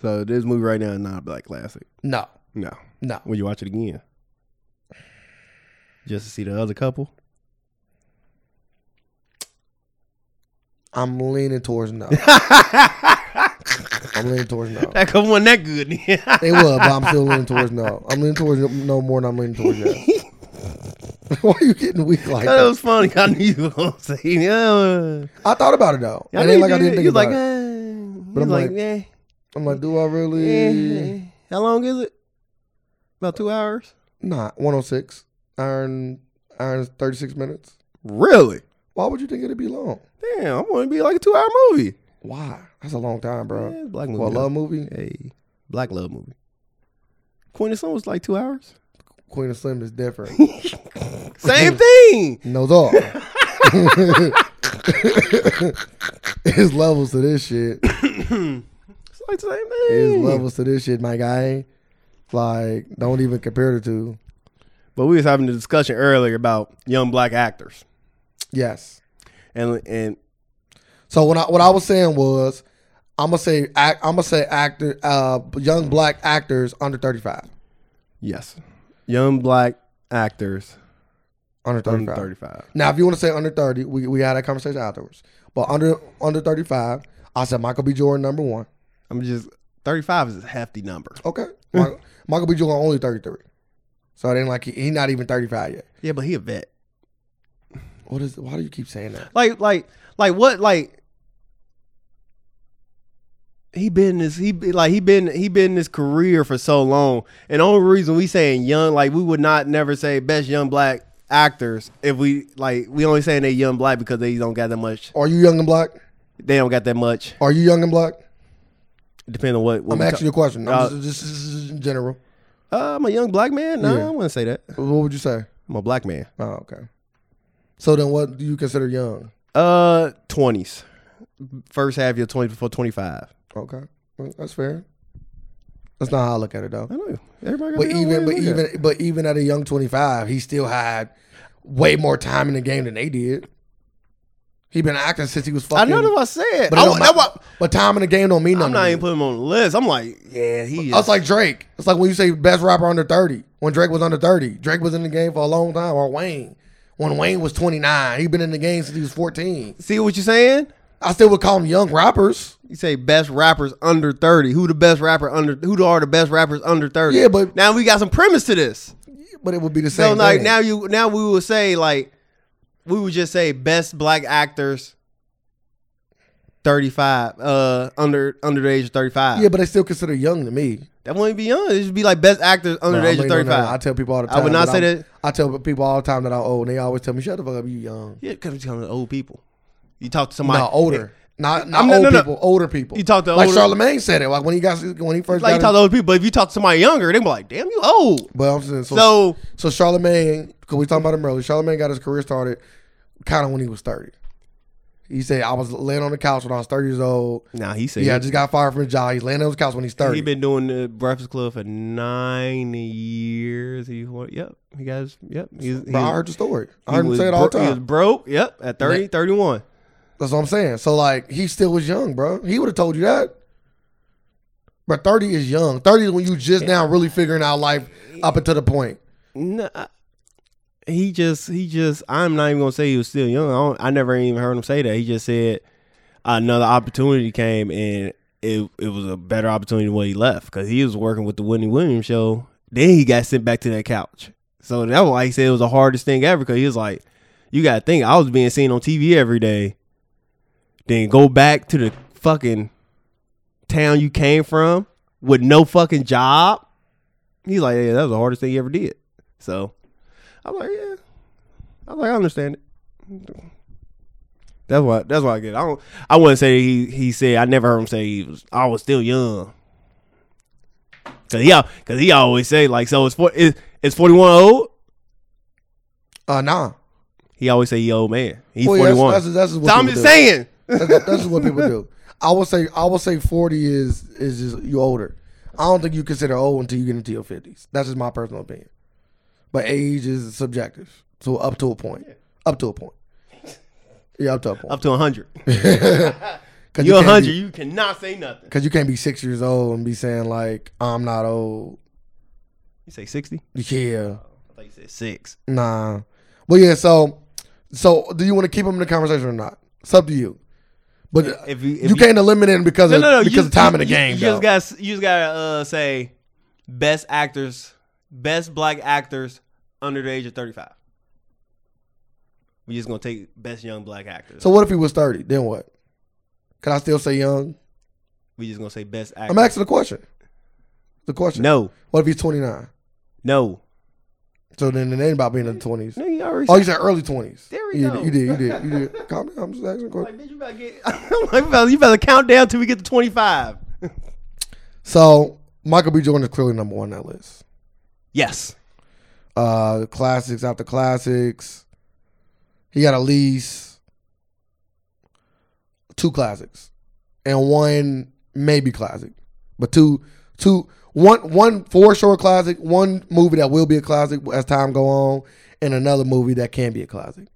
[SPEAKER 1] So this movie right now is not a black classic.
[SPEAKER 2] No,
[SPEAKER 1] No.
[SPEAKER 2] no,
[SPEAKER 1] Would you watch it again? Just to see the other couple?
[SPEAKER 2] I'm leaning towards no.
[SPEAKER 1] that
[SPEAKER 2] I'm leaning towards no.
[SPEAKER 1] couple wasn't that good.
[SPEAKER 2] They would, but I'm still leaning towards no. I'm leaning towards no more than I'm leaning towards yes. Why are you getting weak like
[SPEAKER 1] that
[SPEAKER 2] that?
[SPEAKER 1] was funny. I knew you were gonna say. Yeah.
[SPEAKER 2] I thought about it though.
[SPEAKER 1] I know
[SPEAKER 2] I didn't
[SPEAKER 1] you
[SPEAKER 2] like
[SPEAKER 1] did.
[SPEAKER 2] I didn't think
[SPEAKER 1] You was
[SPEAKER 2] about
[SPEAKER 1] like,
[SPEAKER 2] it.
[SPEAKER 1] eh.
[SPEAKER 2] But
[SPEAKER 1] You was
[SPEAKER 2] I'm like,
[SPEAKER 1] eh,
[SPEAKER 2] I'm like, do I really?
[SPEAKER 1] eh. How long is it? About two hours.
[SPEAKER 2] Nah, 106. Iron, iron, 36 minutes.
[SPEAKER 1] Really?
[SPEAKER 2] Why would you think it'd be long?
[SPEAKER 1] Damn, I want to be like a two hour movie.
[SPEAKER 2] Why? That's a long time, bro.
[SPEAKER 1] Yeah, it's a black movie.
[SPEAKER 2] For a love movie,
[SPEAKER 1] Hey, black love movie. Queen of Stone was like two hours.
[SPEAKER 2] Queen of Slim is different.
[SPEAKER 1] Same thing.
[SPEAKER 2] No dog. His levels to this shit.
[SPEAKER 1] It's like the same
[SPEAKER 2] His
[SPEAKER 1] thing.
[SPEAKER 2] levels to this shit, my guy. Like, don't even compare the two.
[SPEAKER 1] But we was having a discussion earlier about young black actors,
[SPEAKER 2] Yes.
[SPEAKER 1] and and
[SPEAKER 2] So when I what I was saying was, I'm gonna say act, I'm gonna say actor, uh, young black actors under 35,
[SPEAKER 1] yes, young black actors
[SPEAKER 2] under 35.
[SPEAKER 1] under thirty five.
[SPEAKER 2] Now, if you want to say under 30, we we had that conversation afterwards. But under under 35, I said Michael B. Jordan number one.
[SPEAKER 1] I'm just thirty five is a hefty number.
[SPEAKER 2] Okay, Michael, Michael B. Jordan only 33. So it ain't like he, he not even 35 yet.
[SPEAKER 1] Yeah, but he a vet.
[SPEAKER 2] What is? Why do you keep saying that?
[SPEAKER 1] Like like like what like he been this he be- like he been he been in this career for so long, and the only reason we saying young like we would not never say best young black actors if we like we only saying they young black because they don't got that much
[SPEAKER 2] Are you young and black?
[SPEAKER 1] they don't got that much
[SPEAKER 2] Are you young and black?
[SPEAKER 1] depending on what, what
[SPEAKER 2] I'm
[SPEAKER 1] we
[SPEAKER 2] asking you a question. I'm
[SPEAKER 1] Uh,
[SPEAKER 2] just, just- just- just in general.
[SPEAKER 1] Uh, I'm a young black man. No,
[SPEAKER 2] Yeah.
[SPEAKER 1] I wouldn't say that.
[SPEAKER 2] What would you say?
[SPEAKER 1] I'm a black man.
[SPEAKER 2] Oh, okay. So then, what do you consider young?
[SPEAKER 1] Uh, twenties, first half of your twenties before twenty five.
[SPEAKER 2] Okay, Well, that's fair. That's not how I look at it though.
[SPEAKER 1] I know everybody. Got
[SPEAKER 2] But
[SPEAKER 1] their own way
[SPEAKER 2] even, but
[SPEAKER 1] to look at it.
[SPEAKER 2] even, but even at a young 25, he still had way more time in the game than they did. He been acting since he was
[SPEAKER 1] I
[SPEAKER 2] fucking.
[SPEAKER 1] know that's what I said.
[SPEAKER 2] But, it
[SPEAKER 1] I,
[SPEAKER 2] don't
[SPEAKER 1] wa- that
[SPEAKER 2] matter.
[SPEAKER 1] wa-
[SPEAKER 2] but time in the game don't mean nothing.
[SPEAKER 1] I'm not
[SPEAKER 2] to
[SPEAKER 1] even
[SPEAKER 2] me.
[SPEAKER 1] putting him on the list. I'm like, yeah, he. Is.
[SPEAKER 2] I was like Drake. It's like when you say best rapper under 30. When Drake was under 30, Drake was in the game for a long time. Or Wayne. When Wayne was 29, he been in the game since he was 14.
[SPEAKER 1] see what you're saying.
[SPEAKER 2] I still would call them young rappers.
[SPEAKER 1] You say best rappers under thirty. Who the best rapper under? Who are the best rappers under thirty?
[SPEAKER 2] Yeah, but-
[SPEAKER 1] now we got some premise to this.
[SPEAKER 2] But it would be the same
[SPEAKER 1] So like
[SPEAKER 2] thing.
[SPEAKER 1] now you now we would say like we would just say best black actors thirty five uh under under the age of thirty five.
[SPEAKER 2] yeah, but they still consider young to me.
[SPEAKER 1] That wouldn't be young. It should be like best actors under
[SPEAKER 2] No,
[SPEAKER 1] the
[SPEAKER 2] I'm
[SPEAKER 1] age of
[SPEAKER 2] leaning on
[SPEAKER 1] thirty
[SPEAKER 2] that. I
[SPEAKER 1] five.
[SPEAKER 2] tell people all the
[SPEAKER 1] I
[SPEAKER 2] time.
[SPEAKER 1] would not say
[SPEAKER 2] I'm-
[SPEAKER 1] that-
[SPEAKER 2] I tell people all the time that I'm old, and they always tell me, "Shut the fuck up, you young."
[SPEAKER 1] Yeah, because we're talking to old people. You talk to somebody
[SPEAKER 2] No, older. Not, not
[SPEAKER 1] I'm not-
[SPEAKER 2] old
[SPEAKER 1] no, no.
[SPEAKER 2] people. Older people.
[SPEAKER 1] You talk to
[SPEAKER 2] like
[SPEAKER 1] older-
[SPEAKER 2] Charlemagne said it. Like when he got when he first
[SPEAKER 1] Like you
[SPEAKER 2] got.
[SPEAKER 1] talk to old people, but if you talk to somebody younger, they be like, "Damn, you old."
[SPEAKER 2] but I'm saying so.
[SPEAKER 1] So
[SPEAKER 2] So Charlemagne, because we talking about him earlier, Charlemagne got his career started kind of when he was thirty. He said I was laying on the couch when I was 30 years old.
[SPEAKER 1] Now he said
[SPEAKER 2] Yeah, I just got fired from a job. He's laying on his couch when he's 30.
[SPEAKER 1] he been doing the Breakfast Club for nine years. He wa- yep, he guys yep. He's,
[SPEAKER 2] Bro, I
[SPEAKER 1] he's-
[SPEAKER 2] heard the story.
[SPEAKER 1] he
[SPEAKER 2] I heard him
[SPEAKER 1] was
[SPEAKER 2] say it all the
[SPEAKER 1] bro- He was
[SPEAKER 2] time.
[SPEAKER 1] broke. Yep, at 30, 31.
[SPEAKER 2] That's what I'm saying. So like he still was young, bro. He would have told you that. But 30 is young. 30 is when you just now really figuring out life up until the point.
[SPEAKER 1] No, I- he just he just. I'm not even gonna say he was still young. I, don't, I never even heard him say that. He just said another opportunity came and it it was a better opportunity than what he left because he was working with the Wendy Williams show. Then he got sent back to that couch. So that's why he said it was the hardest thing ever because he was like, you gotta think I was being seen on TV every day. Then go back to the fucking town you came from with no fucking job. He's like, yeah, that was the hardest thing he ever did. So I'm like, yeah. I'm like, I understand it. That's why. That's why I get. It. I don't. I wouldn't say he. He said I never heard him say he was. I was still young. Cause he. al- Cause he always say like so. It's for. It's, it's forty one old.
[SPEAKER 2] Uh nah.
[SPEAKER 1] He always say he old man. He's
[SPEAKER 2] Well,
[SPEAKER 1] forty
[SPEAKER 2] yeah, that's-
[SPEAKER 1] one.
[SPEAKER 2] That's, that's just what
[SPEAKER 1] So I'm
[SPEAKER 2] people
[SPEAKER 1] just
[SPEAKER 2] do.
[SPEAKER 1] saying.
[SPEAKER 2] That's, that's just what people do. I will say I will say 40 is is just you older. I don't think you consider old until you get into your 50s. That's just my personal opinion. But age is subjective. So up to a point. Up to a point. Yeah, up to a point.
[SPEAKER 1] Up to hundred.
[SPEAKER 2] 'Cause you
[SPEAKER 1] You're
[SPEAKER 2] can't
[SPEAKER 1] hundred.
[SPEAKER 2] be-
[SPEAKER 1] You cannot say nothing.
[SPEAKER 2] Cause you can't be six years old and be saying like I'm not old.
[SPEAKER 1] You say sixty.
[SPEAKER 2] Yeah,
[SPEAKER 1] I thought you said six.
[SPEAKER 2] nah. But yeah, so so do you want to keep them in the conversation or not? It's up to you. But
[SPEAKER 1] If you, if
[SPEAKER 2] Uh, you can't eliminate them because of because of time in the game.
[SPEAKER 1] You
[SPEAKER 2] though.
[SPEAKER 1] just got you just got to uh, say best actors, best black actors under the age of thirty five. We just gonna take best young black actors.
[SPEAKER 2] so what if he was thirty? Then what? Can I still say young?
[SPEAKER 1] we just gonna say best actors.
[SPEAKER 2] I'm asking the question. The question.
[SPEAKER 1] no,
[SPEAKER 2] What if he's 29?
[SPEAKER 1] no,
[SPEAKER 2] So then it ain't about being in the 20s.
[SPEAKER 1] no. You already.
[SPEAKER 2] Oh, you said early 20s.
[SPEAKER 1] There we
[SPEAKER 2] you,
[SPEAKER 1] go.
[SPEAKER 2] you did. You did. You did. Calm down. I'm just asking a question.
[SPEAKER 1] like, bitch, you better get. I'm like, fella, you better count down till we get to twenty five.
[SPEAKER 2] So Michael B. Jordan is clearly number one on that list.
[SPEAKER 1] yes.
[SPEAKER 2] uh classics after classics. He got at least two classics and one maybe classic, but two two one one for sure classic, one movie that will be a classic as time go on, and another movie that can be a classic.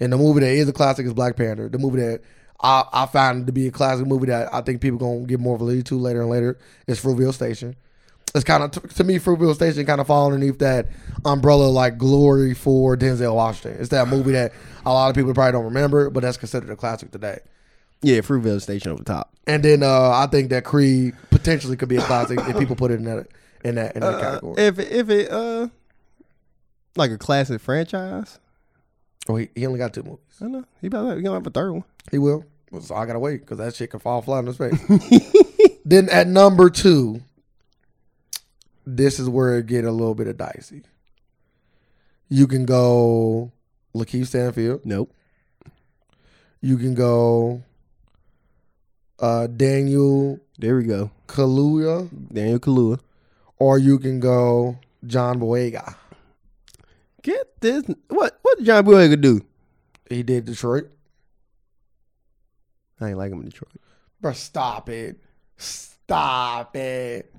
[SPEAKER 2] And the movie that is a classic is Black Panther. The movie that I, I found to be a classic movie that I think people gonna get more validity to later and later is Fruitvale Station it's kind of to me Fruitvale Station kind of fall underneath that umbrella like glory for Denzel Washington. It's that movie that a lot of people probably don't remember, but that's considered a classic today.
[SPEAKER 1] Yeah, Fruitvale Station over top.
[SPEAKER 2] And then uh, I think that Creed potentially could be a classic if people put it in that in that in that category.
[SPEAKER 1] if if it uh like a classic franchise,
[SPEAKER 2] oh, he, he only got two movies.
[SPEAKER 1] I know you better you gonna have a third one.
[SPEAKER 2] He will. So I gotta wait because that shit can fall flat in his face. then at number two, this is where it get a little bit of dicey. You can go Lakeith Stanfield.
[SPEAKER 1] Nope.
[SPEAKER 2] You can go uh, Daniel
[SPEAKER 1] There we go.
[SPEAKER 2] Kaluuya,
[SPEAKER 1] Daniel Kalua.
[SPEAKER 2] or you can go John Boyega.
[SPEAKER 1] Get this. What what did John Boyega do?
[SPEAKER 2] He did Detroit.
[SPEAKER 1] I ain't like him in Detroit.
[SPEAKER 2] Bro, stop it. Stop it.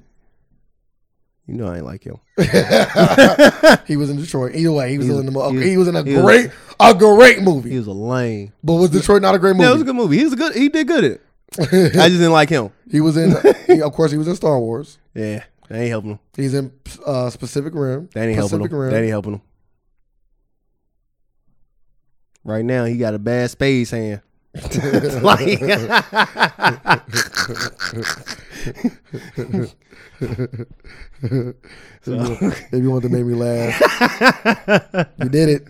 [SPEAKER 1] You know I ain't like him.
[SPEAKER 2] he was in Detroit. Either way, he was
[SPEAKER 1] He was-
[SPEAKER 2] in the mo-
[SPEAKER 1] he was-
[SPEAKER 2] he was in a
[SPEAKER 1] he was-
[SPEAKER 2] great a great movie.
[SPEAKER 1] He was a lame.
[SPEAKER 2] but was Detroit not a great
[SPEAKER 1] No, it was a
[SPEAKER 2] movie?
[SPEAKER 1] good movie. He was a good. He did good at it. I just didn't like him.
[SPEAKER 2] he was in he- of course he was in Star Wars.
[SPEAKER 1] Yeah, that ain't helping him.
[SPEAKER 2] He's in uh Pacific Rim.
[SPEAKER 1] That ain't helping
[SPEAKER 2] Pacific
[SPEAKER 1] him.
[SPEAKER 2] Rim.
[SPEAKER 1] That ain't helping him. Right now, he got a bad spades hand. like, so,
[SPEAKER 2] If you want to make me laugh, you did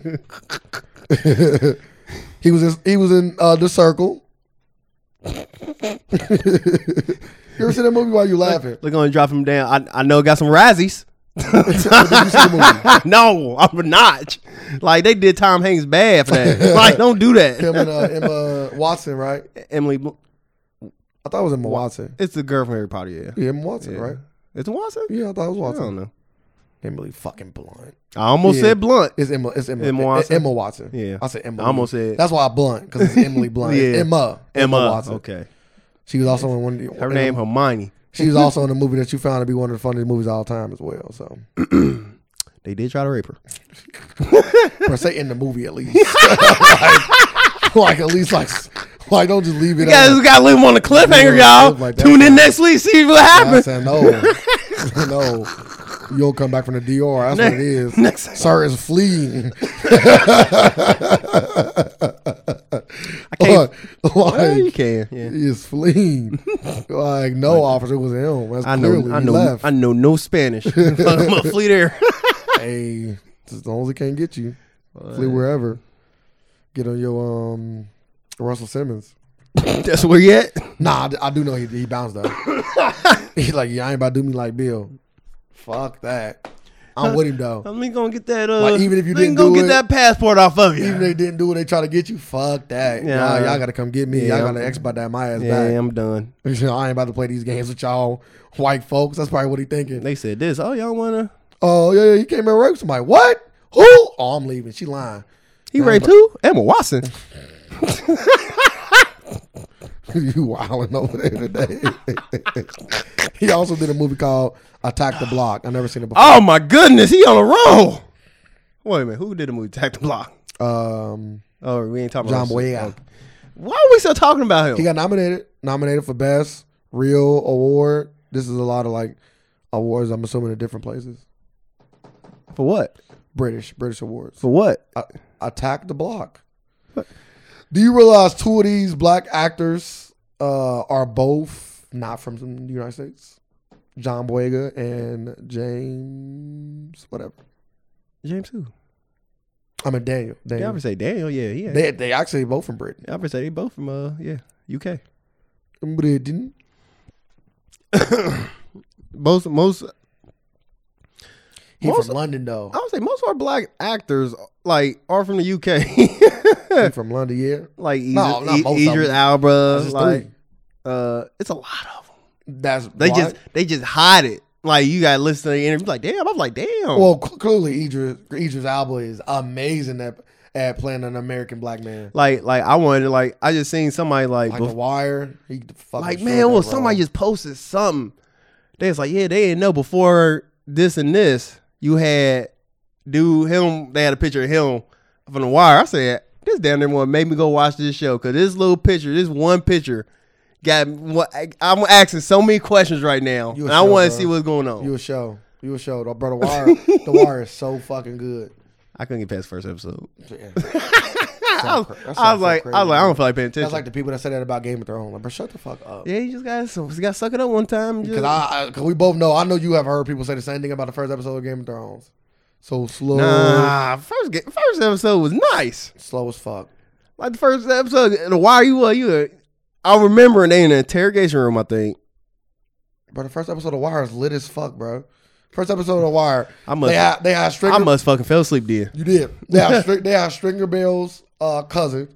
[SPEAKER 2] it. he was in, he was in uh, the Circle. you ever see that movie? Why you laughing?
[SPEAKER 1] look on, drop him down. I I know got some Razzies.
[SPEAKER 2] Did you see the movie?
[SPEAKER 1] no, I'm a notch. Like they did Tom Hanks bad for that. like don't do
[SPEAKER 2] Him
[SPEAKER 1] that.
[SPEAKER 2] and uh, Emma Watson, right?
[SPEAKER 1] Emily, Bl-
[SPEAKER 2] I thought it was Emma Watson.
[SPEAKER 1] it's the girl from Harry Potter. Yeah,
[SPEAKER 2] Yeah, Emma Watson, right?
[SPEAKER 1] It's Watson.
[SPEAKER 2] Yeah, I thought it was
[SPEAKER 1] I
[SPEAKER 2] Watson.
[SPEAKER 1] don't know.
[SPEAKER 2] Emily fucking Blunt.
[SPEAKER 1] I almost
[SPEAKER 2] Yeah.
[SPEAKER 1] said blunt.
[SPEAKER 2] It's Emma. It's Emma.
[SPEAKER 1] Emma
[SPEAKER 2] Emma
[SPEAKER 1] Watson?
[SPEAKER 2] Watson. Emma Watson.
[SPEAKER 1] Yeah.
[SPEAKER 2] I said Emma.
[SPEAKER 1] I almost said-
[SPEAKER 2] That's why I blunt because it's Emily Blunt.
[SPEAKER 1] Yeah.
[SPEAKER 2] It's Emma.
[SPEAKER 1] Emma.
[SPEAKER 2] Watson.
[SPEAKER 1] Okay.
[SPEAKER 2] She was also in one.
[SPEAKER 1] Her name Hermione.
[SPEAKER 2] She was also in a movie that you found to be one of the funniest movies of all time as well. So,
[SPEAKER 1] They did try to rape her.
[SPEAKER 2] per se, in the movie at least. like, like, at least like s- like don't just leave it.
[SPEAKER 1] You guys
[SPEAKER 2] out.
[SPEAKER 1] got to leave them on a cliffhanger,
[SPEAKER 2] Yeah,
[SPEAKER 1] y'all.
[SPEAKER 2] look like that.
[SPEAKER 1] Tune in next week, see what
[SPEAKER 2] I
[SPEAKER 1] happens.
[SPEAKER 2] said no, no. You'll come back from the DR. That's what it is.
[SPEAKER 1] Next,
[SPEAKER 2] Sir is fleeing.
[SPEAKER 1] I can't. Well,
[SPEAKER 2] like,
[SPEAKER 1] you can. Yeah.
[SPEAKER 2] He is fleeing. like no officer was him. That's
[SPEAKER 1] I
[SPEAKER 2] clearly
[SPEAKER 1] know. I
[SPEAKER 2] he
[SPEAKER 1] know.
[SPEAKER 2] left.
[SPEAKER 1] I know no Spanish. I'm gonna flee there.
[SPEAKER 2] hey, as long as he can't get you, flee wherever. Get on your um Russell Simmons.
[SPEAKER 1] That's where you at.
[SPEAKER 2] Nah, I d- I, do know he he bounced though. He's like, yeah, I ain't about to do me like Bill. Fuck that. I'm with him though.
[SPEAKER 1] Let me go and get that. Uh,
[SPEAKER 2] Like, even if you
[SPEAKER 1] let me
[SPEAKER 2] didn't
[SPEAKER 1] go
[SPEAKER 2] do
[SPEAKER 1] get
[SPEAKER 2] it-
[SPEAKER 1] that passport off of you.
[SPEAKER 2] Even if they didn't do what they try to get you, fuck that.
[SPEAKER 1] Yeah.
[SPEAKER 2] Yeah, y'all gotta come get me.
[SPEAKER 1] Yeah.
[SPEAKER 2] Y'all gotta expedite my ass
[SPEAKER 1] yeah,
[SPEAKER 2] back.
[SPEAKER 1] I'm done.
[SPEAKER 2] I ain't about to play these games with y'all white folks. That's probably what he thinking.
[SPEAKER 1] They said this. Oh, y'all wanna?
[SPEAKER 2] Oh yeah, yeah, you came and raped somebody. What? Who? Oh, I'm leaving. She lying.
[SPEAKER 1] He raped who? Emma Watson.
[SPEAKER 2] you wilding over there today. he also did a movie called Attack the Block. I never seen it before.
[SPEAKER 1] Oh my goodness, he on a roll. Wait a minute, who did the movie Attack the Block?
[SPEAKER 2] Um,
[SPEAKER 1] Oh, we ain't talking
[SPEAKER 2] John
[SPEAKER 1] about
[SPEAKER 2] Boyega.
[SPEAKER 1] Why are we still talking about
[SPEAKER 2] He
[SPEAKER 1] him?
[SPEAKER 2] got nominated. Nominated for best real award. This is a lot of like awards. I'm assuming in different places.
[SPEAKER 1] For what?
[SPEAKER 2] British British awards.
[SPEAKER 1] For what?
[SPEAKER 2] A- Attack the Block. Do you realize two of these black actors uh, are both not from the United States? John Boyega and James, whatever.
[SPEAKER 1] James who?
[SPEAKER 2] I mean Daniel.
[SPEAKER 1] They
[SPEAKER 2] Daniel.
[SPEAKER 1] ever say Daniel? Yeah, yeah. They
[SPEAKER 2] They they actually both from Britain.
[SPEAKER 1] ever say they both from uh yeah UK.
[SPEAKER 2] Britain.
[SPEAKER 1] Most most
[SPEAKER 2] He
[SPEAKER 1] Most-
[SPEAKER 2] from London though.
[SPEAKER 1] I would say most of our black actors like are from the UK.
[SPEAKER 2] He from London, yeah.
[SPEAKER 1] like Idris,
[SPEAKER 2] No, not most of
[SPEAKER 1] Idris
[SPEAKER 2] them.
[SPEAKER 1] Alba,
[SPEAKER 2] That's just
[SPEAKER 1] like
[SPEAKER 2] three.
[SPEAKER 1] uh, it's a lot of them.
[SPEAKER 2] That's
[SPEAKER 1] They
[SPEAKER 2] why-
[SPEAKER 1] just they just hide it. Like you got to listen to the interview, like damn. I'm like damn.
[SPEAKER 2] well cl- clearly Idris Idris Alba is amazing at at playing an American black man.
[SPEAKER 1] like like I wanted to, like I just seen somebody like
[SPEAKER 2] Like
[SPEAKER 1] bef-
[SPEAKER 2] The Wire, he fucking
[SPEAKER 1] like
[SPEAKER 2] shredded
[SPEAKER 1] man,
[SPEAKER 2] that
[SPEAKER 1] well
[SPEAKER 2] role.
[SPEAKER 1] somebody just posted something. They was like yeah, they didn't know before this and this. You had dude him. They had a picture of him from the wire. I said this damn near one made me go watch this show because this little picture, this one picture. Got what I'm asking so many questions right now,
[SPEAKER 2] You a
[SPEAKER 1] and I
[SPEAKER 2] show,
[SPEAKER 1] want to
[SPEAKER 2] bro.
[SPEAKER 1] see what's going on.
[SPEAKER 2] You a show. You a show. The, bro, the wire, the wire is so fucking good.
[SPEAKER 1] I couldn't get past the first episode.
[SPEAKER 2] Yeah.
[SPEAKER 1] I was,
[SPEAKER 2] cra- that
[SPEAKER 1] I was
[SPEAKER 2] sounds so
[SPEAKER 1] like, I was
[SPEAKER 2] crazy,
[SPEAKER 1] like, I
[SPEAKER 2] bro.
[SPEAKER 1] don't feel like paying attention.
[SPEAKER 2] That's like the people that said that about Game of Thrones. Like, bro, shut the fuck up.
[SPEAKER 1] yeah, you just got so you got suck it up one time. and
[SPEAKER 2] Because
[SPEAKER 1] just-
[SPEAKER 2] I, I- cause we both know, I know you have heard people say the same thing about the first episode of Game of Thrones. So slow,
[SPEAKER 1] nah, first ga- first episode was nice.
[SPEAKER 2] slow as fuck.
[SPEAKER 1] Like the first episode, the why you were you. Were, I remember they in the interrogation room. I think
[SPEAKER 2] Bro, the first episode of The Wire is lit as fuck, bro. First episode of The Wire,
[SPEAKER 1] I must-
[SPEAKER 2] they had they had Stringer.
[SPEAKER 1] I must fucking fell asleep then.
[SPEAKER 2] you did. They had, Str- they had Stringer Bell's uh, cousin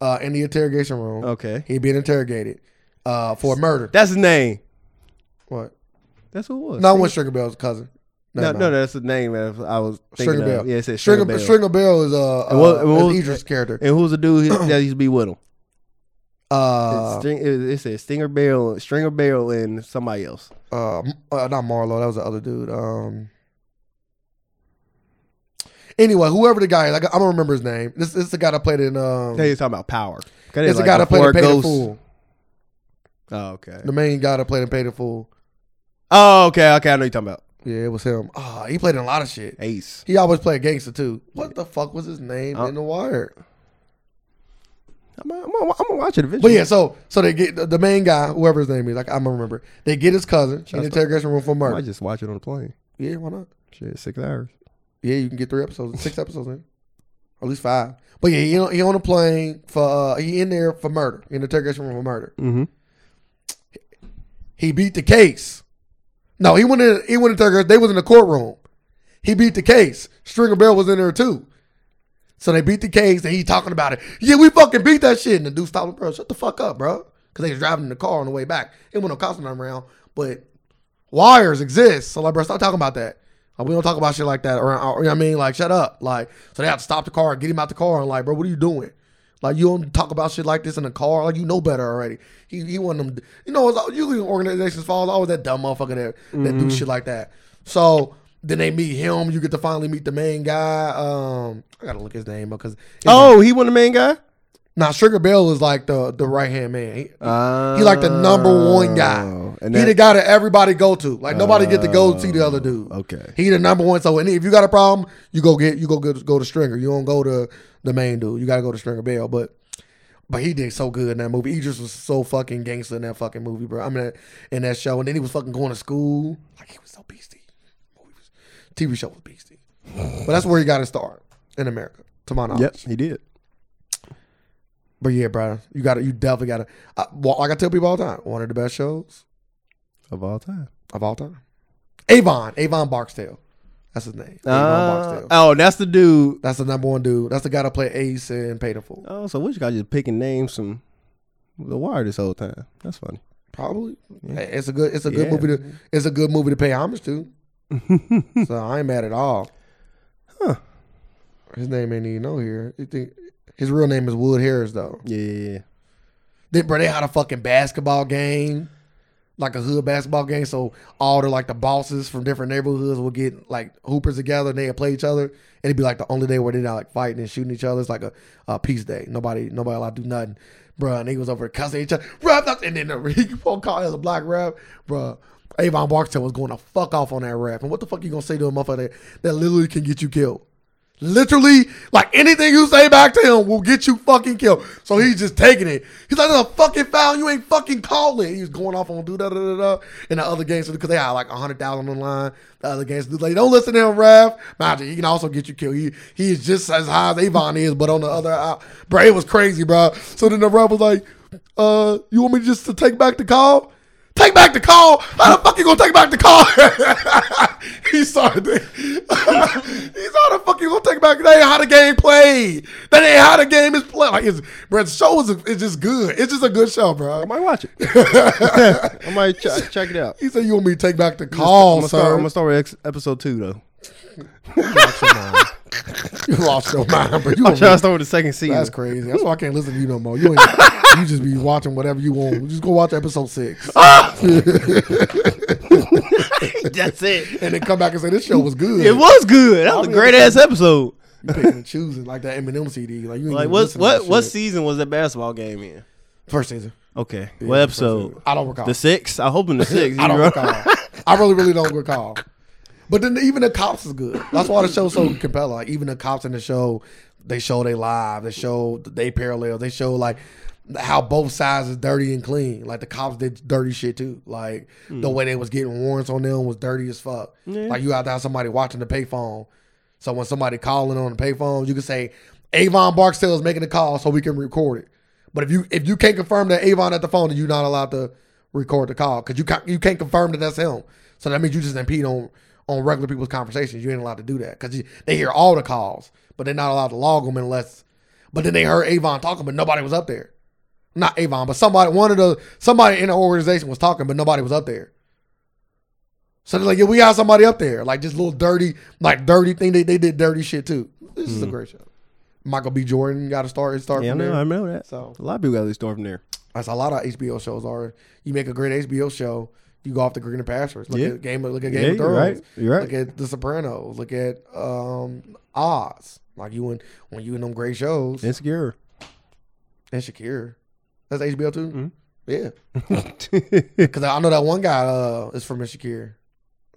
[SPEAKER 2] uh, in the interrogation room.
[SPEAKER 1] Okay,
[SPEAKER 2] He being interrogated uh, for murder.
[SPEAKER 1] that's his name.
[SPEAKER 2] what?
[SPEAKER 1] That's who it was.
[SPEAKER 2] No, it was Stringer Bell's cousin.
[SPEAKER 1] no,
[SPEAKER 2] Never
[SPEAKER 1] no,
[SPEAKER 2] mind.
[SPEAKER 1] that's the name. That I was thinking
[SPEAKER 2] Stringer
[SPEAKER 1] of.
[SPEAKER 2] Bell.
[SPEAKER 1] Yeah, it said Stringer
[SPEAKER 2] Stringer,
[SPEAKER 1] Bell.
[SPEAKER 2] Stringer Bell is uh, uh
[SPEAKER 1] And what- and what
[SPEAKER 2] is
[SPEAKER 1] was-
[SPEAKER 2] Idris' character.
[SPEAKER 1] and who's the dude he- that used to be with him?
[SPEAKER 2] Uh,
[SPEAKER 1] String- it, it said Stinger Bell, Stringer Bell, and somebody else.
[SPEAKER 2] uh, M- uh, not Marlo. That was the other dude. Um. Anyway, whoever the guy is, I got- I'm gonna remember his name. This, this is the guy that played in. Um,
[SPEAKER 1] They was talking about power. 'Cause they
[SPEAKER 2] it's the
[SPEAKER 1] like
[SPEAKER 2] guy that played
[SPEAKER 1] before
[SPEAKER 2] in Paid in
[SPEAKER 1] Ghost-
[SPEAKER 2] Full.
[SPEAKER 1] Oh, okay.
[SPEAKER 2] The main guy that played in Paid in Full.
[SPEAKER 1] Oh, okay, okay. I know you're talking about
[SPEAKER 2] Yeah, it was him. Ah, he played in a lot of shit.
[SPEAKER 1] Ace.
[SPEAKER 2] He always played gangster too. What the fuck was his name
[SPEAKER 1] Uh,
[SPEAKER 2] in The Wire?
[SPEAKER 1] I'm gonna I'm I'm gonna watch it
[SPEAKER 2] But
[SPEAKER 1] eventually.
[SPEAKER 2] yeah, so so they get the- the main guy, whoever his name is, like I'm gonna remember. They get his cousin in the interrogation room for
[SPEAKER 1] I might
[SPEAKER 2] murder.
[SPEAKER 1] just watch it on the plane.
[SPEAKER 2] Yeah, why not?
[SPEAKER 1] Shit, six hours.
[SPEAKER 2] Yeah, you can get three episodes, six episodes in, at least five. But yeah, he on, he on a plane for uh, he in there for murder in the interrogation room for murder.
[SPEAKER 1] Mm-hmm.
[SPEAKER 2] He beat the case. No, he went in. He went in interrogation. They was in the courtroom. He beat the case. Stringer Bell was in there too. So they beat the case, and he talking about it. Yeah, we fucking beat that shit. And the dude stopped him, bro. Shut the fuck up, bro. Because they was driving in the car on the way back. It went no cops nothing around, but wires exist. So like, bro, stop talking about that. Like, we don't talk about shit like that around. Or, you know what I mean, like, shut up. Like, so they have to stop the car and get him out the car. And like, bro, what are you doing? Like, you don't talk about shit like this in the car. Like, you know better already. He, he one of them. You know, it's all- usually when organizations fall always that dumb motherfucker that that do shit like that. So then they meet him. You get to finally meet the main guy. Um, I gotta look his name up because
[SPEAKER 1] Oh, he won the main guy.
[SPEAKER 2] now Sugar Bill is like the the right hand man. He,
[SPEAKER 1] Uh,
[SPEAKER 2] he like the number one guy.
[SPEAKER 1] Oh, And
[SPEAKER 2] he
[SPEAKER 1] that,
[SPEAKER 2] the guy that everybody go to. Like nobody get to go see the other dude.
[SPEAKER 1] okay.
[SPEAKER 2] He the number one. So and if you got a problem, you go get you go get, go to Stringer. You don't go to the main dude. You got to go to Stringer Bell. But but he did so good in that movie. Idris was so fucking gangster in that fucking movie, bro. I mean, in that show. And then he was fucking going to school. Like he was so beastie. Movie was- TV show was beastie. but that's where he got his start in America, to my knowledge.
[SPEAKER 1] yep, he did.
[SPEAKER 2] But yeah, bro, you got to You definitely got to. I, well, like I tell people all the time, one of the best shows
[SPEAKER 1] Of all time.
[SPEAKER 2] of all time. Avon, Avon Barksdale, that's his name. Avon
[SPEAKER 1] Uh,
[SPEAKER 2] Barksdale.
[SPEAKER 1] oh, that's the dude.
[SPEAKER 2] That's the number one dude. That's the guy that played Ace and Paid in Full.
[SPEAKER 1] Oh, so which guy just picking names from The Wire this whole time? That's funny.
[SPEAKER 2] Probably. It's a good. It's a
[SPEAKER 1] Yeah.
[SPEAKER 2] good movie to. It's a good movie to pay homage to. so I ain't mad at all.
[SPEAKER 1] Huh.
[SPEAKER 2] His name ain't even know here. You think his real name is Wood Harris though?
[SPEAKER 1] Yeah, yeah, yeah.
[SPEAKER 2] They, bro, they had a fucking basketball game, like a hood basketball game. So all the like the bosses from different neighborhoods would get like hoopers together and they would play each other. And it'd be like the only day where they're not like fighting and shooting each other. It's like a, a peace day. Nobody, nobody allowed to do nothing, bro. And they was over cussing each other, bro. I'm not- And then the he phone call as a black rap, bro. Avon Barksdale was going to fuck off on that rap. And what the fuck you gonna say to a motherfucker that, that literally can get you killed? Literally, like anything you say back to him will get you fucking killed. So he's just taking it. He's like, "That's a fucking foul. You ain't fucking calling." He's going off on do da da da da. And the other gangster, because they had like a hundred thousand on the line. The other gangster dude's like, "Don't listen to him, Rev. Imagine he can also get you killed. He he is just as high as Avon is, but on the other, eye. bro, it was crazy, bro. So then the Rev was like, "Uh, you want me just to take back the call?" Take back the call. How the fuck you gonna take back the call? he started. to- he said, "How the fuck you gonna take back? That ain't how the game played. That ain't how the game is played. Like, it's, bro, the show is it's just good. It's just a good show, bro.
[SPEAKER 1] I might watch it. I might ch- check it out.
[SPEAKER 2] He said, "You want me to take back the call,
[SPEAKER 1] I'm gonna
[SPEAKER 2] sir?
[SPEAKER 1] start, I'm gonna start with ex- episode two though.
[SPEAKER 2] you lost your mind, bro. You
[SPEAKER 1] I'm
[SPEAKER 2] a
[SPEAKER 1] trying to start with the second season.
[SPEAKER 2] That's crazy. That's why I can't listen to you no more. You ain't, you just be watching whatever you want. Just go watch episode six,
[SPEAKER 1] That's it.
[SPEAKER 2] and then come back and say this show was good.
[SPEAKER 1] It was good. That was a
[SPEAKER 2] mean,
[SPEAKER 1] great ass episode.
[SPEAKER 2] You picking and choosing like that Eminem CD. Like you ain't
[SPEAKER 1] Like
[SPEAKER 2] even
[SPEAKER 1] what
[SPEAKER 2] listening to
[SPEAKER 1] what
[SPEAKER 2] that
[SPEAKER 1] what
[SPEAKER 2] shit.
[SPEAKER 1] season was that basketball game in?
[SPEAKER 2] first season?
[SPEAKER 1] Okay, what episode?
[SPEAKER 2] I don't recall.
[SPEAKER 1] Oh. The six? I hope in the six.
[SPEAKER 2] I don't
[SPEAKER 1] You
[SPEAKER 2] recall. I really, really don't recall. But then even the cops is good. That's why the show's so compelling. Like even the cops in the show, they show they live, they show they parallel, they show like how both sides is dirty and clean. Like the cops did dirty shit too. Like the way they was getting warrants on them was dirty as fuck. Like you out there somebody watching the payphone. So when somebody calling on the payphone, you can say Avon Barksdale is making the call so we can record it. But if you if you can't confirm that Avon at the phone, then you're not allowed to record the call because you can't you can't confirm that that's him. So that means you just impede on on regular people's conversations. You ain't allowed to do that because they hear all the calls, but they're not allowed to log them unless. But then they heard Avon talking, but nobody was up there. Not Avon, but somebody one of the somebody in the organization was talking, but nobody was up there. So they're like, yeah, we got somebody up there, like just little dirty, like dirty thing. They they did dirty shit too. This is a great show. Michael B. Jordan got to start. Start
[SPEAKER 1] Hmm. Yeah, I
[SPEAKER 2] from
[SPEAKER 1] know.
[SPEAKER 2] there.
[SPEAKER 1] I know that.
[SPEAKER 2] So
[SPEAKER 1] A lot of people got this story from there.
[SPEAKER 2] that's a lot of HBO shows are. You make a great HBO show, you go off the greener pastures. Look
[SPEAKER 1] Yeah.
[SPEAKER 2] at Game, of- look at
[SPEAKER 1] Yeah,
[SPEAKER 2] Game of
[SPEAKER 1] you're
[SPEAKER 2] Thrones.
[SPEAKER 1] right. You're right.
[SPEAKER 2] Look at The Sopranos. Look at um, Oz. Like you and when you in them great shows
[SPEAKER 1] Insecure.
[SPEAKER 2] and Shakira. That's HBO too.
[SPEAKER 1] Mhm.
[SPEAKER 2] Yeah,
[SPEAKER 1] yep.
[SPEAKER 2] because I know that one guy uh, is from Shakira.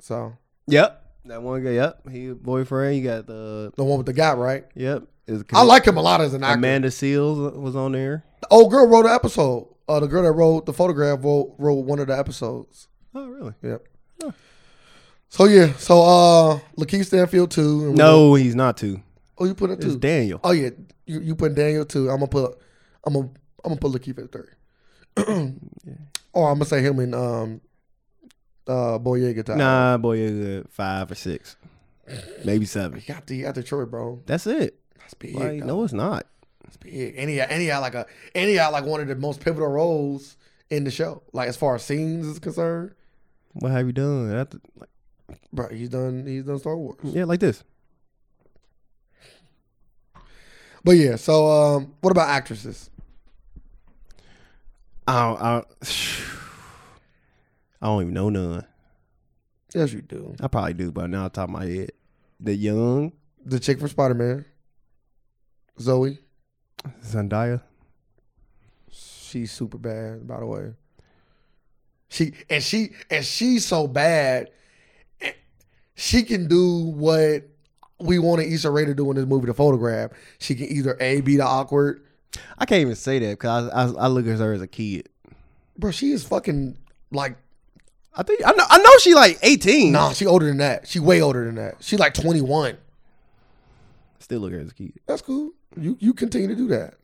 [SPEAKER 2] So
[SPEAKER 1] That one guy. Yep. He boyfriend. You got the.
[SPEAKER 2] the one with the guy, right?
[SPEAKER 1] Yep. Is
[SPEAKER 2] I like him a lot as an actor.
[SPEAKER 1] Amanda Seals was on there.
[SPEAKER 2] The old girl wrote an episode. Uh, the girl that wrote the photograph wrote, wrote one of the episodes.
[SPEAKER 1] Oh really?
[SPEAKER 2] Yep. So yeah, so uh, Lakeith Stanfield too. and we-
[SPEAKER 1] No, he's not too.
[SPEAKER 2] oh you put it
[SPEAKER 1] It's
[SPEAKER 2] too.
[SPEAKER 1] Daniel.
[SPEAKER 2] oh yeah, you, you put Daniel too. I'm gonna put, I'm gonna, I'm gonna put Lakeith at third. Or I'm gonna say him and um, uh, Boyega. tied.
[SPEAKER 1] Nah, boy, he's a five or six, maybe seven.
[SPEAKER 2] he got the he got Detroit, bro.
[SPEAKER 1] That's it.
[SPEAKER 2] That's big.
[SPEAKER 1] Like,
[SPEAKER 2] though.
[SPEAKER 1] no, it's not.
[SPEAKER 2] That's big. And he and he had like a and he had like one of the most pivotal roles in the show, like as far as scenes is concerned.
[SPEAKER 1] What have you done? I th- like,
[SPEAKER 2] Bro, he's done. He's done Star Wars.
[SPEAKER 1] Yeah, like this.
[SPEAKER 2] But yeah, so um, what about actresses?
[SPEAKER 1] I I, I don't even know none.
[SPEAKER 2] Yes, you do.
[SPEAKER 1] I probably do by now, off the top of my head. The young
[SPEAKER 2] The chick from Spider Man, Zoe.
[SPEAKER 1] Zendaya.
[SPEAKER 2] She's super bad, by the way. She and she and she's so bad. She can do what we wanted Issa Rae to do in this movie, The Photograph. She can either a be the awkward.
[SPEAKER 1] I can't even say that because I, I, I look at her as a kid.
[SPEAKER 2] Bro, she is fucking like
[SPEAKER 1] I think I know. I know she like eighteen.
[SPEAKER 2] nah. She older than that. She way older than that. She like twenty one.
[SPEAKER 1] Still look at her as a kid.
[SPEAKER 2] That's cool. You you continue to do that.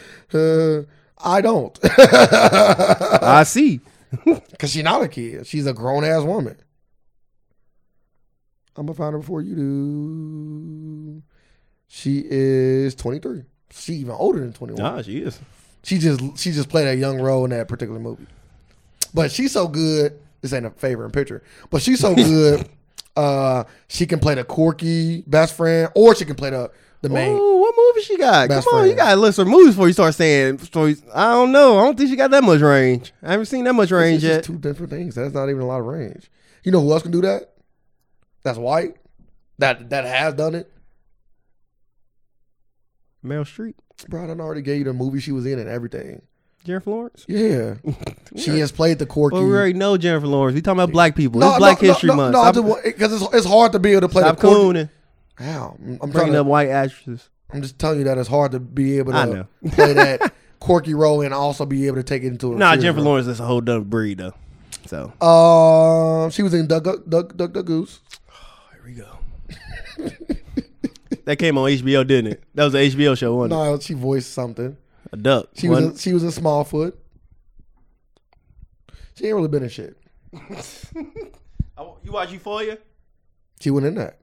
[SPEAKER 2] Uh, I don't, because
[SPEAKER 1] I see.
[SPEAKER 2] she's not a kid. She's a grown ass woman. I'm gonna find her before you do. She is 23. She even older than 21.
[SPEAKER 1] Nah, she is.
[SPEAKER 2] She just she just played a young role in that particular movie. But she's so good. This ain't a favorite picture, but she's so good. uh, she can play the quirky best friend, or she can play the the main.
[SPEAKER 1] Ooh, what movie she got?
[SPEAKER 2] Best
[SPEAKER 1] Come on, you
[SPEAKER 2] friend.
[SPEAKER 1] gotta list her movies before you start saying stories. I don't know. I don't think she got that much range. I haven't seen that much range
[SPEAKER 2] It's just
[SPEAKER 1] yet.
[SPEAKER 2] two different things. That's not even a lot of range. You know who else can do that? That's white. That that has done it.
[SPEAKER 1] Meryl Streep,
[SPEAKER 2] Bro, I done already gave you the movie she was in and everything.
[SPEAKER 1] Jennifer Lawrence.
[SPEAKER 2] Yeah, she has played the quirky.
[SPEAKER 1] Well, we already know Jennifer Lawrence. We talking about black people. it's Black History
[SPEAKER 2] no,
[SPEAKER 1] Month.
[SPEAKER 2] No,
[SPEAKER 1] Stop-
[SPEAKER 2] because it's, it's hard to be able to play
[SPEAKER 1] Stop
[SPEAKER 2] the quirky.
[SPEAKER 1] cooning.
[SPEAKER 2] How? I'm- I'm trying
[SPEAKER 1] Bringing
[SPEAKER 2] to
[SPEAKER 1] up white actresses.
[SPEAKER 2] I'm just telling you that it's hard to be able
[SPEAKER 1] I
[SPEAKER 2] to
[SPEAKER 1] know.
[SPEAKER 2] play that quirky role and also be able to take it into a
[SPEAKER 1] Nah,
[SPEAKER 2] serious
[SPEAKER 1] Jennifer
[SPEAKER 2] role.
[SPEAKER 1] Lawrence is a whole dumb breed though. So
[SPEAKER 2] Um, she was in Duck Duck Duck Duck, Duck Goose.
[SPEAKER 1] here we go. that came on HBO, didn't it? That was an HBO show, wasn't it?
[SPEAKER 2] No, she voiced something.
[SPEAKER 1] A duck.
[SPEAKER 2] She was in,
[SPEAKER 1] wasn't
[SPEAKER 2] she was in Smallfoot. She ain't really been in shit.
[SPEAKER 1] it? I- you watch Euphoria?
[SPEAKER 2] She went in that.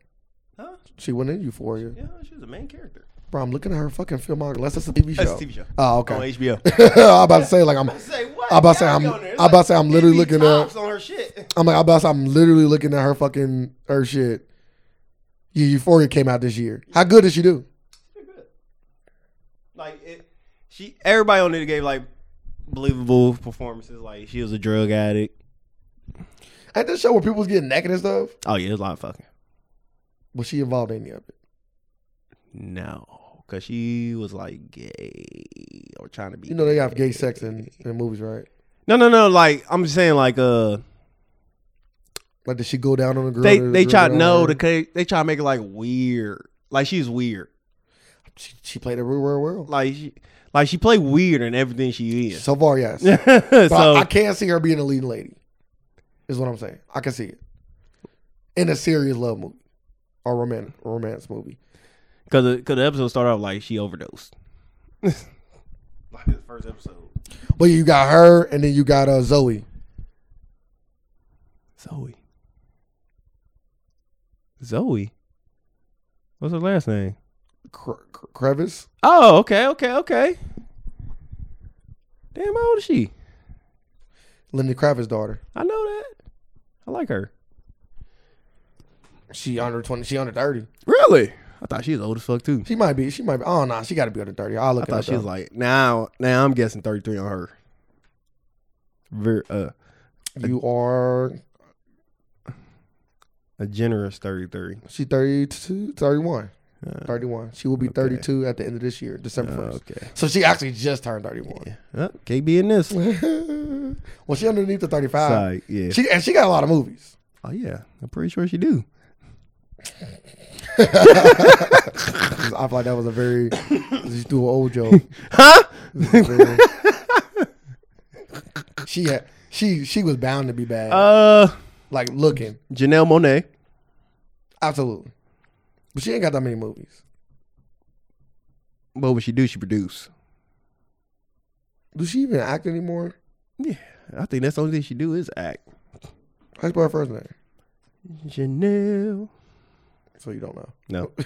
[SPEAKER 1] Huh?
[SPEAKER 2] She went in Euphoria.
[SPEAKER 1] Yeah, she was a main character.
[SPEAKER 2] Bro, I'm looking at her fucking filmography. Unless that's a TV show.
[SPEAKER 1] That's a TV show.
[SPEAKER 2] Oh,
[SPEAKER 1] On
[SPEAKER 2] okay.
[SPEAKER 1] HBO.
[SPEAKER 2] I'm about to say like I'm.
[SPEAKER 1] Say what?
[SPEAKER 2] I about to say
[SPEAKER 1] Yeah,
[SPEAKER 2] I'm-
[SPEAKER 1] go on there. It's
[SPEAKER 2] I about to say I'm literally
[SPEAKER 1] it be
[SPEAKER 2] looking at-
[SPEAKER 1] tops on her shit.
[SPEAKER 2] I'm like I'm about to say I'm literally looking at her fucking her shit. Yeah, Euphoria came out this year. How good did she do?
[SPEAKER 1] Like it, she everybody on it gave like believable performances. Like she was a drug addict.
[SPEAKER 2] At this show where people was getting naked and stuff,
[SPEAKER 1] Oh yeah, it was a lot of fucking.
[SPEAKER 2] was she involved in any of it?
[SPEAKER 1] No, because she was like gay or trying to be.
[SPEAKER 2] You know they have gay sex in, in movies, right?
[SPEAKER 1] No, no, no. Like I'm just saying, like uh,
[SPEAKER 2] Like did she go down on a girl?
[SPEAKER 1] they
[SPEAKER 2] or the
[SPEAKER 1] they
[SPEAKER 2] girl
[SPEAKER 1] try
[SPEAKER 2] down on
[SPEAKER 1] no,
[SPEAKER 2] her?
[SPEAKER 1] the ca- they try to make it like weird. Like she's weird.
[SPEAKER 2] she, she played a real world world.
[SPEAKER 1] Like she, like she played weird in everything she is.
[SPEAKER 2] So far, yes.
[SPEAKER 1] so
[SPEAKER 2] But I, I can't see her being a leading lady. Is what I'm saying. I can see it in a serious love movie or romantic romance movie.
[SPEAKER 1] Cause the, cause the episode started off like she overdosed. like the first episode.
[SPEAKER 2] But you got her, and then you got uh, Zoe.
[SPEAKER 1] Zoe. Zoe. What's her last name?
[SPEAKER 2] Cre- Cre- Crevice.
[SPEAKER 1] Oh, okay, okay, okay. Damn, how old is she?
[SPEAKER 2] Linda Kravitz's daughter.
[SPEAKER 1] I know that. I like her.
[SPEAKER 2] She under twenty. She under thirty.
[SPEAKER 1] Really? I thought she was old as fuck too.
[SPEAKER 2] She might be. She might be. Oh no, she got to be under thirty. I'll
[SPEAKER 1] I
[SPEAKER 2] look at
[SPEAKER 1] thought she was like now. Now I'm guessing 33 on her. Very uh,
[SPEAKER 2] You are.
[SPEAKER 1] a generous 33.
[SPEAKER 2] She 32, 31.
[SPEAKER 1] Uh,
[SPEAKER 2] 31. She will be
[SPEAKER 1] Okay.
[SPEAKER 2] 32 at the end of this year, December 1st.
[SPEAKER 1] okay.
[SPEAKER 2] So she actually just turned 31.
[SPEAKER 1] Uh, can't be in this.
[SPEAKER 2] well, she underneath the 35.
[SPEAKER 1] Side, yeah.
[SPEAKER 2] She and she got a lot of movies.
[SPEAKER 1] Oh yeah, I'm pretty sure she do.
[SPEAKER 2] I feel like that was a very she threw an old joke.
[SPEAKER 1] Huh?
[SPEAKER 2] Very- she had she she was bound to be bad.
[SPEAKER 1] Uh,
[SPEAKER 2] like looking.
[SPEAKER 1] Janelle Monet.
[SPEAKER 2] Absolutely. But she ain't got that many movies.
[SPEAKER 1] What would she do? She produce.
[SPEAKER 2] Do she even act anymore?
[SPEAKER 1] Yeah, I think that's the only thing she do is act.
[SPEAKER 2] How you spell her first name?
[SPEAKER 1] Janelle.
[SPEAKER 2] So you don't know.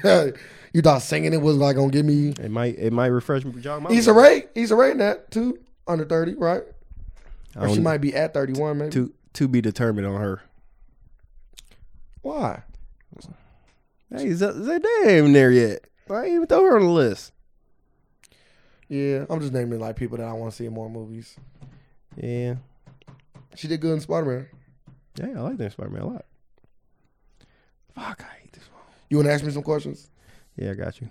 [SPEAKER 1] No,
[SPEAKER 2] you thought singing it was like gonna give me
[SPEAKER 1] it might it might refresh me. Jog my
[SPEAKER 2] Issa Rae, Issa Rae in that too, under thirty, right?
[SPEAKER 1] I
[SPEAKER 2] Or she
[SPEAKER 1] don't-
[SPEAKER 2] might be at thirty one, maybe.
[SPEAKER 1] to to be determined on her.
[SPEAKER 2] Why?
[SPEAKER 1] Hey, Z- Zay, they ain't even there yet. I ain't even throw her on the list.
[SPEAKER 2] Yeah, I'm just naming like people that I want to see in more movies.
[SPEAKER 1] Yeah,
[SPEAKER 2] She did good in Spider Man.
[SPEAKER 1] yeah, I like that Spider Man a lot. Fuck, I hate this one.
[SPEAKER 2] You want to ask me some questions?
[SPEAKER 1] Yeah, I got you.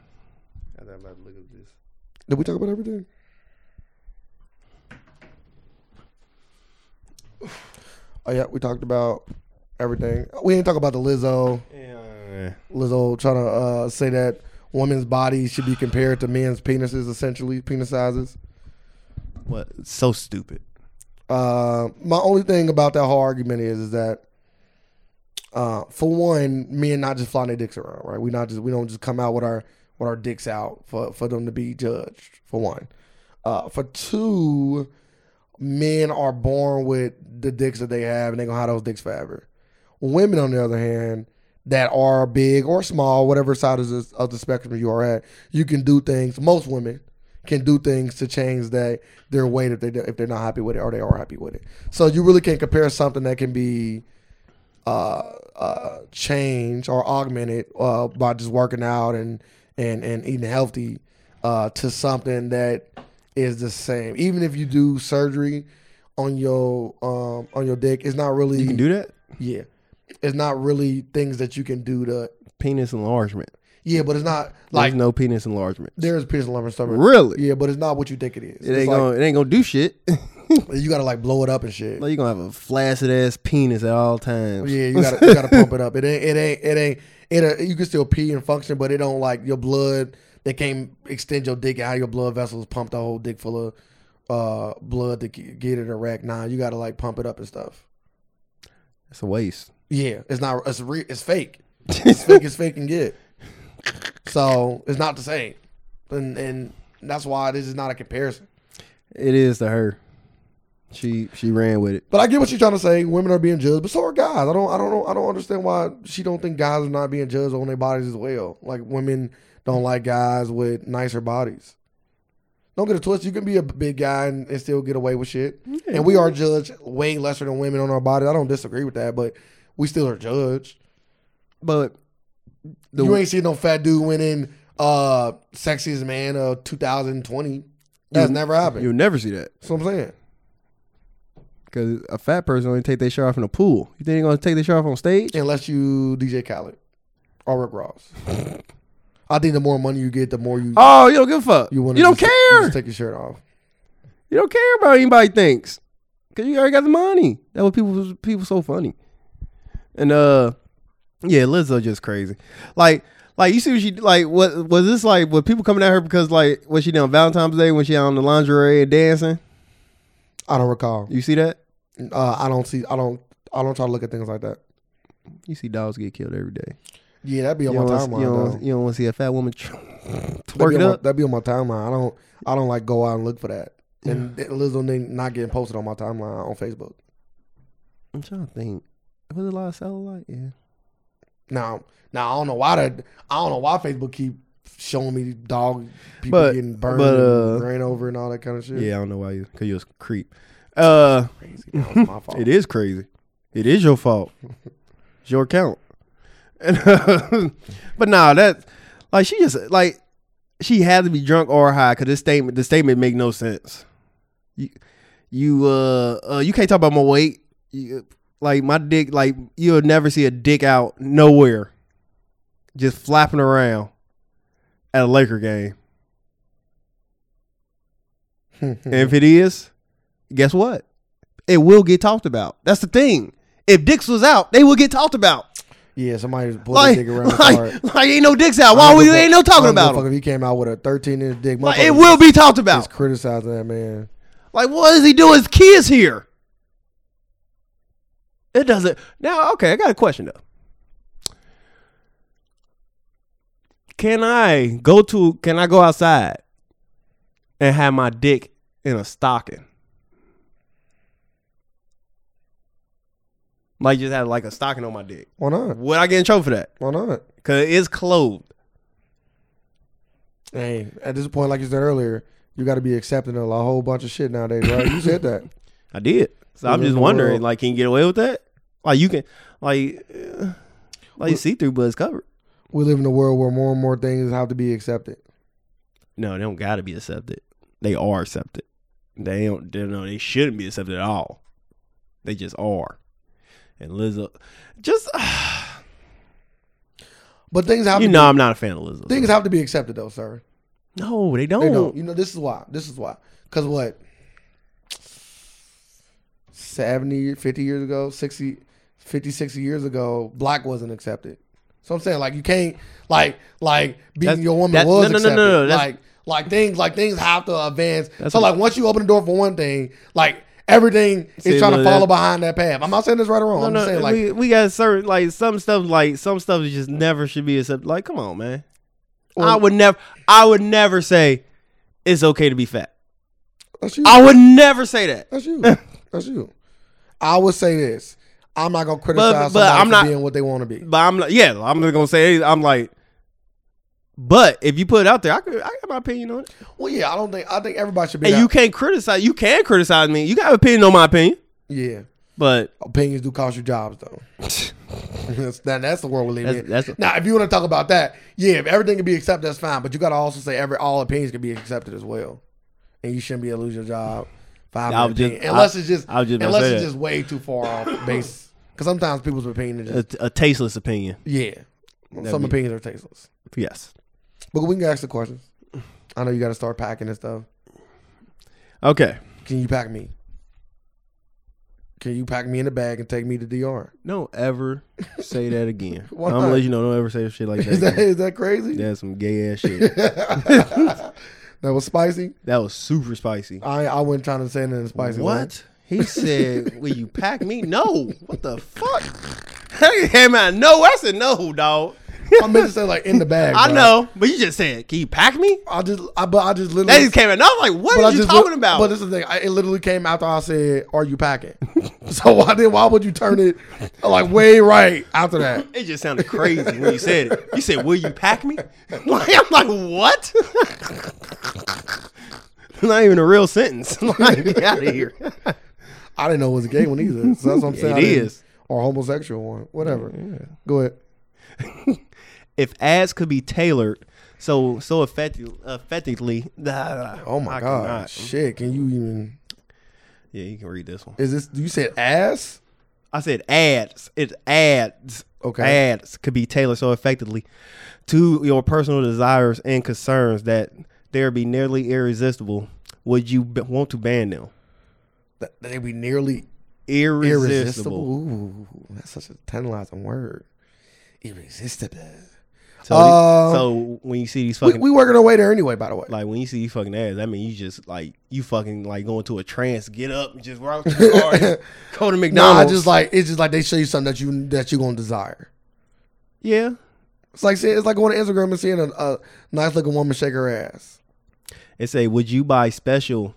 [SPEAKER 1] I thought I'm about to look at this.
[SPEAKER 2] Did we talk about everything? Oh yeah, we talked about everything. We didn't talk about the Lizzo.
[SPEAKER 1] Yeah,
[SPEAKER 2] Lizzo trying to uh, say that women's bodies should be compared to men's penises, essentially penis sizes.
[SPEAKER 1] what? It's so stupid.
[SPEAKER 2] Uh, my only thing about that whole argument is is that uh, for one, men not just flying their dicks around, right? We not just we don't just come out with our with our dicks out for for them to be judged. For one, uh, for two, men are born with the dicks that they have, and they gonna have those dicks forever. Women, on the other hand, that are big or small, whatever side of the, of the spectrum you are at, you can do things. Most women can do things to change that their weight if they if they're not happy with it or they are happy with it. So you really can't compare something that can be uh, uh, changed or augmented uh, by just working out and and and eating healthy uh, to something that is the same. Even if you do surgery on your um, on your dick, it's not really
[SPEAKER 1] You can do that.
[SPEAKER 2] yeah, it's not really things that you can do to
[SPEAKER 1] Penis enlargement.
[SPEAKER 2] yeah, but it's not like
[SPEAKER 1] There's no penis enlargement.
[SPEAKER 2] there's penis lumbar stomach.
[SPEAKER 1] Really?
[SPEAKER 2] Yeah, but it's not what you think it is.
[SPEAKER 1] It
[SPEAKER 2] It's
[SPEAKER 1] ain't
[SPEAKER 2] like,
[SPEAKER 1] gonna. It ain't gonna do shit.
[SPEAKER 2] You gotta like blow it up and shit.
[SPEAKER 1] like you gonna have a flaccid ass penis at all times.
[SPEAKER 2] yeah, you gotta you gotta pump it up. It ain't it ain't it ain't it. uh, You can still pee and function, but it don't like your blood. They can't extend your dick out. Your blood vessels pump the whole dick full of uh blood to ge- get it erect. Nah, you gotta like pump it up and stuff.
[SPEAKER 1] It's a waste.
[SPEAKER 2] Yeah, it's not. It's re, It's fake. It's fake as fake can get. So it's not the same, and and that's why this is not a comparison.
[SPEAKER 1] It is to her. She she ran with it.
[SPEAKER 2] But I get what you're trying to say. Women are being judged, but so are guys. I don't, I don't know, I don't understand why she don't think guys are not being judged on their bodies as well. Like women don't like guys with nicer bodies. Don't get it twisted. You can be a big guy and, and still get away with shit. And we are judged way lesser than women on our bodies. I don't disagree with that, but we still are judged.
[SPEAKER 1] But the
[SPEAKER 2] you ain't seen no fat dude winning uh, sexiest man of 2020. That's
[SPEAKER 1] You-
[SPEAKER 2] never happened.
[SPEAKER 1] you'll never see that
[SPEAKER 2] That's what I'm saying.
[SPEAKER 1] because a fat person only take their shirt off in a pool. You think they're gonna take their shirt off on stage?
[SPEAKER 2] Unless you DJ Khaled or Rick Ross. I think the more money you get, the more you
[SPEAKER 1] Oh, you don't give a fuck. You,
[SPEAKER 2] you want.
[SPEAKER 1] don't care.
[SPEAKER 2] You just take your shirt off.
[SPEAKER 1] You don't care about what anybody thinks because you already got the money. That what people people so funny. And uh, yeah, Lizzo just crazy. Like like you see what she like. What was this like? Was people coming at her because like what she did on Valentine's Day when she out on the lingerie and dancing?
[SPEAKER 2] I don't recall.
[SPEAKER 1] You see that?
[SPEAKER 2] Uh, I don't see. I don't. I don't try to look at things like that.
[SPEAKER 1] You see dogs get killed every day.
[SPEAKER 2] Yeah, that'd be on
[SPEAKER 1] You don't,
[SPEAKER 2] my
[SPEAKER 1] wanna-
[SPEAKER 2] timeline.
[SPEAKER 1] you, don't,
[SPEAKER 2] though.
[SPEAKER 1] you don't want to see a fat woman tr-
[SPEAKER 2] that'd,
[SPEAKER 1] twerk
[SPEAKER 2] be
[SPEAKER 1] it
[SPEAKER 2] on my,
[SPEAKER 1] up.
[SPEAKER 2] that'd be on my timeline. I don't. I don't like go out and look for that. And that Lizzo thing not getting posted on my timeline on Facebook.
[SPEAKER 1] I'm trying to think. Was it a lot of satellite? Yeah.
[SPEAKER 2] Now, now I don't know why that. I don't know why Facebook keep showing me dog people
[SPEAKER 1] But-
[SPEAKER 2] getting burned,
[SPEAKER 1] but,
[SPEAKER 2] and
[SPEAKER 1] uh,
[SPEAKER 2] ran over, and all that kind of shit.
[SPEAKER 1] Yeah, I don't know why you. Cause you was a creep. Uh,
[SPEAKER 2] crazy. That was my fault.
[SPEAKER 1] it is crazy. It is your fault. It's your account. And but nah, that like she just like she had to be drunk or high because this statement the statement make no sense. You you uh, uh you can't talk about my weight. You, like my dick, like you'll never see a dick out nowhere, just flapping around at a Laker game.
[SPEAKER 2] Hmm,
[SPEAKER 1] And if it
[SPEAKER 2] Mm-hmm.
[SPEAKER 1] is, guess what? It will get talked about. That's the thing. If dicks was out, they will get talked about.
[SPEAKER 2] Yeah, somebody just pulled
[SPEAKER 1] Like,
[SPEAKER 2] a dick around the car.
[SPEAKER 1] like, like, ain't no dicks out. Why we ain't no talking about
[SPEAKER 2] Fuck
[SPEAKER 1] them?
[SPEAKER 2] if he came out with a 13 inch dick.
[SPEAKER 1] Like,
[SPEAKER 2] motherfucker
[SPEAKER 1] it will be talked
[SPEAKER 2] Is
[SPEAKER 1] about.
[SPEAKER 2] criticizing that man.
[SPEAKER 1] Like, what is he doing? His kids here. It doesn't. Now, okay, I got a question though. Can I go to? Can I go outside and have my dick in a stocking? Like, just have like a stocking on my dick.
[SPEAKER 2] Why not?
[SPEAKER 1] Would I get in trouble for that?
[SPEAKER 2] Why not?
[SPEAKER 1] Cause it's clothed.
[SPEAKER 2] Hey, at this point, like you said earlier, you got to be accepting of a whole bunch of shit nowadays, right? You said that.
[SPEAKER 1] I did. So
[SPEAKER 2] We
[SPEAKER 1] I'm
[SPEAKER 2] live
[SPEAKER 1] just
[SPEAKER 2] in the
[SPEAKER 1] wondering,
[SPEAKER 2] world.
[SPEAKER 1] like, can you get away with that? Like, you can, like, uh, Like see through, but it's covered.
[SPEAKER 2] We live in a world where more and more things have to be accepted.
[SPEAKER 1] No, they don't got to be accepted. They are accepted. They don't. They no, they shouldn't be accepted at all. They just are. And Lizzo, just
[SPEAKER 2] But things have
[SPEAKER 1] you
[SPEAKER 2] to
[SPEAKER 1] know, I'm not a fan of Lizzo.
[SPEAKER 2] be, things have to be accepted though, sir.
[SPEAKER 1] no, they don't.
[SPEAKER 2] They don't. You know, this is why. This is why. Because what? 70, 50 years ago, 60, 50, 60 years ago, black wasn't accepted. So I'm saying, like, you can't, like, like beating
[SPEAKER 1] That's-
[SPEAKER 2] your woman
[SPEAKER 1] that- no, no,
[SPEAKER 2] was
[SPEAKER 1] no,
[SPEAKER 2] accepted.
[SPEAKER 1] no, no, that's-
[SPEAKER 2] Like, like things, like things have to advance.
[SPEAKER 1] That's
[SPEAKER 2] so
[SPEAKER 1] what-
[SPEAKER 2] like, once you open the door for one thing, like everything
[SPEAKER 1] See,
[SPEAKER 2] is trying
[SPEAKER 1] no,
[SPEAKER 2] to
[SPEAKER 1] that-
[SPEAKER 2] follow behind that path. I'm not saying this right or wrong.
[SPEAKER 1] No,
[SPEAKER 2] I'm
[SPEAKER 1] no,
[SPEAKER 2] just saying, like,
[SPEAKER 1] we, we got certain like some stuff like some stuff just never should be accepted. Like, come on, man. I
[SPEAKER 2] Well-
[SPEAKER 1] would never, I would never say it's okay to be fat.
[SPEAKER 2] that's you.
[SPEAKER 1] I would never say that.
[SPEAKER 2] that's you. that's you. I would say this. I'm not gonna criticize
[SPEAKER 1] but
[SPEAKER 2] somebody
[SPEAKER 1] I'm
[SPEAKER 2] for
[SPEAKER 1] not-
[SPEAKER 2] being what they want to be.
[SPEAKER 1] But I'm like, yeah, I'm just gonna say, I'm like, but if you put it out there, I could, I got my opinion on it,
[SPEAKER 2] Well, yeah, I don't think I think everybody should be.
[SPEAKER 1] and
[SPEAKER 2] that-
[SPEAKER 1] you can't criticize. You can criticize me. You got an opinion on my opinion,
[SPEAKER 2] Yeah,
[SPEAKER 1] but
[SPEAKER 2] opinions do cost you jobs, though. that's, that, that's the world we live
[SPEAKER 1] That's-
[SPEAKER 2] in.
[SPEAKER 1] that's-
[SPEAKER 2] now, if you want to talk about that, yeah, if everything can be accepted, that's fine. But you got to also say every all opinions can be accepted as well, and you shouldn't be able to lose your job. Five
[SPEAKER 1] I was
[SPEAKER 2] opinion,
[SPEAKER 1] just-
[SPEAKER 2] unless
[SPEAKER 1] I-
[SPEAKER 2] it's just,
[SPEAKER 1] I was just about to
[SPEAKER 2] unless
[SPEAKER 1] say
[SPEAKER 2] it's
[SPEAKER 1] that.
[SPEAKER 2] just way too far off base. Because sometimes people's opinions, are
[SPEAKER 1] a,
[SPEAKER 2] just,
[SPEAKER 1] a tasteless opinion.
[SPEAKER 2] yeah, some
[SPEAKER 1] be-
[SPEAKER 2] opinions are tasteless.
[SPEAKER 1] Yes.
[SPEAKER 2] But we can ask the questions. I know you got to start packing and stuff.
[SPEAKER 1] Okay.
[SPEAKER 2] Can you pack me? Can you pack me in a bag and take me to DR?
[SPEAKER 1] Don't ever say that again. I'm
[SPEAKER 2] Why
[SPEAKER 1] gonna
[SPEAKER 2] not?
[SPEAKER 1] let you know. Don't ever say shit like that.
[SPEAKER 2] Is that
[SPEAKER 1] again.
[SPEAKER 2] is that crazy?
[SPEAKER 1] That's some gay ass shit.
[SPEAKER 2] that was spicy.
[SPEAKER 1] That was super spicy.
[SPEAKER 2] I I wasn't trying to say anything spicy. man.
[SPEAKER 1] What? He said, Will you pack me? No. What the fuck? Hey, hey, man, no. I said, No, dog.
[SPEAKER 2] I meant to say like in the bag.
[SPEAKER 1] I
[SPEAKER 2] bro.
[SPEAKER 1] know, but you just said, Can you pack me?
[SPEAKER 2] I just I but I just
[SPEAKER 1] That
[SPEAKER 2] literally.
[SPEAKER 1] just came out. And I was like, What
[SPEAKER 2] but I
[SPEAKER 1] are you
[SPEAKER 2] just
[SPEAKER 1] talking
[SPEAKER 2] lit-
[SPEAKER 1] about?
[SPEAKER 2] But this is the thing. I, it literally came after I said, "Are you packing?" so why did why would you turn it like way right after that?
[SPEAKER 1] it just sounded crazy when you said it. You said, Will you pack me? Like, I'm like, What? Not even a real sentence. Like, get out of here.
[SPEAKER 2] I didn't know it was a gay one either. So that's what I'm saying.
[SPEAKER 1] It
[SPEAKER 2] I didn't-
[SPEAKER 1] is.
[SPEAKER 2] or homosexual one, whatever. Go ahead.
[SPEAKER 1] If ads could be tailored so so effective, effectively,
[SPEAKER 2] Oh my
[SPEAKER 1] I
[SPEAKER 2] god,
[SPEAKER 1] cannot.
[SPEAKER 2] shit! Can you even?
[SPEAKER 1] Yeah, you can read this one.
[SPEAKER 2] Is this you said ass?
[SPEAKER 1] I said ads. It's ads.
[SPEAKER 2] Okay.
[SPEAKER 1] Ads could be tailored so effectively to your personal desires and concerns that they would be nearly irresistible. Would you b- want to ban them?
[SPEAKER 2] That they be nearly
[SPEAKER 1] Irresistible.
[SPEAKER 2] Irresistible. Ooh, that's such a tantalizing word. Irresistible.
[SPEAKER 1] So,
[SPEAKER 2] Um,
[SPEAKER 1] so when you see these
[SPEAKER 2] We,
[SPEAKER 1] fucking
[SPEAKER 2] we working our way there anyway, by the way.
[SPEAKER 1] like when you see these fucking ads, I mean you just like you fucking like going to a trance, get up, and just rock to the car, and go to
[SPEAKER 2] no, I
[SPEAKER 1] McDonald's.
[SPEAKER 2] just like it's just like they show you something that you that you gonna desire.
[SPEAKER 1] yeah,
[SPEAKER 2] It's like seeing, it's like going to Instagram and seeing a, a nice looking woman shake her ass.
[SPEAKER 1] It say, would you buy special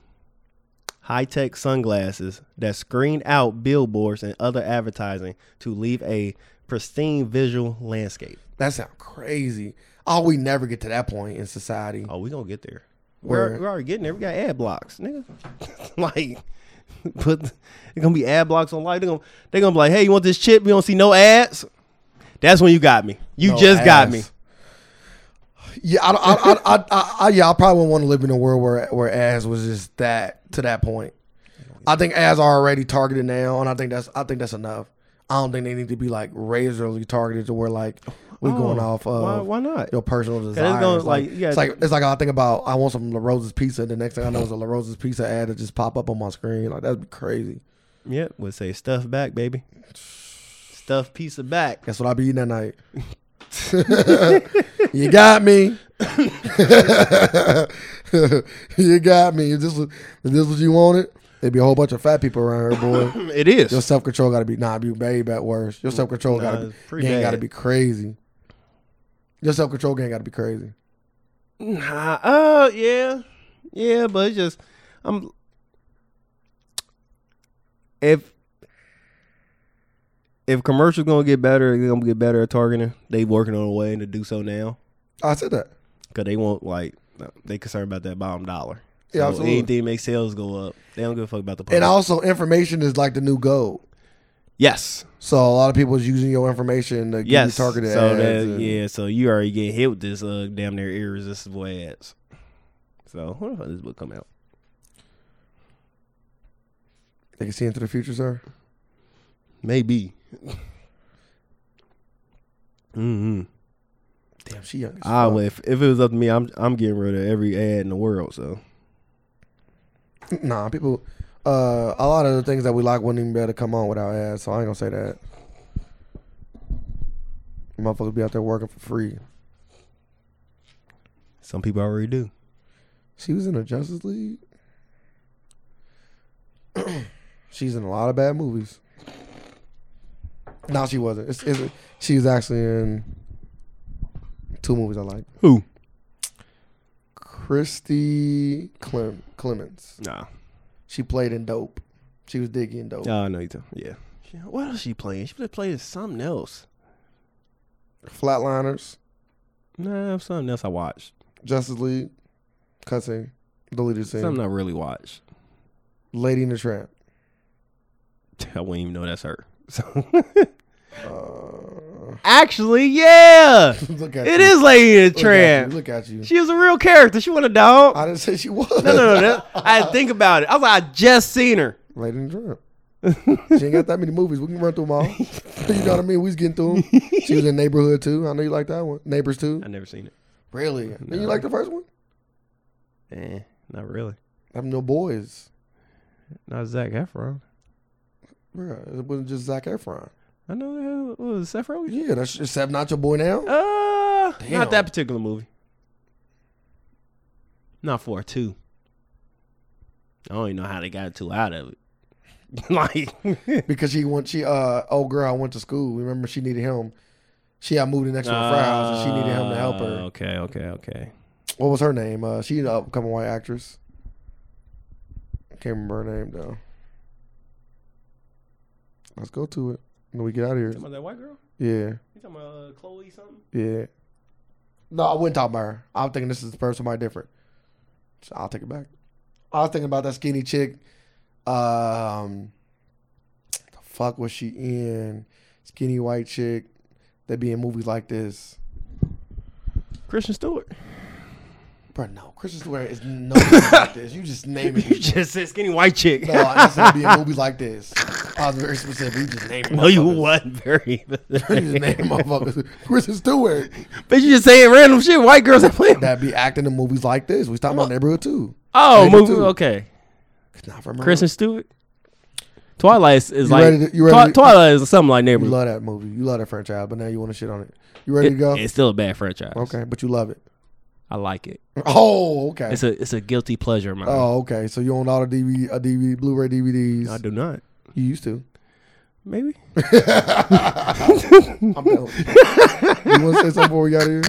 [SPEAKER 1] high tech sunglasses that screen out billboards and other advertising to leave a pristine visual landscape?
[SPEAKER 2] That sounds crazy. Oh, we never get to that point in society.
[SPEAKER 1] Oh, we gonna get there. We're,
[SPEAKER 2] Word.
[SPEAKER 1] we're already getting there. We got ad blocks, nigga. like, put they gonna be ad blocks on life. They gonna they gonna be like, hey, you want this chip? We don't see no ads. That's when you got me. You
[SPEAKER 2] No
[SPEAKER 1] just got
[SPEAKER 2] ass.
[SPEAKER 1] me.
[SPEAKER 2] Yeah, I, I, I, I, I, I, yeah, I probably wouldn't want to live in a world where where ass was just that to that point. I think ads are already targeted now, and I think that's I think that's enough. I don't think they need to be like razorly targeted to where like we are going
[SPEAKER 1] Oh,
[SPEAKER 2] off of
[SPEAKER 1] why- why not?
[SPEAKER 2] your personal
[SPEAKER 1] gonna,
[SPEAKER 2] desires. like,
[SPEAKER 1] like, you gotta-
[SPEAKER 2] it's like it's like I think about I want some La Rosa's pizza. The next thing I know is a La Rosa's pizza ad that just pop up on my screen. Like that'd be crazy.
[SPEAKER 1] Yeah, would say stuff back, baby. Stuff piece of back.
[SPEAKER 2] That's what I be eating that night. you got me. you got me. Is this what, is this what you wanted? There'd be a whole bunch of fat people around here, boy.
[SPEAKER 1] It is.
[SPEAKER 2] Your self control got to be nah, be babe at worst. Your self control
[SPEAKER 1] Nah,
[SPEAKER 2] got
[SPEAKER 1] it's
[SPEAKER 2] to be
[SPEAKER 1] pretty
[SPEAKER 2] game got to
[SPEAKER 1] bad.
[SPEAKER 2] be crazy. Your self control game got to be crazy.
[SPEAKER 1] Nah, uh, yeah, yeah, but it's just I'm if if commercials gonna get better, they're gonna get better at targeting. They working on a way to do so now
[SPEAKER 2] I said that.
[SPEAKER 1] because they want like they concerned about that bottom dollar.
[SPEAKER 2] Yeah,
[SPEAKER 1] So
[SPEAKER 2] absolutely.
[SPEAKER 1] Anything that makes sales go up, they don't give a fuck about the
[SPEAKER 2] And
[SPEAKER 1] public.
[SPEAKER 2] also, information is like the new gold.
[SPEAKER 1] Yes.
[SPEAKER 2] So a lot of people is using your information to get you
[SPEAKER 1] Yes.
[SPEAKER 2] targeted
[SPEAKER 1] so
[SPEAKER 2] ads.
[SPEAKER 1] that-
[SPEAKER 2] and-
[SPEAKER 1] yeah, so you already get hit with this uh damn near irresistible ads. So when the fuck this book come out?
[SPEAKER 2] They can see into the future, sir.
[SPEAKER 1] Maybe. mm-hmm.
[SPEAKER 2] Damn, she young. as
[SPEAKER 1] I
[SPEAKER 2] fuck.
[SPEAKER 1] would if, if it was up to me, I'm I'm getting rid of every ad in the world. So
[SPEAKER 2] Nah, people. Uh, a lot of the things that we like wouldn't even be able to come on without ads, so I ain't gonna say that. Motherfuckers be out there working for free.
[SPEAKER 1] some people already do.
[SPEAKER 2] She was in the Justice League. She's in a lot of bad movies. No, she wasn't. It's, it's, she was actually in two movies I like.
[SPEAKER 1] Who?
[SPEAKER 2] Christy Clem, Clemens.
[SPEAKER 1] Nah.
[SPEAKER 2] She played in Dope. She was Diggy in Dope.
[SPEAKER 1] Oh, I know you too. Yeah. Yeah, What else she playing? She played something else.
[SPEAKER 2] Flatliners.
[SPEAKER 1] Nah, something else I watched.
[SPEAKER 2] Justice League, cutscene, deleted scene,
[SPEAKER 1] Something I really watched.
[SPEAKER 2] Lady in the Tramp.
[SPEAKER 1] I wouldn't even know that's her.
[SPEAKER 2] Uh,
[SPEAKER 1] Actually, yeah.
[SPEAKER 2] look at
[SPEAKER 1] It
[SPEAKER 2] you.
[SPEAKER 1] is Lady in the
[SPEAKER 2] Look at you.
[SPEAKER 1] Tramp.
[SPEAKER 2] Look at you.
[SPEAKER 1] She was a real character. She wasn't a dog.
[SPEAKER 2] I didn't say she was.
[SPEAKER 1] No, no, no. that- I had to think about it. I was like, I just seen her.
[SPEAKER 2] Lady in the Tramp. she ain't got that many movies. We can run through them all. you know what I mean? We was getting through them. She was in Neighborhood too. I know you like that one. Neighbors too.
[SPEAKER 1] I never seen it.
[SPEAKER 2] Really? Didn't
[SPEAKER 1] No.
[SPEAKER 2] you like the first one?
[SPEAKER 1] Eh, not really.
[SPEAKER 2] I'm no boys.
[SPEAKER 1] Not Zach Efron.
[SPEAKER 2] Bruh, it wasn't just Zach Efron.
[SPEAKER 1] I know the hell. What was Zach Efron?
[SPEAKER 2] Yeah, that's except not your boy now.
[SPEAKER 1] Uh,
[SPEAKER 2] Damn.
[SPEAKER 1] not that particular movie. Not for two. I don't even know how they got two out of it. like,
[SPEAKER 2] because she went she uh old girl I went to school. Remember she needed him. She had moved in next to a fry house and she needed him to help
[SPEAKER 1] Ah,
[SPEAKER 2] her.
[SPEAKER 1] Okay, okay, okay.
[SPEAKER 2] What was her name? Uh she's an upcoming white actress. Can't remember her name though. Let's go to it. When we get out of here.
[SPEAKER 1] about that white girl?
[SPEAKER 2] Yeah.
[SPEAKER 1] You talking about uh, Chloe something?
[SPEAKER 2] Yeah. No, I wouldn't talk about her. I'm thinking this is the person somebody different. So I'll take it back. I was thinking about that skinny chick. Um the fuck was she in? Skinny white chick that be in movies like this.
[SPEAKER 1] Christian Stewart.
[SPEAKER 2] Bro, no, Christian Stewart is no movie like this. You just name
[SPEAKER 1] You
[SPEAKER 2] it.
[SPEAKER 1] just said skinny white chick.
[SPEAKER 2] No, I just said be in movies like this. I was very specific. You just name
[SPEAKER 1] No, you
[SPEAKER 2] motherfuckers.
[SPEAKER 1] wasn't very.
[SPEAKER 2] You just name motherfuckers. Christian Stewart
[SPEAKER 1] but you just saying random shit. White girls that play.
[SPEAKER 2] that be acting in movies like this. We was talking about neighborhood too.
[SPEAKER 1] Oh,
[SPEAKER 2] Maybe
[SPEAKER 1] movie.
[SPEAKER 2] two.
[SPEAKER 1] Okay,
[SPEAKER 2] Could not remember.
[SPEAKER 1] Kristen Stewart. Twilight is
[SPEAKER 2] You
[SPEAKER 1] like
[SPEAKER 2] ready to- you
[SPEAKER 1] Twi-
[SPEAKER 2] ready to-
[SPEAKER 1] Twilight is something like
[SPEAKER 2] You
[SPEAKER 1] neighborhood.
[SPEAKER 2] love that movie. You love that franchise, but now you want to shit on it. You ready to go?
[SPEAKER 1] It's still a bad franchise.
[SPEAKER 2] Okay, but you love it.
[SPEAKER 1] I like it.
[SPEAKER 2] Oh, okay.
[SPEAKER 1] It's a it's a guilty pleasure of mine.
[SPEAKER 2] Oh, okay. So you own all the DVD, uh, DVD, Blu-ray DVDs.
[SPEAKER 1] I do not.
[SPEAKER 2] You used to.
[SPEAKER 1] Maybe
[SPEAKER 2] I'm down. you want to say something before we got here?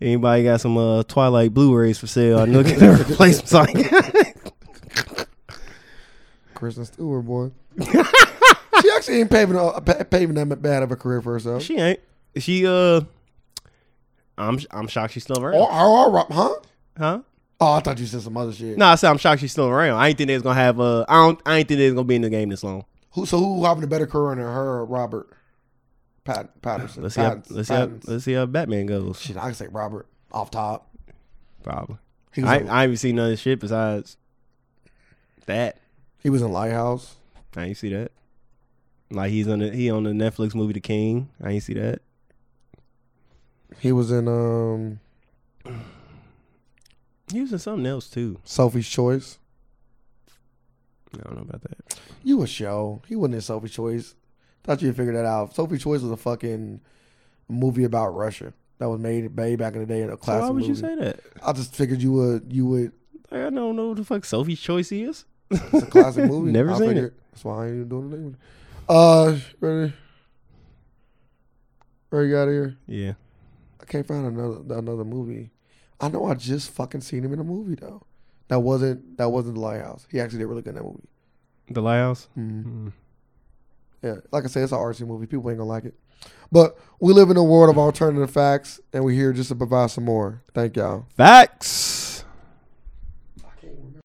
[SPEAKER 1] anybody got some uh, Twilight Blu-rays for sale? I'm looking to replace something.
[SPEAKER 2] Kristen Stewart, boy. she actually ain't paving a, pa- paving that bad of a career for herself.
[SPEAKER 1] she ain't. She uh, I'm I'm shocked she's still
[SPEAKER 2] Oh,
[SPEAKER 1] around.
[SPEAKER 2] oh, oh, huh?
[SPEAKER 1] Huh?
[SPEAKER 2] Oh, I thought you said some other shit.
[SPEAKER 1] No, I said I'm shocked she's still around. I ain't think they was gonna have uh, I don't I ain't think they was gonna be in the game this long.
[SPEAKER 2] Who? So who having a better career than her or Robert Pat, Patterson?
[SPEAKER 1] Let's see. How,
[SPEAKER 2] Pattinson-
[SPEAKER 1] let's see. How,
[SPEAKER 2] Pattinson.
[SPEAKER 1] let's see how Batman goes.
[SPEAKER 2] Shit, I can say Robert off top.
[SPEAKER 1] Probably.
[SPEAKER 2] He was
[SPEAKER 1] I,
[SPEAKER 2] a-
[SPEAKER 1] I haven't seen none of this shit besides that.
[SPEAKER 2] He was in Lighthouse.
[SPEAKER 1] I ain't see that. Like he's on the he on the Netflix movie The King. I ain't see that.
[SPEAKER 2] He was in um
[SPEAKER 1] He was in something else too.
[SPEAKER 2] Sophie's Choice.
[SPEAKER 1] I don't know about that.
[SPEAKER 2] You a show. He wasn't in Sophie's Choice. Thought you'd figure that out. Sophie's Choice was a fucking movie about Russia that was made way back in the day in a
[SPEAKER 1] So
[SPEAKER 2] classic
[SPEAKER 1] why would you
[SPEAKER 2] movie.
[SPEAKER 1] say that?
[SPEAKER 2] I just figured you would. You would.
[SPEAKER 1] Like, I don't know who the fuck Sophie's Choice is.
[SPEAKER 2] It's a classic movie.
[SPEAKER 1] Never
[SPEAKER 2] I
[SPEAKER 1] seen
[SPEAKER 2] figured. That's why I ain't even doing it anyway. Uh, ready? Ready? Out of here.
[SPEAKER 1] Yeah.
[SPEAKER 2] I can't find another another movie. I know I just fucking seen him in a movie though. That wasn't that wasn't the Lighthouse. He actually did really good in that movie.
[SPEAKER 1] The Lighthouse.
[SPEAKER 2] Mhm.
[SPEAKER 1] Mm.
[SPEAKER 2] Yeah, like I said, it's an artsy movie. People ain't gonna like it. But we live in a world of alternative facts, and we're here just to provide some more. Thank y'all.
[SPEAKER 1] Facts.